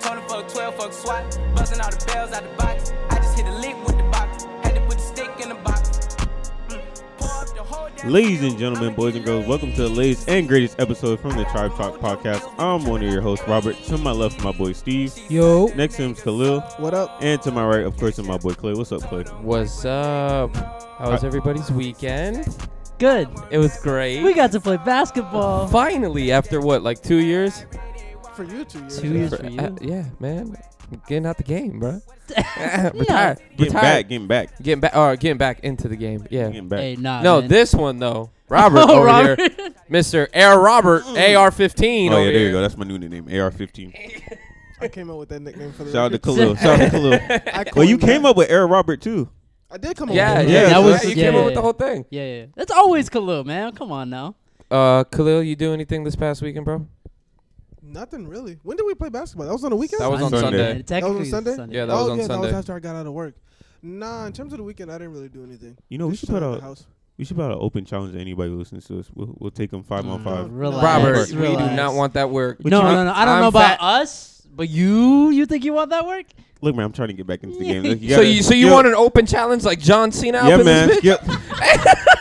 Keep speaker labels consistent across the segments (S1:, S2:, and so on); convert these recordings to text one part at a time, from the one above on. S1: Glock 12, fuck SWAT. Busting all the bells out the box. I just hit a lick with the box. Had to put the stick in the box. Mm. Pour up the whole damn
S2: Ladies and
S1: field.
S2: gentlemen,
S1: I'ma
S2: boys
S1: get
S2: and girls,
S1: laid.
S2: welcome to the latest and greatest episode from the Tribe Talk Podcast. I'm one of your hosts, Robert. To my left, my boy Steve.
S3: Yo.
S2: Next to him is Khalil.
S4: What up?
S2: And to my right, of course, is my boy Clay. What's up, Clay?
S3: What's up? How
S5: Uh,
S3: was everybody's weekend?
S5: Good.
S3: It was great.
S5: We got to play basketball.
S3: Finally, after what, like two years?
S4: For you two years.
S5: Two years
S3: For-
S5: for you.
S3: uh, yeah, man. Getting out the game, bro. Retired.
S2: Getting back, getting back,
S3: Getting back. Or getting back into the game. Yeah.
S2: getting
S5: Hey,
S2: back.
S5: nah.
S3: No,
S5: man.
S3: this one though. Robert
S5: Oh,
S3: over
S5: Robert. Mm.
S3: here. Mr. Air Robert, AR-15
S2: Oh
S3: over
S2: yeah, there you
S3: here.
S2: go. That's my new nickname, AR15.
S4: I came up with that nickname for the
S2: Shout out to
S4: record.
S2: Khalil. Shout out to Khalil.
S4: I
S2: Well, you
S4: coined
S2: came
S4: that.
S2: up with Air Robert too.
S4: I did come up
S3: Yeah,
S4: with
S3: yeah,
S4: that.
S2: Yeah,
S3: that
S2: that
S3: was
S2: was-
S3: you
S5: yeah,
S3: came up with
S5: yeah.
S3: the whole thing.
S5: Yeah, yeah. That's always Khalil, man. Come on now.
S3: Uh, Khalil, you do anything this past weekend, bro?
S4: Nothing really. When did we play basketball? That was on the weekend?
S3: That was on
S2: Sunday.
S3: Sunday.
S5: And Technically, it's
S4: Sunday?
S3: Yeah, that
S4: oh,
S3: was on
S4: yeah,
S3: Sunday.
S4: that was after I got out of work. Nah, in terms of the weekend, I didn't really do anything.
S2: You know, we
S4: Just
S2: should
S4: chilled
S2: put
S4: at the
S2: out
S4: house.
S2: we should put out an open challenge to anybody who listens to us. We'll, we'll take them five on
S5: Mm.
S2: five.
S5: Relax.
S3: Robert,
S5: Relax.
S3: we do not want that work.
S2: But
S5: no,
S2: you-
S5: no, no. I don't
S3: I'm
S5: know about
S3: fat.
S5: us, but you, you think you want that work?
S2: Look, man, I'm trying to get back into the game. Look,
S3: so
S2: gotta-
S3: you so you
S2: Yo,
S3: want an open challenge like John Cena? up
S2: Yeah,
S3: in
S2: man.
S3: This bitch?
S2: Yep.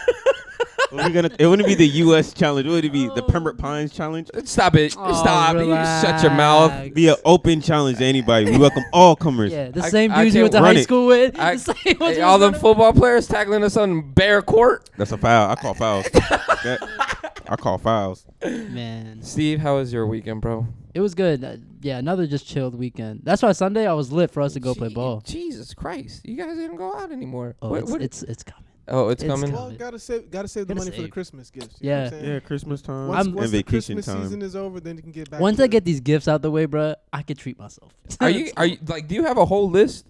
S2: We're gonna. It wouldn't be the U.S. challenge. It would be the Pembroke Pines challenge.
S3: Stop it!
S5: Oh,
S3: Stop it! You just shut your mouth.
S5: relax.
S2: Be an open challenge to anybody. We welcome all comers.
S5: Yeah, the
S3: I-
S5: same
S3: I
S5: dudes you
S3: can't
S5: went to
S2: run
S5: high
S2: it.
S5: school with.
S3: I-
S5: the same ones you went
S3: Hey, all
S5: to
S3: them football players tackling us on bare court.
S2: That's a foul. I call fouls. That- I call fouls.
S5: Man,
S3: Steve, how was your weekend, bro?
S5: it was good. Uh, yeah, another just chilled weekend. That's why Sunday I was lit for us to go play
S3: Gee,
S5: ball.
S3: Jesus Christ! You guys didn't go out anymore.
S5: Oh,
S3: What-
S5: it's,
S3: what-
S5: it's it's coming.
S3: oh, it's,
S5: it's
S3: coming.
S5: coming.
S4: Well, gotta save, gotta save the
S5: Gotta
S4: money for the
S5: save.
S4: Christmas gifts.
S5: Yeah.
S4: yeah.
S2: Yeah, Christmas time
S4: Once,
S5: I'm-
S4: once
S2: and
S4: the
S2: vacation
S4: Christmas
S2: time.
S4: season is over, then you can get back.
S5: Once
S4: to
S5: I
S4: it.
S5: get these gifts out the way, bruh, I could treat myself.
S3: Are you are you like? Do you have a whole list?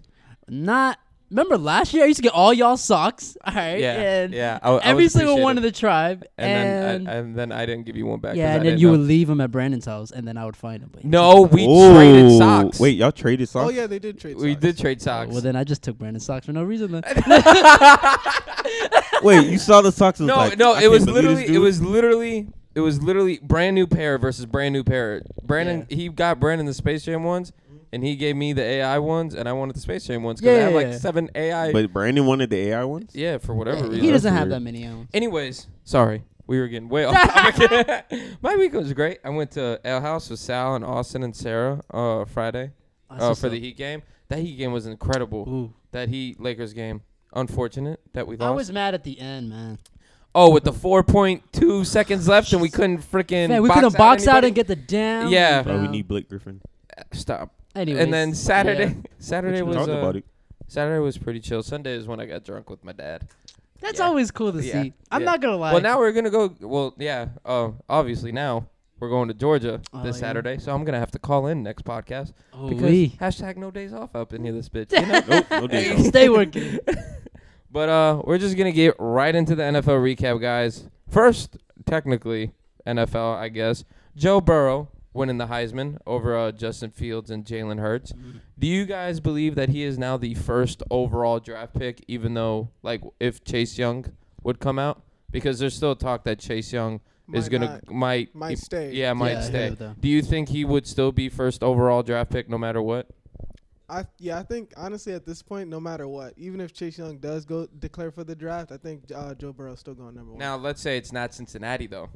S5: not? Remember last year I used to get all y'all socks. All right, and
S3: yeah. I, I
S5: every
S3: was
S5: single one of
S3: appreciative.
S5: the tribe, and,
S3: and then I, and then I didn't give you one back. 'cause
S5: yeah,
S3: I
S5: and then
S3: didn't
S5: you
S3: know.
S5: would leave them at Brandon's house, and then I would find them.
S3: No, we
S2: Ooh,
S3: traded socks.
S2: Wait, y'all traded socks?
S4: Oh yeah, they did trade.
S3: we
S4: socks.
S3: did trade socks.
S5: well then I just took Brandon's socks for no reason. Then
S2: Wait, you saw the socks? and was
S3: No,
S2: like,
S3: no,
S2: I
S3: it was
S2: can't believe this
S3: literally it
S2: dude.
S3: was literally it was literally brand new pair versus brand new pair. Brandon he got Brandon the Space Jam ones and he gave me the AI ones and I wanted the Space Jam ones because I
S5: Yeah,
S3: have
S5: yeah,
S3: like
S5: yeah.
S3: seven AI
S2: But Brandon wanted the AI ones.
S3: Yeah, for whatever reason.
S5: he doesn't have
S2: weird.
S5: that many. Um,
S3: Anyways, sorry. We were getting way off topic. My week was great. I went to L House with Sal and Austin and Sarah uh Friday
S5: that's
S3: uh,
S5: what's
S3: for
S5: up.
S3: the Heat game. That Heat game was incredible.
S5: Ooh.
S3: That Heat Lakers game. Unfortunate that we lost.
S5: I was mad at the end, man.
S3: Oh, with the 4.2 seconds left, and we couldn't freaking.
S5: Man, we
S3: box
S5: could have boxed out, and
S3: anybody?
S5: get the down.
S3: Yeah.
S2: Oh, we
S5: down.
S2: need Blake Griffin.
S3: Stop.
S5: Anyways,
S3: and then Saturday,
S5: yeah.
S3: Saturday
S2: We
S3: was
S2: talked
S3: uh,
S2: about it.
S3: Saturday was pretty chill. Sunday is when I got drunk with my dad.
S5: That's
S3: Yeah.
S5: always cool to
S3: Yeah.
S5: see. I'm
S3: Yeah.
S5: not gonna lie.
S3: Well, now we're gonna go. Well, yeah. Uh, obviously now we're going to Georgia
S5: Oh,
S3: this
S5: yeah.
S3: Saturday, so I'm gonna have to call in next podcast
S5: Oh,
S3: because
S5: we.
S3: hashtag no days off up in here this bitch. You know?
S2: Nope, no days off.
S5: stay working.
S3: But uh, we're just gonna get right into the NFL recap, guys. First, technically NFL, I guess. Joe Burrow winning the Heisman over uh, Justin Fields and Jalen Hurts.
S5: Mm-hmm.
S3: Do you guys believe that he is now the first overall draft pick, even though like if Chase Young would come out, because there's still talk that Chase Young is
S4: Might
S3: gonna
S4: not-
S3: might
S4: might stay.
S3: yeah might
S5: Yeah, I hear
S3: stay.
S5: that.
S3: Do you think he would still be first overall draft pick no matter what?
S4: I yeah, I think honestly at this point, no matter what, even if Chase Young does go declare for the draft, I think uh, Joe Burrow's still going number one.
S3: Now let's say it's not Cincinnati though.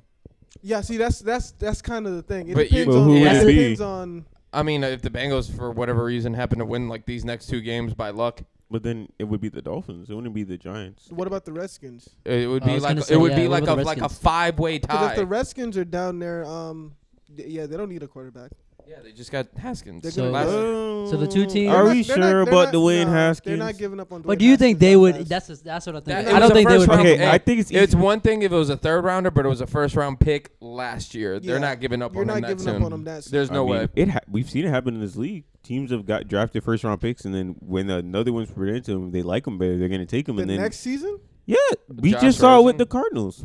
S4: yeah, see, that's that's that's kind of the thing. It
S3: But you-
S4: depends
S2: But
S4: on
S2: who
S4: it
S5: would it
S2: be?
S4: depends on
S3: I mean, if the Bengals, for whatever reason, happen to win like these next two games by luck,
S2: But then it would be the Dolphins. It wouldn't be the Giants.
S4: what about the Redskins?
S3: it would
S5: Oh, I
S3: be
S5: was
S3: like
S5: gonna say,
S3: it would
S5: yeah,
S3: be
S5: what
S3: like a
S5: about the
S3: like a
S5: Redskins?
S3: five way
S4: Because
S3: tie.
S4: if the Redskins are down there, um, th- yeah, they don't need a quarterback.
S3: yeah, they just got Haskins.
S4: They're
S5: So-
S3: Last-
S4: go-
S5: So the two teams-
S4: They're
S2: Are
S4: not-
S2: we
S4: they're
S2: sure
S4: not- they're
S2: about
S4: not-
S2: the Dwayne
S4: no,
S2: Haskins?
S4: They're not giving up on. Dwayne
S5: But do you think
S4: Haskins
S5: they
S4: that
S5: would?
S4: fast.
S5: That's a, that's what I
S3: That-
S5: think.
S3: it
S5: I
S3: was
S5: don't
S3: a
S5: think they
S3: first
S5: would.
S3: round
S2: Okay,
S3: Hey,
S2: I think it's easy.
S3: It's one thing if it was a third rounder, but it was a first round pick last year. They're
S4: Yeah,
S3: not giving up
S4: you're
S3: on him
S4: not
S3: that
S4: giving
S3: soon.
S4: up on him that soon.
S3: There's
S2: I
S3: no
S2: mean,
S3: way.
S2: It ha- we've seen it happen in this league. Teams have got drafted first round picks, and then when another one's presented to them, they like them better. They're gonna take them,
S4: The
S2: and then
S4: next season,
S2: yeah, we
S3: Josh
S2: just saw it
S3: Rosen.
S2: with the Cardinals.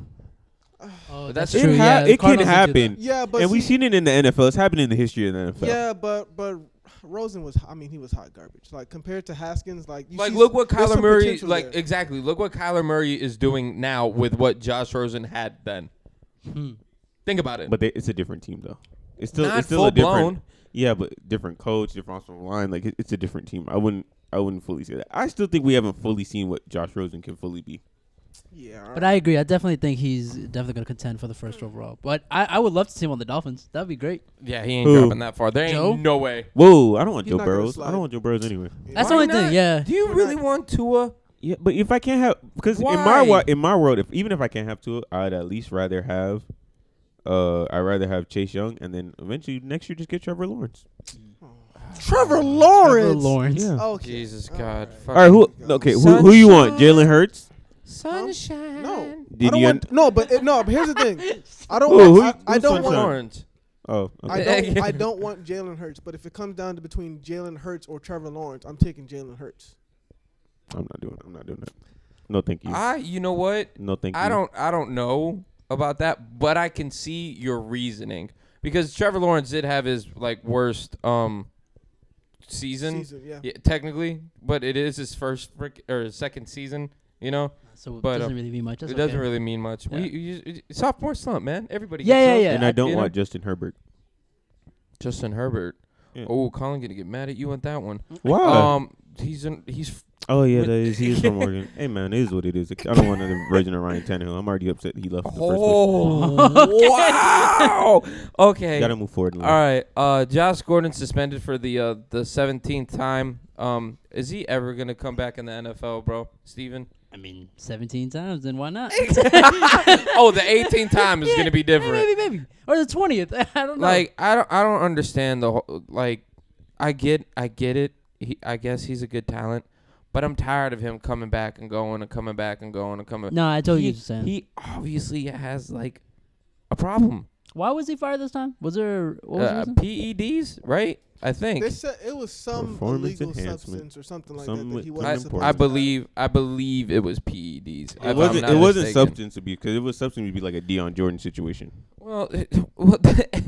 S5: Oh,
S3: that's
S5: that's
S3: It
S5: true.
S2: it ha-
S5: yeah, the
S2: it can
S5: Cardinals would do
S2: happen.
S4: yeah, but
S2: and we've
S4: see-
S2: seen it in the NFL. It's happened in the history of the NFL.
S4: Yeah, but but Rosen was. I mean, he was hot garbage. Like compared to Haskins, like you
S3: Like,
S4: see
S3: look what
S4: there's
S3: Kyler
S4: some
S3: Murray
S4: potential
S3: like
S4: there.
S3: exactly. Look what Kyler Murray is doing now
S5: Hmm.
S3: with what Josh Rosen had then. Think about it.
S2: But they, it's a different team, though. It's still
S3: Not
S2: it's still a different.
S3: full-blown.
S2: Yeah, but different coach, different offensive line. Like it, it's a different team. I wouldn't I wouldn't fully say that. I still think we haven't fully seen what Josh Rosen can fully be.
S4: Yeah.
S5: But I agree. I definitely think he's definitely going to contend for the first overall. But I, I would love to see him on the Dolphins. That'd be great.
S3: Yeah, he ain't
S2: Who?
S3: dropping that far. There ain't
S5: Joe?
S3: no way.
S2: Whoa, I don't want
S4: He's
S2: Joe
S4: not gonna
S2: Burrows. I
S4: slide.
S2: don't want Joe Burrows anyway.
S5: That's
S3: Why
S5: the only
S3: not?
S5: thing. Yeah.
S3: Do you really want Tua?
S2: Yeah, but if I can't have because in
S3: Why?
S2: my wa- in my world, if even if I can't have two, I'd at least rather have. Uh, I'd rather have Chase Young, and then eventually next year just get Trevor Lawrence.
S4: Trevor Lawrence.
S5: Trevor Lawrence.
S2: Yeah.
S4: oh, Okay.
S3: Jesus
S4: All
S3: God.
S4: right.
S2: All right, who? Okay, who, who you want? Jalen Hurts.
S3: Sunshine.
S4: No. I
S2: Did
S4: don't
S2: you?
S4: want, no, but it, no. But here's the thing. I don't.
S2: Who-
S4: want,
S2: who-
S4: I, I
S2: who's
S4: don't
S2: on
S4: want.
S2: top?
S3: Lawrence.
S2: oh,
S4: I
S2: okay.
S4: don't. I don't want Jalen Hurts. But if it comes down to between Jalen Hurts or Trevor Lawrence, I'm taking Jalen Hurts.
S2: I'm not doing. it. I'm not doing that. No, thank you.
S3: I you know what?
S2: no, thank you.
S3: I don't I don't know about that, but I can see your reasoning because Trevor Lawrence did have his like worst um season,
S4: Season, yeah.
S3: Yeah, technically, but it is his first frick, or his second season, you know.
S5: So it
S3: But,
S5: doesn't
S3: um,
S5: really mean much. That's
S3: it doesn't
S5: okay.
S3: really mean much.
S5: Yeah.
S3: We, you- you- sophomore slump, man. Everybody
S5: Yeah,
S3: gets
S5: yeah,
S3: up.
S5: yeah.
S2: And I don't
S3: you
S2: want Justin Herbert.
S3: Justin Herbert.
S2: Yeah.
S3: Oh, Colin gonna get mad at you on that one.
S2: Why?
S3: Um he's in, he's
S2: Uh, oh yeah,
S3: with-
S2: that is, he is from Oregon. Hey man, it is what it is. I don't want another version of Ryan Tannehill. I'm already upset he left. The first one.
S3: Oh wow. Okay.
S2: Oh, Gotta move forward. in life.
S3: All right. Uh, Josh Gordon suspended for the uh, the seventeenth time. Um, is he ever gonna come back in the NFL, bro, Steven?
S5: I mean, 17 times, then why not?
S3: oh, the eighteenth time is
S5: Yeah,
S3: gonna
S5: Maybe,
S3: be different.
S5: maybe. Or the 20th. I don't know.
S3: Like I don't I don't understand the whole like. I get I get it. He, I guess he's a good talent, but I'm tired of him coming back and going and coming back and going and coming.
S5: no, I told
S3: he,
S5: you what you're saying.
S3: he obviously has like a problem.
S5: why was he fired this time? Was there. What was the
S3: Uh,
S5: reason?
S3: PEDs, right? I think.
S4: They said it was some
S2: Performance
S4: illegal
S2: enhancement.
S4: substance or something like
S2: Some
S4: that. that he
S2: with
S4: wasn't
S2: Important.
S3: I,
S4: supposed
S3: I
S4: to have.
S3: believe I believe it was PEDs. if
S2: It
S3: I'm
S2: wasn't.
S3: not
S2: It wasn't
S3: mistaken.
S2: substance abuse because it was substance would be like a Dion Jordan situation.
S3: Well, it- well,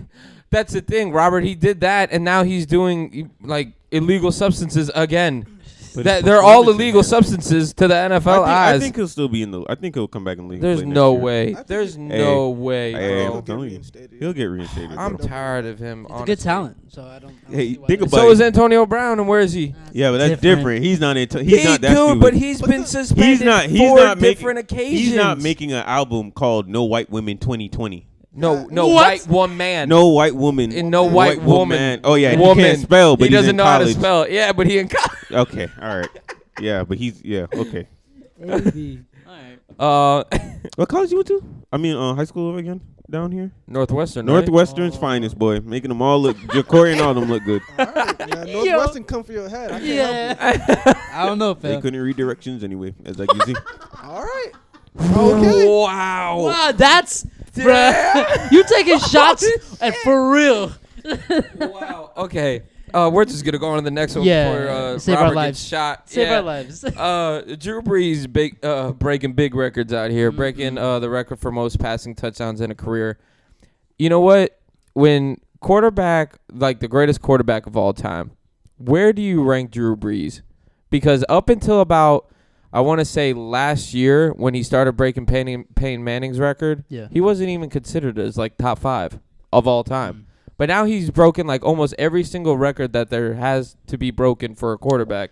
S3: that's the thing, Robert. He did that, and now he's doing like illegal substances again.
S2: But
S3: That
S2: it's
S3: they're all
S2: performance
S3: illegal
S2: enhanced.
S3: substances to the NFL
S2: I think,
S3: eyes.
S2: I think he'll still be in the. I think he'll come back and league.
S3: There's
S2: play next
S3: no
S2: year.
S3: way.
S4: think
S3: There's
S4: he-
S3: no way,
S4: I
S2: Hey,
S3: bro.
S4: think he'll
S2: I'm
S4: get
S2: telling you,
S4: reinstated.
S2: He'll get reinstated.
S3: I'm
S2: bro.
S3: tired of him.
S5: He's a good
S3: honestly.
S5: talent. So I don't. I don't
S2: Hey,
S5: see
S2: think
S5: why they-
S2: about-
S3: So
S2: But-
S3: is Antonio Brown, and where is he?
S2: Yeah, but that's
S5: Different.
S2: different. He's not. Into, he's
S3: Hey,
S2: not that
S3: dude,
S2: stupid.
S3: but he's
S4: But
S3: been
S4: the-
S3: suspended
S2: He's
S3: four
S2: not
S3: different
S2: making,
S3: occasions.
S2: He's not making an album called No White Women 2020.
S3: no no
S5: What?
S3: white one man.
S2: No white woman.
S3: And no white, woman.
S2: man. Oh yeah, he
S3: woman.
S2: can't spell, but
S3: he
S2: he's
S3: doesn't
S2: in
S3: know
S2: college.
S3: how to spell. Yeah, but he in college.
S2: Okay, all right. Yeah, but he's yeah okay.
S5: Maybe. All right.
S3: Uh,
S2: What college you went to? I mean, uh, high school again down here.
S3: Northwestern. right?
S2: Northwestern's finest boy, making them all look. Ja'Cory and all them look good.
S4: All right, now, Northwestern come for your head. I can't
S5: Yeah. I don't know,
S2: They
S5: Phil.
S2: couldn't read directions anyway, as I can see.
S4: help. All right. Okay.
S3: Wow.
S5: Wow, that's bruh. you taking shots and for real.
S3: Wow. Okay. Uh, we're just gonna go on to the next one
S5: Yeah.
S3: before uh,
S5: Save our
S3: Robert
S5: lives.
S3: gets shot.
S5: Save
S3: Yeah.
S5: our lives.
S3: Uh, Drew Brees big, uh, breaking big records out here, breaking uh, the record for most passing touchdowns in a career. You know what? When quarterback, like the greatest quarterback of all time, where do you rank Drew Brees? Because up until about, I want to say last year when he started breaking Payne, Payne Manning's record,
S5: Yeah.
S3: he wasn't even considered as like top five of all time. But now he's broken like almost every single record that there has to be broken for a quarterback.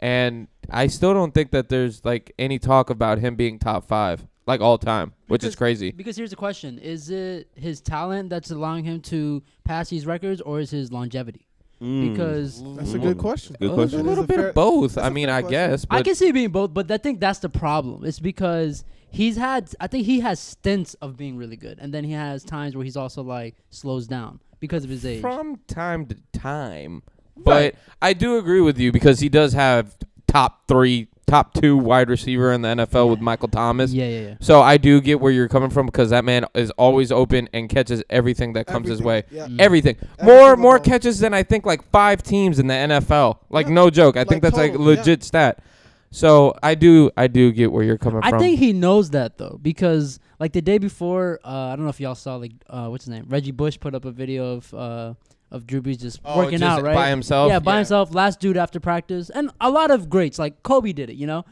S3: And I still don't think that there's like any talk about him being top five, like all time, which is
S5: Because-
S3: crazy.
S5: Because here's the question: Is it his talent that's allowing him to pass these records, or is his longevity? Because
S4: That's a good question.
S2: Mm. Good
S3: Oh,
S2: question.
S3: A little
S4: That's a
S3: bit
S4: fair-
S3: of both.
S4: that's
S3: I
S4: a
S3: mean,
S4: fair
S3: I
S4: question.
S3: guess. But
S5: I can see it being both, but I think that's the problem. It's because he's had, I think he has stints of being really good, and then he has times where he's also like slows down because of his age.
S3: from time to time.
S5: Right.
S3: But I do agree with you because he does have top three, top two wide receiver in the NFL with Michael Thomas.
S5: yeah, yeah, yeah.
S3: So I do get where you're coming from because that man is always open and catches everything that comes his
S4: Everything,
S3: way.
S4: yeah.
S3: Everything.
S4: Every
S3: more
S4: single
S3: more
S4: ball.
S3: catches than I think like five teams in the NFL. Like
S4: Yeah.
S3: no joke. I
S4: Like
S3: think that's like
S4: total, yeah.
S3: legit stat. So I do I do get where you're coming
S5: I
S3: from.
S5: think he knows that though, because like the day before, uh, I don't know if y'all saw like uh, what's his name, Reggie Bush put up a video of uh, of Drew Brees just
S3: Oh,
S5: working
S3: just
S5: out, right?
S3: by himself?
S5: Yeah, by
S3: Yeah.
S5: himself. Last dude after practice, and a lot of greats like Kobe did it, you know.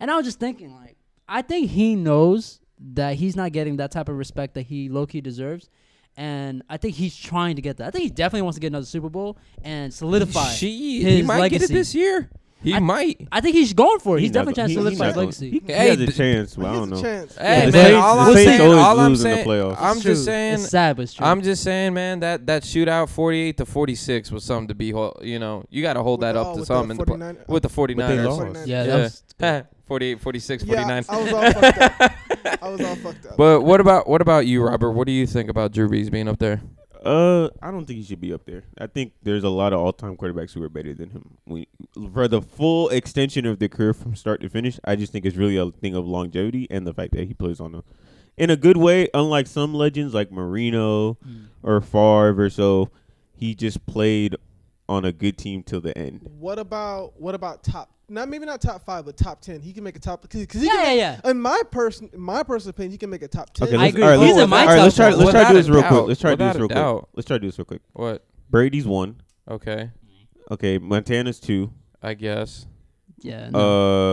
S5: And I was just thinking, like, I think he knows that he's not getting that type of respect that he low key deserves, And I think he's trying to get that. I think he definitely wants to get another Super Bowl and solidify
S3: She,
S5: his
S3: he might
S5: legacy.
S3: get it this year. He
S5: I-
S3: might.
S5: I think he's going for it.
S2: He
S5: he's
S2: not
S5: definitely
S2: go- he-
S5: trying to
S2: he
S5: solidify
S2: not
S5: his
S2: go-
S5: legacy.
S2: He, he
S3: Hey,
S2: has a
S3: th-
S2: chance, but
S4: He
S2: I
S4: has
S2: don't
S4: a
S2: know.
S4: chance.
S3: Hey
S2: the
S3: man,
S2: Saints-
S3: all
S2: the
S3: I'm
S2: Saints
S3: saying,
S2: always
S3: all I'm
S2: lose in the
S3: saying,
S2: playoffs.
S3: I'm
S5: It's
S3: just
S5: true.
S3: saying,
S5: it's sad, but it's true.
S3: I'm just saying, man, that that shootout 48 to 46 was something to be, hol- you know, you got to hold
S4: With
S3: that
S4: the-
S3: up
S4: oh,
S3: to
S4: with
S3: something in
S4: the
S3: the pl-
S4: 49
S3: with the 49ers.
S2: lost.
S5: yeah,
S3: Yeah.
S5: That was,
S3: Heh, 48, 46,
S4: Yeah,
S3: 49.
S4: I was all fucked up. I was all fucked up.
S3: but what about what about you, Robert? What do you think about Drew Brees being up there?
S2: Uh, I don't think he should be up there. I think there's a lot of all-time quarterbacks who are better than him. We, for the full extension of their career from start to finish, I just think it's really a thing of longevity and the fact that he plays on a, in a good way. Unlike some legends like Marino or Favre or so, he just played on a good team till the end.
S4: What about what about top? Not maybe not top five, but top ten. He can make a top because he
S5: Yeah,
S4: can make,
S5: yeah,
S4: In my person, in my personal opinion, he can make a top ten.
S2: Okay,
S5: I
S2: let's,
S5: agree.
S2: All right,
S5: He's
S2: let's,
S5: in my
S2: all right,
S5: top
S2: let's try.
S5: five.
S2: Let's try to
S3: Without
S2: do this
S3: a
S2: real quick.
S3: doubt.
S2: Let's try to do
S3: Without
S2: this
S3: a
S2: real quick.
S3: doubt.
S2: Let's try to do this real quick.
S3: What?
S2: Brady's one.
S3: Okay,
S2: Okay, Montana's two.
S3: I guess.
S5: yeah. no.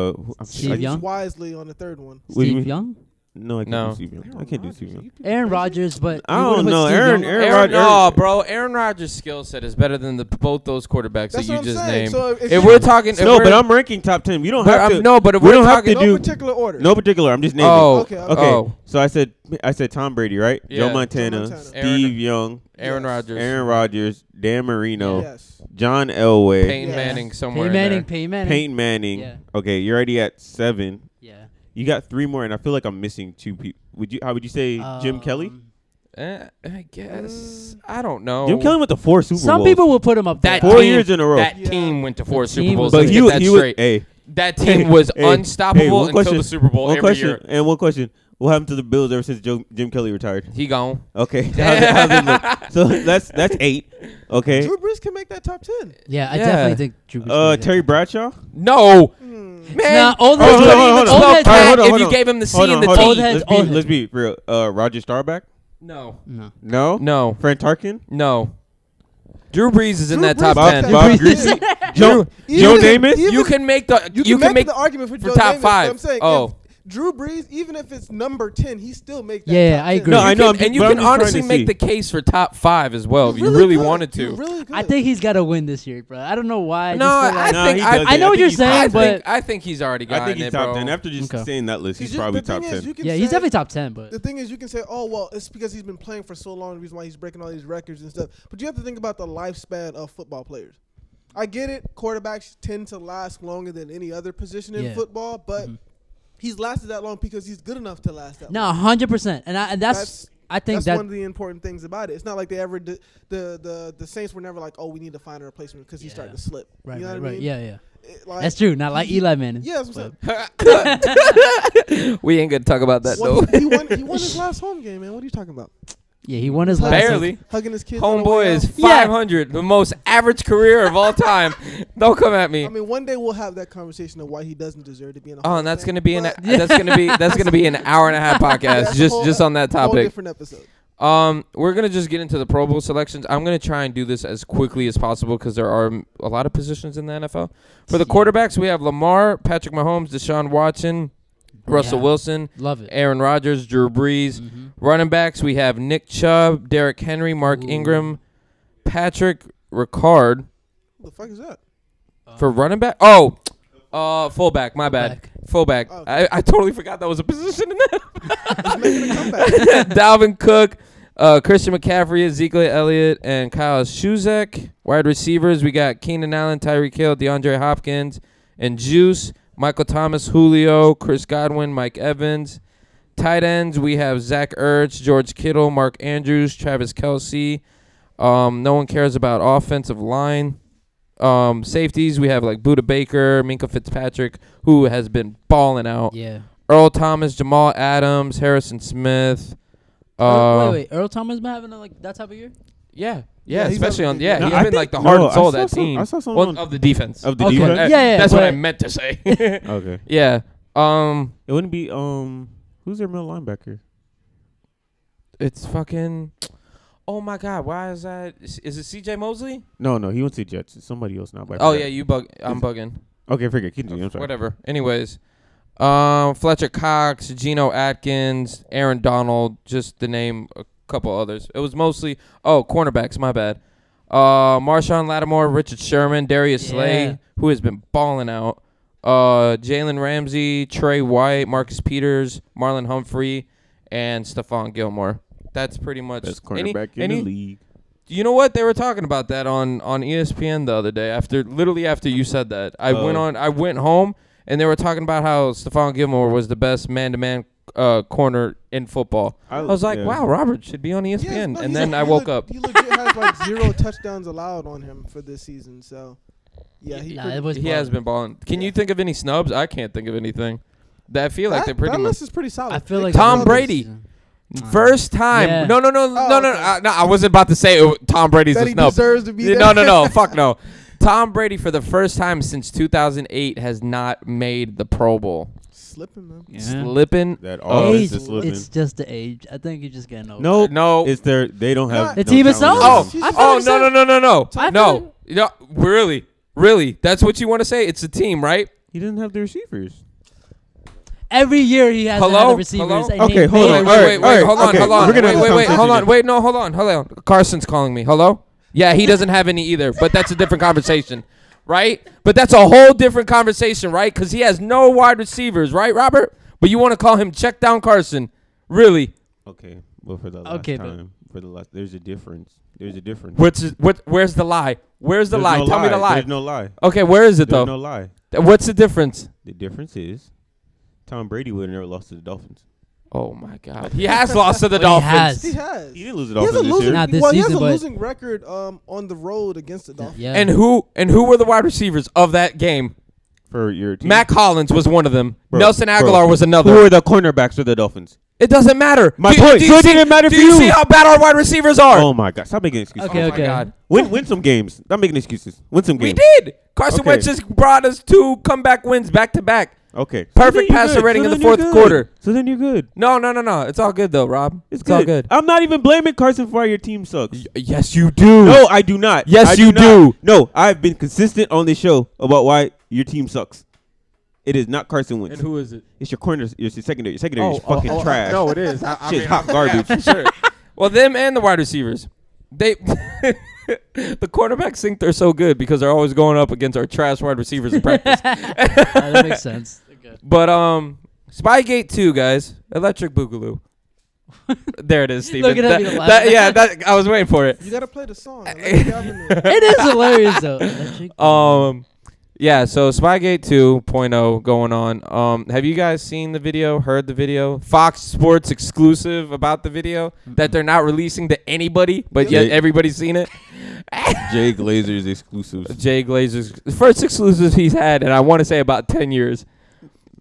S2: Uh, who- I'm
S5: Steve
S2: I-
S4: Use
S5: Young?
S4: wisely on the third one.
S2: what do you
S5: Steve
S2: mean?
S5: Young,
S2: No, I can't
S3: No.
S2: do Steve Young. I can't do Steve Young.
S5: Aaron Rodgers, but
S2: I
S5: you
S2: don't
S5: would've put
S2: know.
S5: Steve
S2: Aaron-
S5: Young-
S2: Aaron-
S3: Aaron,
S2: Rod-
S3: no, bro. Aaron Rodgers' skill set is better than the both those quarterbacks
S4: That's
S3: that you
S4: what I'm
S3: just
S4: saying.
S3: named.
S4: So if
S3: if
S4: you-
S3: we're talking, if
S2: No,
S3: we're-
S2: but I'm ranking top ten. You don't
S3: but
S2: have
S3: I'm-
S2: to.
S3: no, but if
S2: we
S3: we're
S2: don't have
S3: talking,
S2: to
S4: No
S2: do-
S4: particular order.
S2: No particular. I'm just naming.
S3: oh,
S4: Okay,
S3: okay,
S4: okay.
S2: okay.
S3: oh,
S2: So I said I said Tom Brady, right?
S3: Yeah.
S2: Joe Montana,
S4: Joe Montana.
S2: Steve
S3: Aaron-
S2: Young,
S3: Aaron
S4: Yes.
S3: Rodgers,
S2: Aaron Rodgers, Dan Marino,
S4: Yes.
S2: John Elway,
S3: Peyton
S4: Yeah.
S3: Manning
S5: Peyton
S3: somewhere. in
S5: Manning,
S3: there.
S5: Peyton Manning,
S2: Peyton Manning.
S5: Yeah.
S2: Okay, you're already at seven.
S5: yeah.
S2: You got three more, and I feel like I'm missing two people. Would you? How would you say Jim Kelly?
S5: Um,
S3: Eh, I
S4: Mm.
S3: guess I don't know.
S2: Jim Kelly with the four Super
S5: Some
S2: Bowls.
S5: people will put him up there.
S3: That
S2: Four
S3: team-
S2: years in a row.
S3: That
S4: Yeah.
S3: team went to four Super
S5: team
S3: Bowls.
S5: was
S2: but
S5: Let's
S3: Let's
S2: he,
S3: get
S2: was-
S3: that
S2: he was
S3: straight.
S2: hey,
S3: that team was
S2: Hey, hey,
S3: unstoppable
S2: one
S3: until
S2: question-
S3: the Super Bowl
S2: One
S3: every
S2: question
S3: year.
S2: and one question: What happened to the Bills ever since Joe, Jim Kelly retired?
S3: He gone.
S2: Okay, how's it, how's it look? so that's that's eight. Okay,
S4: Drew Brees can make that top ten.
S5: Yeah, I
S3: Yeah.
S5: definitely think Drew. Brees
S2: uh,
S5: is
S2: Terry Bradshaw.
S3: No,
S4: Hmm.
S3: man.
S5: Nah, all
S2: those-
S3: I
S2: hold on,
S3: wouldn't even
S2: hold on,
S3: smoke
S5: hold on.
S3: crack
S5: All
S2: right, hold on,
S3: if
S2: hold
S3: you
S2: on.
S3: gave him the C
S2: Hold
S3: and
S2: on,
S3: the
S2: hold on.
S5: Old
S3: T.
S5: heads,
S2: let's, be,
S5: old
S2: let's be real. Uh, Roger Starback.
S3: No,
S5: No.
S2: No.
S3: no,
S2: Fran Tarkin.
S3: no. Drew Brees is in
S4: Drew
S3: that
S4: Brees
S3: top
S4: is
S2: Bob,
S3: ten.
S4: Bob
S2: Bob
S4: Brees.
S2: Greasy. Joe,
S4: Even
S2: Joe
S4: if-
S2: Namath.
S4: even-
S3: you can make the you,
S4: You,
S3: can make
S4: the argument for,
S3: for
S4: Joe
S3: top
S4: Namath, but
S3: five.
S4: I'm saying
S3: Oh.
S4: if Drew Brees, even if it's number ten, he still make that.
S5: Yeah,
S4: top
S5: I
S4: 10.
S5: agree.
S2: No,
S5: You
S2: I
S3: You
S2: know.
S3: can- and you
S2: but
S3: can
S2: I'm just trying
S3: honestly
S2: to
S3: make
S2: see.
S3: the case for top five as well if you really,
S4: could.
S3: wanted to.
S4: You really could.
S5: I think he's got to win this year, bro. I don't know why. I
S3: no,
S5: just feel
S3: I
S5: like-
S2: Nah,
S3: think
S2: he
S3: I,
S2: does
S5: I know what
S2: I think
S5: you're
S2: he's-
S5: saying,
S3: I
S5: but
S3: think I think he's already
S2: I
S3: gotten
S2: think he's
S3: it,
S2: top
S3: bro.
S2: ten. After just
S5: Okay.
S2: saying that list,
S4: 'Cause
S2: he's
S4: you-
S2: probably
S4: the thing
S2: top
S4: is,
S2: ten.
S4: you can
S5: yeah, he's
S4: say-
S5: definitely top ten. But
S4: The thing is, you can say, "Oh well, it's because he's been playing for so long. The reason why he's breaking all these records and stuff." But you have to think about the lifespan of football players. I get it; quarterbacks tend to last longer than any other position in
S5: Yeah. Mm-hmm.
S4: football, but he's lasted that long because he's good enough to last that.
S5: no,
S4: long.
S5: hundred percent, and I and that's,
S4: That's-
S5: I think
S4: that's
S5: that
S4: one of the important things about it. It's not like they ever did, the the the Saints were never like, "Oh, we need to find a replacement because he's
S5: Yeah.
S4: starting to slip."
S5: right,
S4: you know
S5: right,
S4: what I
S5: right.
S4: mean?
S5: yeah, yeah,
S4: It- like-
S5: that's true. Not like Eli Manning.
S4: Yeah, that's what I'm
S3: we ain't gonna talk about that
S4: saying.
S3: though.
S4: One- he won. He won his last home game, man. What are you talking about?
S5: yeah, he won his last.
S3: Barely.
S4: Hugging his kids. on the way
S3: Homeboy is
S4: out?
S5: Yeah.
S3: 500, the most average career of all time. Don't come at me.
S4: I mean, one day we'll have that conversation of why he doesn't deserve to be in. A
S3: Oh,
S4: Hall
S3: and
S4: of
S3: that's
S4: Fame,
S3: gonna be an
S4: but
S3: that's gonna be that's gonna be an hour and a half podcast
S4: that's a
S3: just
S4: whole-
S3: just on that
S4: whole
S3: topic.
S4: different episode.
S3: Um, we're gonna just get into the Pro Bowl selections. I'm gonna try and do this as quickly as possible because there are mm, a lot of positions in the NFL. For the
S5: Yeah.
S3: quarterbacks, we have Lamar, Patrick Mahomes, Deshaun Watson, Russell
S5: Yeah.
S3: Wilson,
S5: Love it.
S3: Aaron Rodgers, Drew Brees.
S5: Mhm.
S3: Running backs, we have Nick Chubb, Derrick Henry, Mark
S5: Ooh.
S3: Ingram, Patrick Ricard.
S4: What the fuck is that?
S3: For running back, oh, uh, fullback. My bad,
S5: Fullback.
S3: fullback.
S4: Oh.
S3: I, I totally forgot that was a position in that.
S4: He's making a comeback.
S3: Dalvin Cook, uh, Christian McCaffrey, Ezekiel Elliott, and Kyle Shuzek. Wide receivers, we got Keenan Allen, Tyreek Hill, DeAndre Hopkins, and Juice. Michael Thomas, Julio, Chris Godwin, Mike Evans. Tight ends, we have Zach Ertz, George Kittle, Mark Andrews, Travis Kelsey. Um, no one cares about offensive line. Um, safeties, we have like Buda Baker, Minka Fitzpatrick, who has been balling out.
S5: Yeah.
S3: Earl Thomas, Jamal Adams, Harrison Smith.
S5: Earl-
S3: Uh,
S5: Oh, wait, wait. Earl Thomas been having like that type of year.
S3: Yeah,
S4: Yeah,
S3: yeah,
S4: he's
S3: especially
S4: having
S3: on
S4: a good
S3: yeah,
S4: year.
S3: he's
S2: No, I
S3: been like
S2: think-
S3: the heart
S2: no,
S3: and soul of
S2: I
S3: that
S2: saw some-
S3: team.
S2: I saw someone
S3: Well,
S2: on-
S3: of the defense.
S2: of the
S5: Okay.
S2: defense.
S3: Uh,
S5: Oh, Yeah, yeah,
S3: that's what I
S5: but-
S3: meant to say.
S2: Okay,
S3: yeah. Um,
S2: it wouldn't be um. Who's their middle linebacker?
S3: it's fucking. Oh my God, why is that? Is, is it C.J. Mosley?
S2: No, no, he went to the Jets. It's somebody else now. but I
S3: Oh yeah,
S2: forgot.
S3: you bug. I'm bugging.
S2: Okay, forget. Continue. I'm sorry.
S3: Whatever. Anyways, um, Fletcher Cox, Geno Atkins, Aaron Donald, just to name a couple others. It was mostly oh cornerbacks. My bad. Uh, Marshawn Lattimore, Richard Sherman, Darius
S5: Yeah.
S3: Slay, who has been balling out. Uh, Jalen Ramsey, Trey White, Marcus Peters, Marlon Humphrey, and Stephon Gilmore. That's pretty much
S2: Best
S3: any-
S2: cornerback in
S3: any-
S2: the league.
S3: You know what? They were talking about that on on E ESPN the other day. After literally after you said that, I went
S2: Oh.
S3: on. I went home and they were talking about how Stephon Gilmore was the best man to man corner in football.
S2: I-
S3: I, was like,
S2: yeah.
S3: wow, Robert should be on E ESPN.
S4: Yeah, no, he's
S3: and then
S4: a-
S3: I
S4: he
S3: woke
S4: le-
S3: up.
S4: He legit has like zero touchdowns allowed on him for this season. So, yeah, he
S5: Nah,
S4: pretty-
S5: it was
S3: He has
S5: balling.
S3: been balling. Can
S4: Yeah.
S3: you think of any snubs? I can't think of anything. That I feel like
S4: that,
S3: they're pretty
S4: that
S3: much
S4: list is pretty solid.
S5: I feel like
S3: Tom
S4: Brothers.
S3: Brady. first time.
S5: Yeah.
S3: No, no, no, no,
S4: Oh,
S3: no, no,
S4: okay.
S3: I, no. I wasn't about to say oh, Tom Brady's
S4: that
S3: a
S4: he
S3: snub.
S4: deserves to be
S3: Yeah,
S4: there.
S3: No, no, no. Fuck no. Tom Brady, for the first time since 2008, has not made the Pro Bowl.
S4: Slipping man.
S5: Yeah.
S3: Slipping.
S2: That always
S5: age,
S2: is slipping.
S5: it's just the age. I think you're just getting over.
S2: no,
S3: No.
S2: it's their. They don't have.
S4: The
S2: no
S5: team is
S2: talent
S5: off.
S2: in
S3: Oh,
S2: them.
S4: She's-
S3: oh no, no, no, no, no.
S5: I
S3: No. No, really? Really? That's what you want to say? It's a team, right?
S2: He doesn't have the receivers.
S5: Every year he has
S3: Hello?
S5: another receivers.
S3: Hello?
S5: and
S2: Okay,
S5: they-
S2: hold
S5: they-
S2: on.
S3: Wait, wait, wait, wait,
S2: all right,
S3: hold on,
S2: okay.
S3: hold on.
S2: We're gonna
S3: Wait,
S2: have
S3: wait,
S2: this
S3: wait, hold on.
S2: conversation.
S3: Wait, no, hold on, hold on. Carson's calling me. Hello? Yeah, he doesn't have any either, but that's a different conversation, right? But that's a whole different conversation, right? Because he has no wide receivers, right, Robert? But you want to call him check down Carson. Really?
S2: Okay, well for the last
S5: Okay, but-
S2: time, for the last, there's a difference. There's a difference.
S3: What's his, what? Where's the lie? Where's the
S2: There's
S3: lie?
S2: no
S3: Tell me the lie.
S2: There's no lie.
S3: okay, where is it though?
S2: There's no lie.
S3: Th- What's the difference?
S2: The difference is, Tom Brady would have never lost to the Dolphins.
S3: Oh my God, he has lost to the
S5: Well, he
S3: Dolphins.
S4: He has.
S2: He didn't lose to the
S4: He has
S2: Dolphins
S4: a
S2: this
S4: losing.
S2: year.
S5: Not this
S4: well, he has
S5: season,
S4: a
S5: but-
S4: losing record um, on the road against the Dolphins.
S5: Yeah.
S3: And who and who were the wide receivers of that game?
S2: For your team,
S3: Mac Hollins was one of them.
S2: Bro,
S3: Nelson
S2: bro,
S3: Aguilar was another.
S2: Who are the cornerbacks for the Dolphins?
S3: It doesn't matter.
S2: My
S3: do,
S2: point.
S3: Do
S2: So
S3: you
S2: it
S3: see,
S2: didn't matter
S3: do
S2: for
S3: you
S2: you.
S3: see how bad our wide receivers are?
S2: Oh my God! Stop making excuses.
S5: Okay,
S3: Oh my
S5: okay.
S3: God.
S2: Win, win some games. Stop making excuses. Win some
S3: We
S2: games.
S3: did. Carson
S2: Okay.
S3: Wentz just brought us two comeback wins back to back.
S2: Okay.
S3: Perfect
S2: then you're
S3: passer
S2: good.
S3: rating in
S2: then
S3: the
S2: you're
S3: fourth
S2: good.
S3: quarter.
S2: So then you're good.
S3: No, no, no, no. It's all good though, Rob.
S2: It's,
S3: all good.
S2: I'm not even blaming Carson for why your team sucks.
S3: Y- yes, you do.
S2: No, I do not.
S3: Yes,
S2: I
S3: you
S2: not.
S3: do.
S2: No, I've been consistent on this show about why your team sucks. It is not Carson Wentz.
S3: who is it?
S2: It's your corners. It's your secondary. Your secondary is fucking
S3: oh,
S2: trash.
S3: No, it is. I, I
S2: Shit's
S3: mean,
S2: hot
S3: yeah,
S2: garbage.
S3: sure. Well, them and the wide receivers. They the cornerbacks think they're so good because they're always going up against our trash wide receivers in practice.
S5: Ah, that makes sense.
S3: But um, Spygate two guys, Electric Boogaloo. there it is, Steven.
S5: Look at that
S3: That-
S5: being alive.
S3: that- yeah, that, I was waiting for it.
S4: You gotta play the song. Electric Avenue.
S5: It is hilarious though. Electric.
S3: Um, yeah. So Spygate 2.0 going on. Um, have you guys seen the video? Heard the video? Fox Sports exclusive about the video that they're not releasing to anybody, but yet
S2: Yeah.
S3: everybody's seen it.
S2: Jay Glazer's exclusives.
S3: Jay Glazer's first exclusive he's had, and I want to say about 10 years.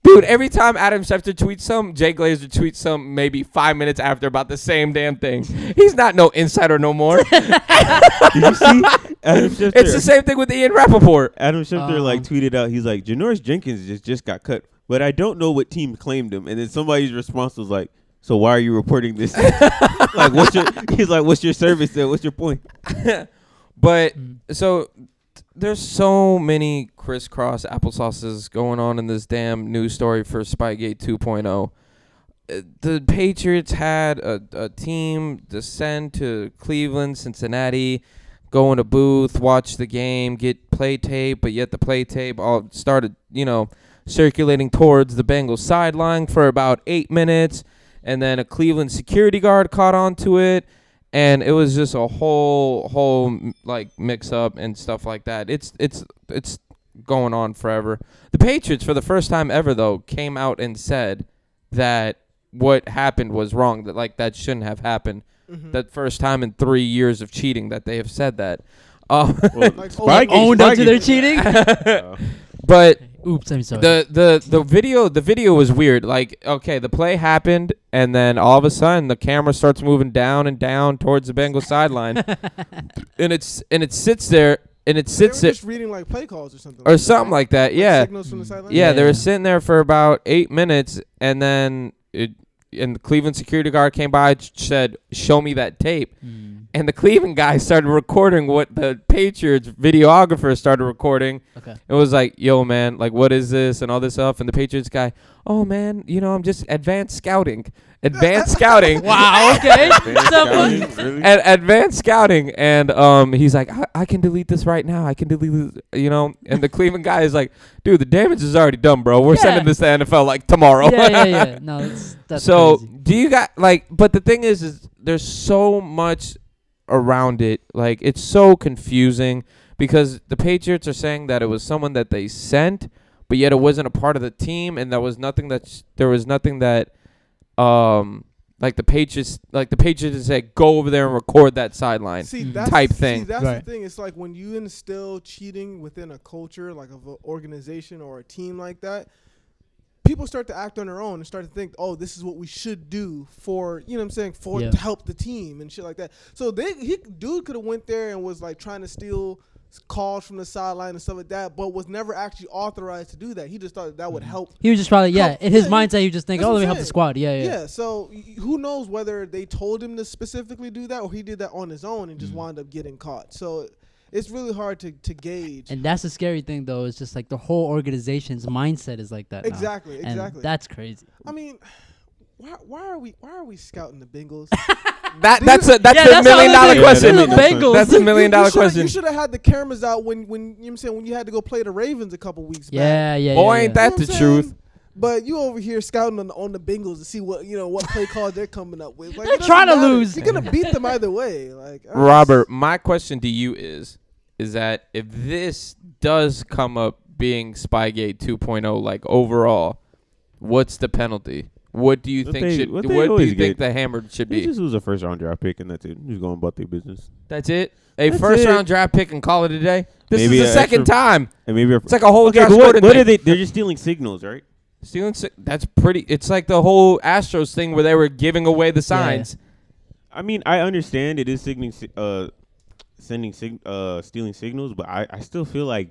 S3: Dude, every time Adam Schefter tweets some, Jay Glazer tweets some maybe five minutes after about the same damn thing. He's not no insider no more.
S2: Did you see? Adam Schefter.
S3: it's the same Uh-huh. thing with Ian Rappaport.
S2: Adam Schefter like
S5: Um.
S2: tweeted out. He's like, Janoris Jenkins just just got cut, but I don't know what team claimed him. And then somebody's response was like, So why are you reporting this? like, what's your? He's like, What's your service? There? What's your point?
S3: But so th- there's so many crisscross applesauces going on in this damn news story for Spygate 2.0. Uh, The Patriots had a, a team descend to Cleveland, Cincinnati, go in a booth, watch the game, get play tape, but yet the play tape all started, you know, circulating towards the Bengals sideline for about eight minutes, and then a Cleveland security guard caught on to it, and it was just a whole whole m- like mix up and stuff like that. It's it's it's going on forever. The Patriots, for the first time ever, though, came out and said that what happened was wrong. That like that shouldn't have happened.
S4: Mm-hmm. Hmm.
S3: That first time in three years of cheating that they have said that. Um,
S4: Like, oh,
S2: Spygate-
S5: Owned up to
S2: Spygate-
S5: their cheating.
S3: but
S5: Oops, I'm sorry.
S3: the the the video the video was weird. Like okay, the play happened, and then all of a sudden the camera starts moving down and down towards the Bengals sideline, and it's and it sits there and it
S4: they were
S3: sits there
S4: just reading like play calls or something.
S3: or something like that. Yeah,
S4: Signals from the sideline.
S3: yeah.
S5: Mm.
S3: They
S5: Yeah.
S3: were sitting there for about eight minutes, and then it and the Cleveland security guard came by ch- said, "Show me that tape."
S5: Mm.
S3: and the Cleveland guy started recording what the Patriots videographer started recording.
S5: Okay.
S3: It was like, yo, man, like, what is this and all this stuff? And the Patriots guy, oh, man, you know, I'm just advanced scouting. Advanced scouting.
S5: Wow. Okay. So, but-
S2: really?
S3: Ad- advanced scouting. And um, he's like, I-, I can delete this right now. I can delete this, you know? And the Cleveland guy is like, dude, the damage is already done, bro. We're
S5: Yeah.
S3: sending this to NFL like tomorrow.
S5: yeah, yeah, yeah. No, that's that's
S3: so
S5: crazy.
S3: do you got like but the thing is is there's so much around it like it's so confusing because the patriots are saying that it was someone that they sent but yet it wasn't a part of the team and there was nothing that sh- there was nothing that um like the patriots like the patriots said go over there and record that sideline
S4: See,
S5: Mhm.
S4: that's
S3: type
S4: see,
S3: thing.
S4: that's
S5: Right.
S4: the thing. It's like when you instill cheating within a culture, like of an organization or a team like that, people start to act on their own and start to think, oh, this is what we should do for you know what I'm saying for
S5: Yeah.
S4: to help the team and shit like that. So they he dude could have went there and was like trying to steal s- calls from the sideline and stuff like that, but was never actually authorized to do that. He just thought that would help
S5: He was just probably yeah.
S4: Help-
S5: In his
S4: yeah,
S5: mindset, he was just thinking,
S4: that's
S5: "Oh,
S4: what
S5: let me
S4: I'm
S5: help the
S4: saying.
S5: squad." Yeah, yeah.
S4: Yeah. so y- who knows whether they told him to specifically do that or he did that on his own and just
S5: Mm.
S4: wound up getting caught. So it's really hard to, to gauge.
S5: And that's the scary thing, though. Is just like the whole organization's mindset is like that. now.
S4: Exactly,
S5: And
S4: exactly.
S5: that's crazy.
S4: I mean, why, why are we why are we scouting the Bengals?
S3: that that's a that's
S5: yeah,
S3: a
S5: that's
S3: million
S5: another
S3: dollar
S5: thing.
S3: question
S5: The
S2: Yeah, that's
S5: Bengals.
S3: that's a million dollar question
S4: You should have had the cameras out when when you know what I'm saying when you had to go play the Ravens a couple weeks back.
S5: Yeah, yeah, yeah.
S3: boy
S5: yeah.
S3: ain't
S4: You know
S3: that
S4: what
S3: the
S4: I'm saying?
S3: truth
S4: But you over here scouting on the, on the Bengals to see what you know what play calls they're coming up with. Like,
S5: They're
S4: it doesn't
S5: trying to
S4: matter.
S5: lose.
S4: You're gonna beat them either way. Like I just-
S3: Robert, my question to you is is that if this does come up being Spygate 2.0 like overall, what's the penalty? What do you
S2: What
S3: think
S2: they-
S3: should what,
S2: what they
S3: do
S2: always
S3: you
S2: get.
S3: think the hammer should
S2: He
S3: be?
S2: just was a first round draft pick, and that's it. He's going about their business,
S3: That's it. A
S2: That's
S3: first
S2: it.
S3: round draft pick and call it a day. This
S2: Maybe
S3: is
S2: a
S3: the second
S2: extra-
S3: time.
S2: and maybe a
S3: It's like a whole Josh
S2: what,
S3: Gordon
S2: what
S3: thing.
S2: are they? They're just stealing signals, right?
S3: Stealing si- that's pretty it's like the whole Astros thing where they were giving away the signs.
S2: I mean, I understand it is signaling, si- uh, sending, sig- uh, stealing signals, but I, I still feel like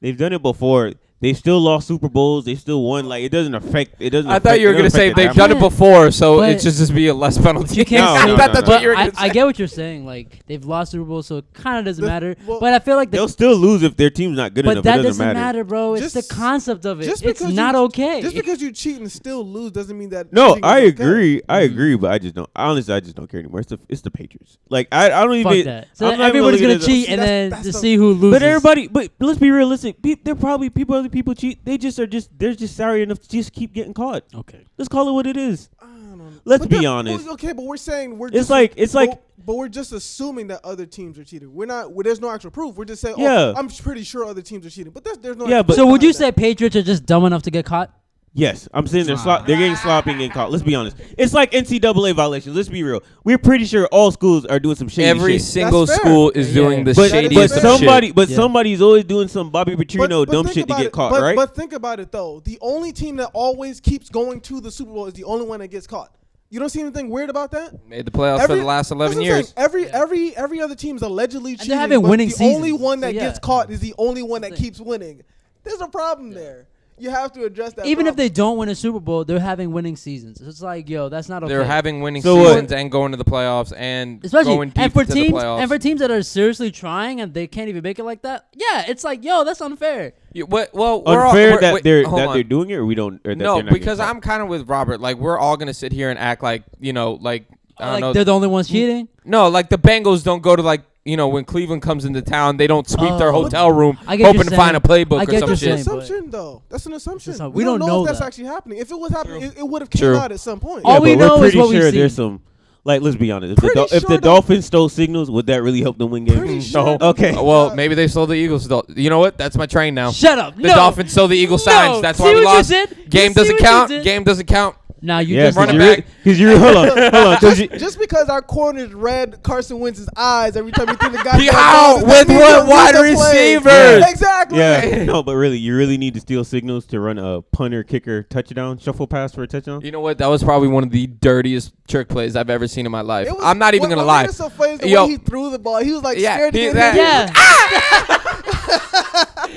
S2: they've done it before. They still lost Super Bowls. They still won. Like it doesn't affect. It doesn't.
S3: I
S2: affect-
S3: thought you
S2: it
S3: were gonna
S2: doesn't
S3: say
S2: affect the
S3: they've
S2: outcome.
S3: done it before, so
S5: But-
S3: it should just be a less penalty.
S5: You can't
S2: No,
S3: I
S2: no,
S3: thought
S2: no,
S3: that's
S2: no.
S3: what you were
S5: But I,
S3: gonna
S5: I
S3: say.
S5: get what you're saying. Like they've lost Super Bowl, so it kind of doesn't
S4: The-
S5: matter.
S4: well-
S5: but I feel like
S2: They'll
S5: the
S2: still lose if their team's not good
S5: but
S2: enough.
S5: that
S2: it doesn't matter.
S5: bro. It's
S4: Just-
S5: the concept of it.
S4: just
S5: It's
S4: because you-
S5: not okay.
S4: Just because you cheat and still lose doesn't mean that.
S2: No,
S4: cheating is
S2: I
S4: okay.
S2: agree. I
S3: Mm-hmm.
S2: agree, but I just don't. Honestly, I just don't care anymore. It's the it's the Patriots. Like I, I don't
S5: Fuck
S2: even.
S5: that. So
S2: I'm
S5: then
S2: not even
S5: everybody's
S2: looking
S5: gonna
S2: at the-
S5: cheat,
S4: See,
S5: and
S4: that's-
S5: then
S4: that's
S5: to
S4: the-
S5: see who loses.
S2: But everybody, but let's be realistic. Pe- There probably people, other people cheat. They just are just they're just sorry enough to just keep getting caught.
S5: Okay.
S2: Let's call it what it is.
S4: I don't know.
S2: Let's
S4: But
S2: be
S4: that-
S2: honest.
S4: well, okay, but we're saying we're.
S2: It's
S4: just,
S2: like- it's like-
S4: But, but we're just assuming that other teams are cheating. We're not. Well, there's no actual proof. We're just saying.
S2: Yeah.
S4: Oh, I'm pretty sure other teams are cheating, but that's, there's no.
S2: Yeah,
S4: actual
S2: but-
S4: proof
S5: So would you
S4: behind
S5: say
S4: that.
S5: Patriots are just dumb enough to get caught?
S2: Yes, I'm saying they're slop- they're getting sloppy and getting caught. Let's be honest. It's like NCAA violations. Let's be real. We're pretty sure all schools are doing some shady
S3: Every
S2: shit.
S3: single
S4: fair.
S3: school is
S5: Yeah,
S3: doing
S5: yeah.
S3: the
S2: But, but
S3: shadiest
S4: fair.
S3: of
S2: somebody,
S3: shit.
S2: but
S5: Yeah.
S2: somebody's always doing some Bobby
S4: But-
S2: Petrino
S4: but
S2: dumb
S4: think
S2: shit to
S4: about
S2: get
S4: it.
S2: caught,
S4: But-
S2: right?
S4: But think about it though. The only team that always keeps going to the Super Bowl is the only one that gets caught. You don't see anything weird about that.
S3: Made the playoffs for the last
S4: that's
S3: eleven
S4: what I'm saying.
S3: years.
S4: Every every every other team's allegedly
S5: they
S4: cheating.
S5: haven't
S4: but
S5: winning
S4: the only
S5: seasons,
S4: one
S5: so
S4: that
S5: yeah.
S4: gets caught is the only one that
S5: the thing.
S4: keeps winning. There's a problem there. You have to address that.
S5: Even if they
S4: problem.
S5: don't win a Super Bowl, they're having winning seasons. It's like, yo, that's not okay.
S3: They're having winning
S2: So what?
S3: seasons and going to the playoffs and going
S5: especially
S3: deep
S5: and for
S3: to
S5: teams
S3: the playoffs.
S5: and for teams that are seriously trying and they can't even make it like that. Yeah, it's like, yo, that's unfair.
S3: You- what- well, we're all,
S2: Unfair
S3: we're-
S2: that
S3: wait,
S2: they're
S3: hold
S2: that
S3: on.
S2: they're doing it, or we don't. Or that
S3: No,
S2: they're not getting
S3: because
S2: caught.
S3: I'm kind of with Robert. Like we're all gonna sit here and act like you know, like I don't
S5: Like
S3: know.
S5: they're the only ones cheating.
S3: no, like the Bengals don't go to like you know when Cleveland comes into town, they don't sweep their
S5: Oh.
S3: hotel room
S5: I get what
S3: hoping to
S5: you're
S3: find a
S5: saying.
S3: playbook
S5: I
S3: or
S5: get what
S3: some
S5: you're
S4: That's an
S5: saying.
S3: shit.
S5: but-
S4: assumption, though. That's an assumption.
S5: It's not-
S4: we, don't, know, if that's
S5: that.
S4: actually happening. If it was happening, it, it would have came
S3: True.
S4: out at some point.
S5: All
S2: yeah,
S5: we
S2: but
S5: know
S2: we're
S5: is
S2: pretty
S5: what we've
S2: sure there's
S5: seen.
S2: some. Like, let's be honest. If the,
S4: Pretty
S2: Dol- if
S4: sure
S2: the
S4: that-
S2: Dolphins stole signals, would that really help them win games?
S4: Pretty
S2: Mm,
S4: sure
S2: no.
S4: that-
S2: Okay.
S3: Uh, Well, maybe they sold the Eagles. though. You know what? That's my train now.
S5: Shut up.
S3: The
S5: no.
S3: Dolphins sold the Eagles
S5: No.
S3: signs. That's
S5: See
S3: why we
S5: what you
S3: lost.
S5: did?
S3: Game
S5: See
S3: doesn't
S5: what you
S3: count.
S5: did?
S3: Game doesn't count.
S5: Now you
S2: yeah,
S5: just
S3: running
S2: because
S3: back.
S2: you're, 'cause you're hold on, hold on. 'cause you-
S4: Just because our corners read Carson Wentz's eyes every time he threw the guy.
S3: He out with what wide receivers?
S2: Yeah.
S4: Exactly.
S2: Yeah, no, but really, you really need to steal signals to run a punter, kicker, touchdown, shuffle pass for a touchdown.
S3: You know what? That was probably one of the dirtiest trick plays I've ever seen in my life.
S4: It was-
S3: I'm not even
S4: what-
S3: gonna
S4: what
S3: lie.
S4: made it so funny is the
S3: Yo.
S4: way he threw the ball. He was like
S3: Yeah,
S4: scared to
S3: he-
S4: get
S3: that-
S4: hit.
S5: Yeah.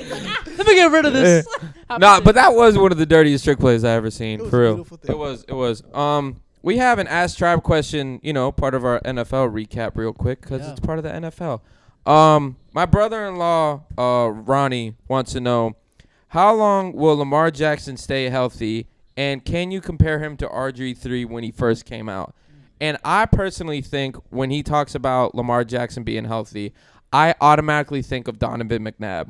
S5: Let me get rid of this.
S3: Nah, but that was one of the dirtiest trick plays I ever seen.
S4: It was
S3: for
S4: a
S3: real,
S4: beautiful thing.
S3: it was. It was. Um, we have an Ask Tribe question, you know, part of our NFL recap real quick because
S5: Yeah.
S3: it's part of the NFL. Um, my brother-in-law, uh, Ronnie, wants to know how long will Lamar Jackson stay healthy, and can you compare him to RG3 when he first came out? And I personally think when he talks about Lamar Jackson being healthy, I automatically think of Donovan McNabb.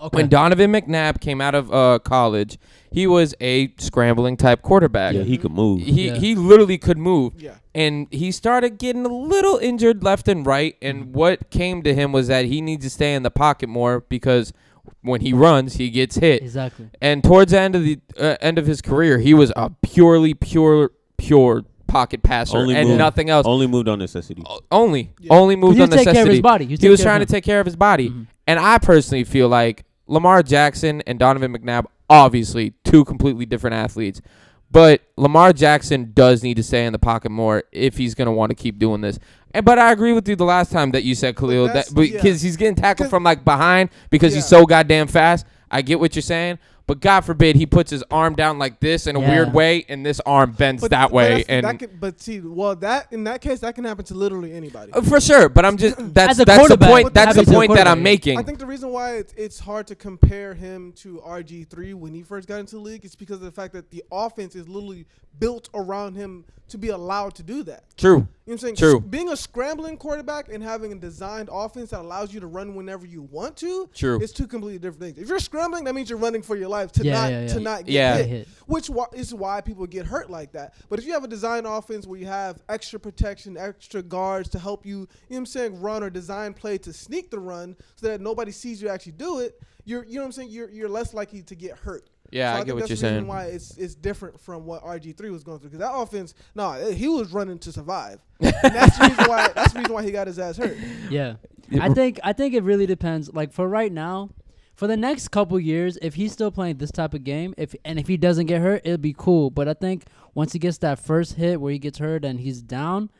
S5: Okay.
S3: When Donovan McNabb came out of uh, college, he was a scrambling type quarterback
S2: Yeah, he could move.
S3: he
S5: Yeah.
S3: he literally could move.
S4: Yeah.
S3: And he started getting a little injured left and right.
S2: Mm-hmm.
S3: And what came to him was that he needs to stay in the pocket more because when he runs, he gets hit.
S5: exactly.
S3: And towards the end of the uh, end of his career, he was a purely pure pure pocket passer
S2: Only
S3: and
S2: moved-
S3: nothing else.
S2: Only moved on necessity.
S3: O- Only
S4: Yeah.
S3: only moved
S5: he
S3: on
S5: was taking
S3: necessity.
S5: care of his body. He was,
S3: He was
S5: taking care
S3: trying to
S5: of his
S3: take care of his body.
S5: Mhm.
S3: And I personally feel like Lamar Jackson and Donovan McNabb, obviously two completely different athletes. But Lamar Jackson does need to stay in the pocket more if he's going to want to keep doing this. And but I agree with you the last time that you said Khalil that
S4: that's-
S3: because
S4: yeah.
S3: he's getting tackled
S4: 'Cause-
S3: from like behind because he's
S4: Yeah.
S3: so goddamn fast. I get what you're saying, but God forbid he puts his arm down like this in a
S5: Yeah.
S3: weird way, and this arm bends
S4: But-
S3: that
S4: but
S3: way.
S4: that's-
S3: and
S4: that could, but see, well, that in that case, that can happen to literally anybody.
S3: Uh, for sure, but I'm just that's
S5: a
S3: that's the
S5: quarterback,
S3: point.
S4: it
S3: That's the
S4: happens to a
S3: point that I'm
S5: quarterback.
S3: making.
S4: I think the reason why it's, it's hard to compare him to RG3 when he first got into the league is because of the fact that the offense is literally built around him to be allowed to do that.
S3: True.
S4: You know what I'm saying?
S3: True.
S4: Being a scrambling quarterback and having a designed offense that allows you to run whenever you want to,
S3: True.
S4: it's two completely different things. If you're scrambling, that means you're running for your life to
S5: Yeah,
S4: not
S5: yeah, yeah.
S4: to not get
S3: Yeah.
S4: hit,
S5: Hit.
S4: which why, is why people get hurt like that. But if you have a designed offense where you have extra protection, extra guards to help you, you know what I'm saying, run or design play to sneak the run so that nobody sees you actually do it, you're you know what I'm saying, you're you're less likely to get hurt.
S3: Yeah,
S4: So
S3: I
S4: think
S3: get what
S4: that's
S3: you're
S4: the reason
S3: saying.
S4: Why it's it's different from what RG three was going through because that offense, nah, eh, he was running to survive. And that's the reason why. That's the reason why he got his ass hurt.
S5: Yeah. I think I think it really depends. Like for right now, for the next couple years, if he's still playing this type of game, if and if he doesn't get hurt, it'll be cool. But I think once he gets that first hit where he gets hurt and he's down,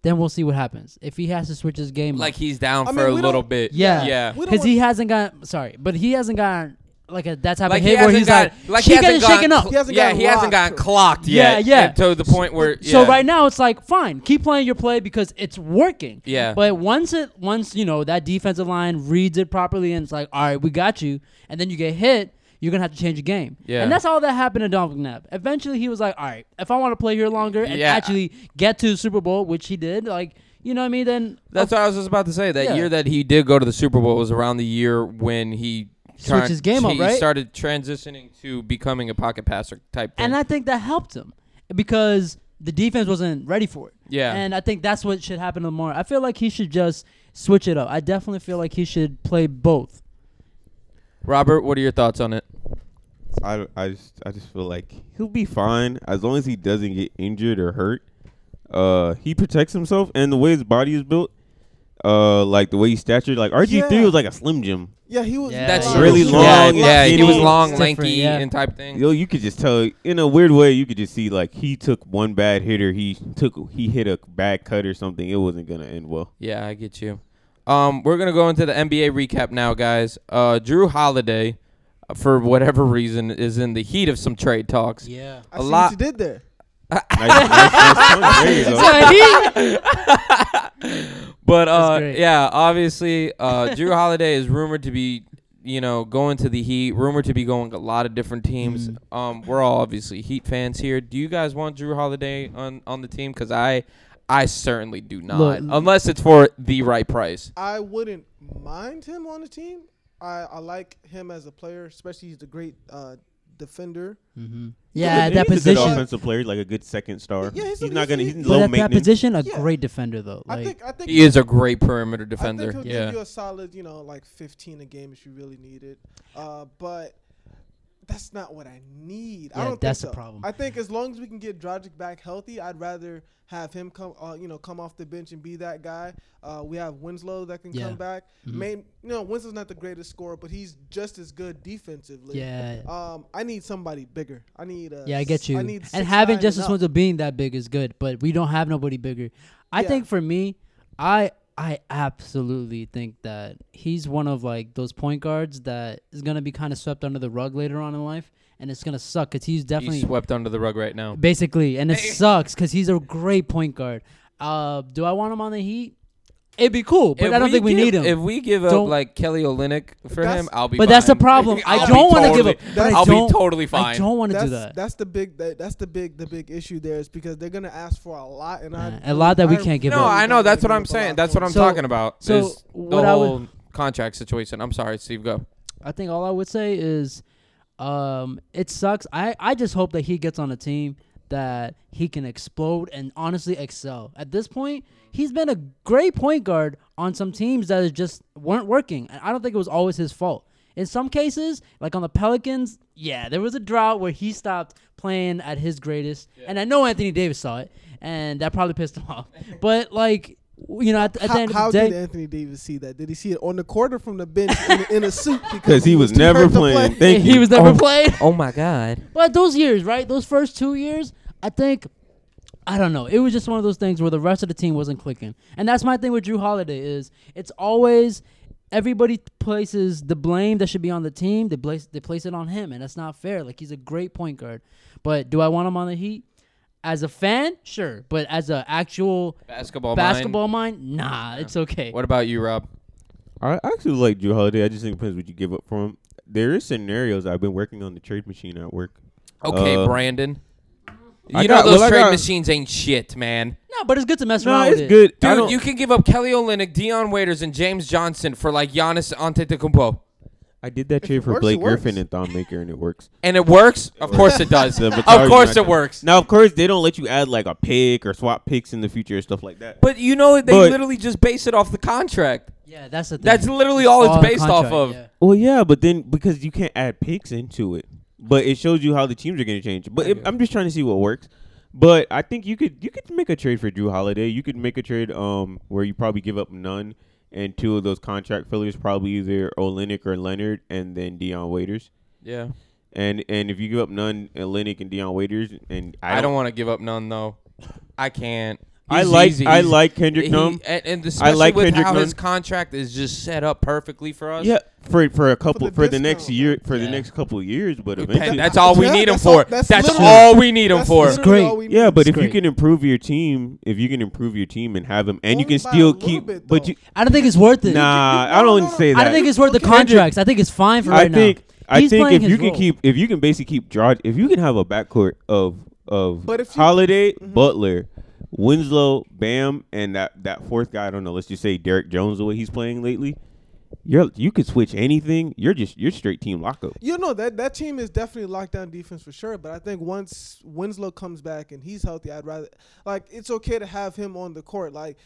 S5: then we'll see what happens. If he has to switch his game,
S3: like
S5: like
S3: he's down
S4: I
S3: for
S4: mean,
S3: a
S4: we
S3: little
S4: don't-
S3: bit.
S5: yeah,
S3: yeah.
S4: We don't
S5: because he hasn't got sorry, but he hasn't gotten like a that type
S3: Like
S5: of
S3: he
S5: hit where
S3: hasn't
S5: he's
S3: got
S5: like,
S3: like
S5: she
S3: he
S5: getting
S3: hasn't
S5: shaken
S3: gotten
S5: up.
S3: cl-
S4: He hasn't
S3: yeah,
S4: gotten
S3: he hasn't
S4: rocked.
S3: gotten clocked
S5: Yeah,
S3: yet.
S5: yeah.
S3: and To the point where yeah.
S5: So right now it's like fine, keep playing your play because it's working.
S3: Yeah.
S5: But once it once you know that defensive line reads it properly and it's like, all right, we got you, and then you get hit, you're gonna have to change the game.
S3: Yeah.
S5: And that's all that happened to Donovan McNabb. Eventually he was like, all right, if I want to play here longer and
S3: Yeah.
S5: actually get to the Super Bowl, which he did, like you know what I mean, then
S3: That's what I was just about to say. That
S5: Yeah.
S3: year that he did go to the Super Bowl was around the year when he
S5: Switched
S3: tran-
S5: his game up,
S3: he
S5: right?
S3: started transitioning to becoming a pocket passer type thing.
S5: And I think that helped him because the defense wasn't ready for it.
S3: Yeah.
S5: And I think that's what should happen to Lamar. I feel like he should just switch it up. I definitely feel like he should play both.
S3: Robert, what are your thoughts on it?
S2: I, I just I just feel like he'll be fine as long as he doesn't get injured or hurt. Uh, he protects himself and the way his body is built, uh, like the way he's statured, like RG three
S4: Yeah.
S2: was like a slim jim.
S4: Yeah, he was.
S5: Yeah,
S3: That's
S5: That's
S4: like,
S5: true.
S2: really
S4: he was
S2: long,
S3: Yeah,
S4: like-
S3: yeah he was
S2: skinny.
S3: long,
S5: Different,
S3: lanky,
S5: yeah.
S3: and type thing.
S2: Yo, you could just tell in a weird way. You could just see like he took one bad hitter. He took he hit a bad cut or something. It wasn't gonna end well.
S3: Yeah, I get you. Um, we're gonna go into the NBA recap now, guys. Uh, Drew Holiday, uh, for whatever reason, is in the heat of some trade talks.
S5: Yeah.
S4: I
S3: a
S4: see
S3: lot-
S4: what you did there.
S2: Nice- nice- nice point. There you go.
S3: But uh,
S5: great.
S3: yeah, obviously, uh, Drew Holiday is rumored to be, you know, going to the Heat. Rumored to be going a lot of different teams. Um, we're all obviously Heat fans here. Do you guys want Drew Holiday on on the team? Because I, I certainly do not,
S5: Look-
S3: unless it's for the right price.
S4: I wouldn't mind him on the team. I, I like him as a player, especially he's a great uh, defender.
S5: Yeah, at
S2: He's
S5: that
S2: a good
S5: position.
S2: offensive player, like a good second star.
S4: Yeah, he's
S2: he's,
S4: a-
S2: not gonna.
S4: he's-
S2: He's
S4: he's-
S5: But
S2: low
S5: at that
S2: maintenance.
S5: position, a
S4: Yeah.
S5: great defender though. Like,
S4: I think I think
S3: He is a great perimeter
S4: I think
S3: defender.
S4: he'll
S3: Yeah.
S4: give you a solid, you know, like 15 a game if you really need it. Uh, but that's not what I need. I
S5: Yeah,
S4: don't think
S5: that's the
S4: so.
S5: problem.
S4: I think as long as we can get Dragic back healthy, I'd rather have him come, uh, you know, come off the bench and be that guy. Uh, we have Winslow that can
S5: Yeah. Mm-hmm.
S4: come back. Main, you know, Winslow's not the greatest scorer, but he's just as good defensively.
S5: Yeah.
S4: Um, I need somebody bigger. I need. A
S5: yeah, I get you.
S4: need
S5: and having
S4: 6'9"
S5: Justice
S4: up.
S5: Winslow being that big is good, but we don't have nobody bigger. I
S4: Yeah.
S5: think for me, I I absolutely think that he's one of like those point guards that is gonna be kind of swept under the rug later on in life, and it's gonna suck because he's definitely
S3: He's swept under the rug right now.
S5: basically, and it sucks because he's a great point guard. Uh, do I want him on the Heat? It'd be cool, but
S3: If
S5: I don't think we
S3: give-
S5: need him.
S3: If we give up
S5: Don't-
S3: like Kelly Olynyk for
S4: That's-
S3: him, I'll be.
S5: but that's the
S3: fine.
S5: problem. I
S3: I'll
S5: don't want
S3: be
S5: to
S3: totally-
S5: give up. But I
S3: I'll
S5: don't,
S3: be totally
S5: I
S3: fine.
S5: don't want to
S4: That's
S5: do that.
S4: that's the big that, that's the big the big issue there is because they're gonna ask for a lot and I
S5: Yeah, a lot that we can't give
S3: no,
S5: up.
S3: I know. That's what I'm
S4: Give up a lot
S3: saying. That's
S4: for
S3: what I'm
S5: So-
S3: talking about.
S5: so
S3: is the
S5: what I would-
S3: whole contract situation. I'm sorry, Steve. Go.
S5: I think all I would say is, um, it sucks. I I just hope that he gets on a team that he can explode and honestly excel. At this point, he's been a great point guard on some teams that is just weren't working, and I don't think it was always his fault. In some cases, like on the Pelicans, yeah, there was a drought where he stopped playing at his greatest, and I know Anthony Davis saw it, and that probably pissed him off. But like, you know, at, at the
S4: How,
S5: end
S4: how
S5: of the day,
S4: did Anthony Davis see that? Did he see it on the court or from the bench in, a- in a suit?
S2: because he was
S4: too
S2: never
S4: hurt to play?
S2: playing. Thank you.
S5: he was never
S3: Oh.
S5: played.
S3: Oh my God.
S5: But those years, right? Those first two years, I think, I don't know. It was just one of those things where the rest of the team wasn't clicking, and that's my thing with Drew Holiday is it's always everybody places the blame that should be on the team. They place they place it on him, and that's not fair. Like he's a great point guard, but do I want him on the Heat? As a fan, sure, but as an actual
S3: Basketball. mind.
S5: basketball mind, nah, it's okay.
S3: What about you, Rob?
S2: I actually like Drew Holiday. I just think it depends what you give up for him. There is scenarios I've been working on the trade machine at work.
S3: Okay,
S2: Uh,
S3: Brandon.
S2: I
S3: You know
S2: got-
S3: those
S2: well, I
S3: trade
S2: got-
S3: machines ain't shit, man.
S5: No, but it's good to mess
S2: No,
S5: around.
S2: it's
S5: with it.
S2: good. I
S3: Dude,
S2: don't-
S3: you can give up Kelly Olynyk, Dion Waiters, and James Johnson for like Giannis Antetokounmpo,
S2: I did that trade for
S4: works, it
S2: Blake
S4: works.
S2: Griffin and Thon Maker, and it works.
S3: and it works. Of course it does.
S2: The
S3: of
S2: Vital's
S3: course
S2: not
S3: it
S2: gonna-
S3: works.
S2: Now, of course, they don't let you add like a pick or swap picks in the future and stuff like that.
S3: But you know they
S2: But-
S3: literally just base it off the contract.
S5: Yeah, that's the thing.
S3: That's literally all it's
S5: on
S3: based off
S5: contract,
S3: of.
S5: yeah.
S2: well, yeah, but then because you can't add picks into it, but it shows you how the teams are going to change. But it,
S3: Yeah.
S2: I'm just trying to see what works. But I think you could you could make a trade for Drew Holiday. You could make a trade um where you probably give up none and two of those contract fillers, probably either Olenek or Leonard, and then Dion Waiters.
S3: Yeah.
S2: And and if you give up none, uh, Olenek and Dion Waiters, and I
S3: I
S2: don't,
S3: don't want to give up none though. I can't.
S2: I
S3: He's
S2: like
S3: easy.
S2: I
S3: He's-
S2: like Kendrick
S3: he-
S2: Nunn.
S3: and, and
S2: I
S3: especially
S2: like
S3: with
S2: Kendrick
S3: how his
S2: Nunn.
S3: contract is just set up perfectly for us.
S2: Yeah, for for a couple for the,
S4: discount,
S2: next
S4: right?
S2: year for
S3: Yeah.
S2: the next couple years, but
S3: We
S2: eventually
S3: pen- that's all we
S4: Yeah,
S3: need him
S4: that's all-
S3: for.
S4: that's
S3: that's
S4: literally-
S3: all we need him
S4: That's
S3: for.
S4: literally
S5: It's
S4: all we
S2: Yeah,
S4: need.
S2: but if you
S5: great.
S2: can improve your team, if you can improve your team and have him, and you
S4: Only
S2: can
S4: by a
S2: still
S4: little
S2: keep,
S4: bit,
S2: but
S4: though.
S2: you
S5: I don't think it's worth it.
S2: nah,
S4: no,
S2: I
S4: no,
S2: don't
S4: no,
S2: say
S4: no.
S2: that.
S5: I don't think it's worth the
S4: Kendrick-
S5: contracts. I think it's fine for
S2: I
S5: right
S2: think
S5: now.
S2: I
S5: He's
S2: think
S5: playing
S2: if
S5: his
S2: you can
S5: role.
S2: keep if you can basically keep George, if you can have a backcourt of of
S4: But if you- Mm-hmm.
S2: Holiday, Butler, Winslow, Bam, and that that fourth guy, I don't know, let's just say Derek Jones the way he's playing lately, you're you could switch anything. You're just you're straight team lockup.
S4: You know that that team is definitely lockdown defense for sure. But I think once Winslow comes back and he's healthy, I'd rather like it's okay to have him on the court. Like,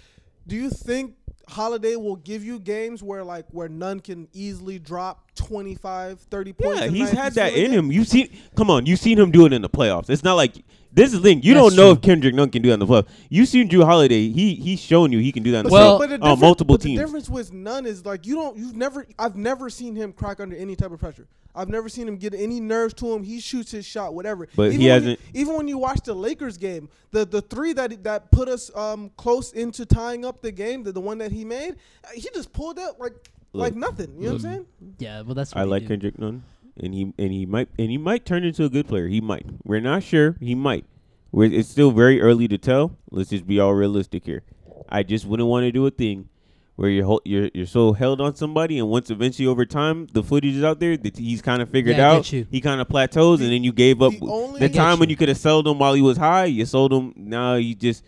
S4: do you think Holiday will give you games where like where none can easily drop 25, 30 points?
S2: Yeah,
S4: a
S2: he's
S4: night if
S2: had that
S4: feeling
S2: in
S4: it?
S2: him. You've seen, come on, you've seen him do it in the playoffs. It's not like this is the thing. You
S5: That's
S2: don't know
S5: true.
S2: if Kendrick Nunn can do that in the playoffs. You've seen Drew Holiday. He he's shown you he can do that in the
S5: Well-
S2: playoffs
S4: the
S2: on
S4: difference-
S2: Uh, multiple
S4: but
S2: teams.
S4: The difference with none is like you don't. You've never. I've never seen him crack under any type of pressure. I've never seen him get any nerves to him. He shoots his shot, whatever.
S2: But
S4: even
S2: he
S4: when
S2: hasn't-
S4: You, even when you watch the Lakers game, the the three that that put us um close into tying up the game, the, the one that he made, uh, he just pulled up like like nothing. You know what I'm saying?
S5: Yeah, well, that's. What
S2: I
S5: we
S2: like
S5: do.
S2: Kendrick Nunn, and he and he might and he might turn into a good player. He might. We're not sure. He might. We're, it's still very early to tell. Let's just be all realistic here. I just wouldn't want to do a thing where you're hol- you're you're so held on somebody, and once eventually over time the footage is out there that he's kind of figured
S5: Yeah, I get
S2: out.
S5: you.
S2: He kind of plateaus, and then you gave up
S4: the
S2: the,
S4: only- I get
S2: time when
S5: you.
S2: you could have sold him while he was high. You sold him. Now you just.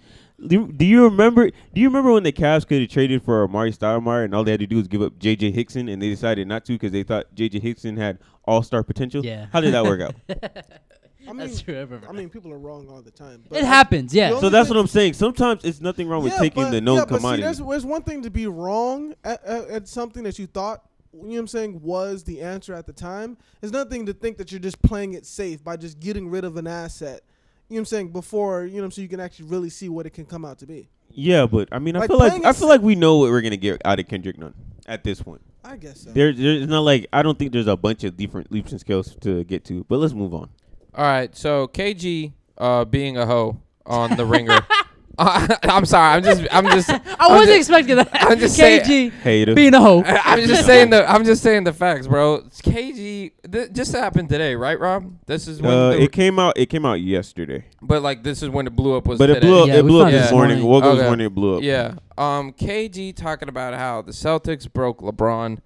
S2: Do do you remember? Do you remember when the Cavs could have traded for Amari Stoudemire and all they had to do was give up J.J. Hickson, and they decided not to because they thought J.J. Hickson had All Star potential?
S5: Yeah.
S2: How did that work out?
S4: I mean,
S5: That's true. I remember
S4: I mean, people are wrong all the time.
S5: that. it happens. Yeah.
S4: Well,
S2: so that's what I'm saying. Sometimes it's nothing wrong with taking
S4: but-
S2: the known
S4: yeah, but see,
S2: commodity.
S4: there's, there's one thing to be wrong at, at, at something that you thought, you know what I'm saying, was the answer at the time. It's another thing to think that you're just playing it safe by just getting rid of an asset. You know what I'm saying? Before, you know what I'm saying, you can actually really see what it can come out to be.
S2: yeah, but I mean, I
S4: Like,
S2: feel like
S4: playing
S2: I
S4: is-
S2: feel like we know what we're gonna get out of Kendrick Nunn at this point.
S4: I guess so.
S2: There, there's not like I don't think there's a bunch of different leaps and scales to get to. But let's move on.
S3: All right. So KG uh, being a hoe on the ringer. I, I'm sorry. I'm just. I'm just.
S5: I
S3: I'm
S5: wasn't
S3: ju-
S5: expecting that.
S3: I'm just saying-
S5: KG
S2: Hater.
S5: being a hoe.
S3: I- I'm just saying the. I'm just saying the facts, bro. KG. Th- just happened today, right, Rob? This is when.
S2: Uh,
S3: the-
S2: it came out. It came out yesterday,
S3: but like, this is when it blew up. Was
S2: but it
S3: today.
S2: blew up.
S5: Yeah,
S2: it
S5: we
S2: blew up
S3: found it
S2: this
S3: this
S2: morning.
S5: morning.
S2: Woke up
S3: Okay.
S2: this morning. It blew up.
S3: Yeah. Um, KG talking about how the Celtics broke LeBron,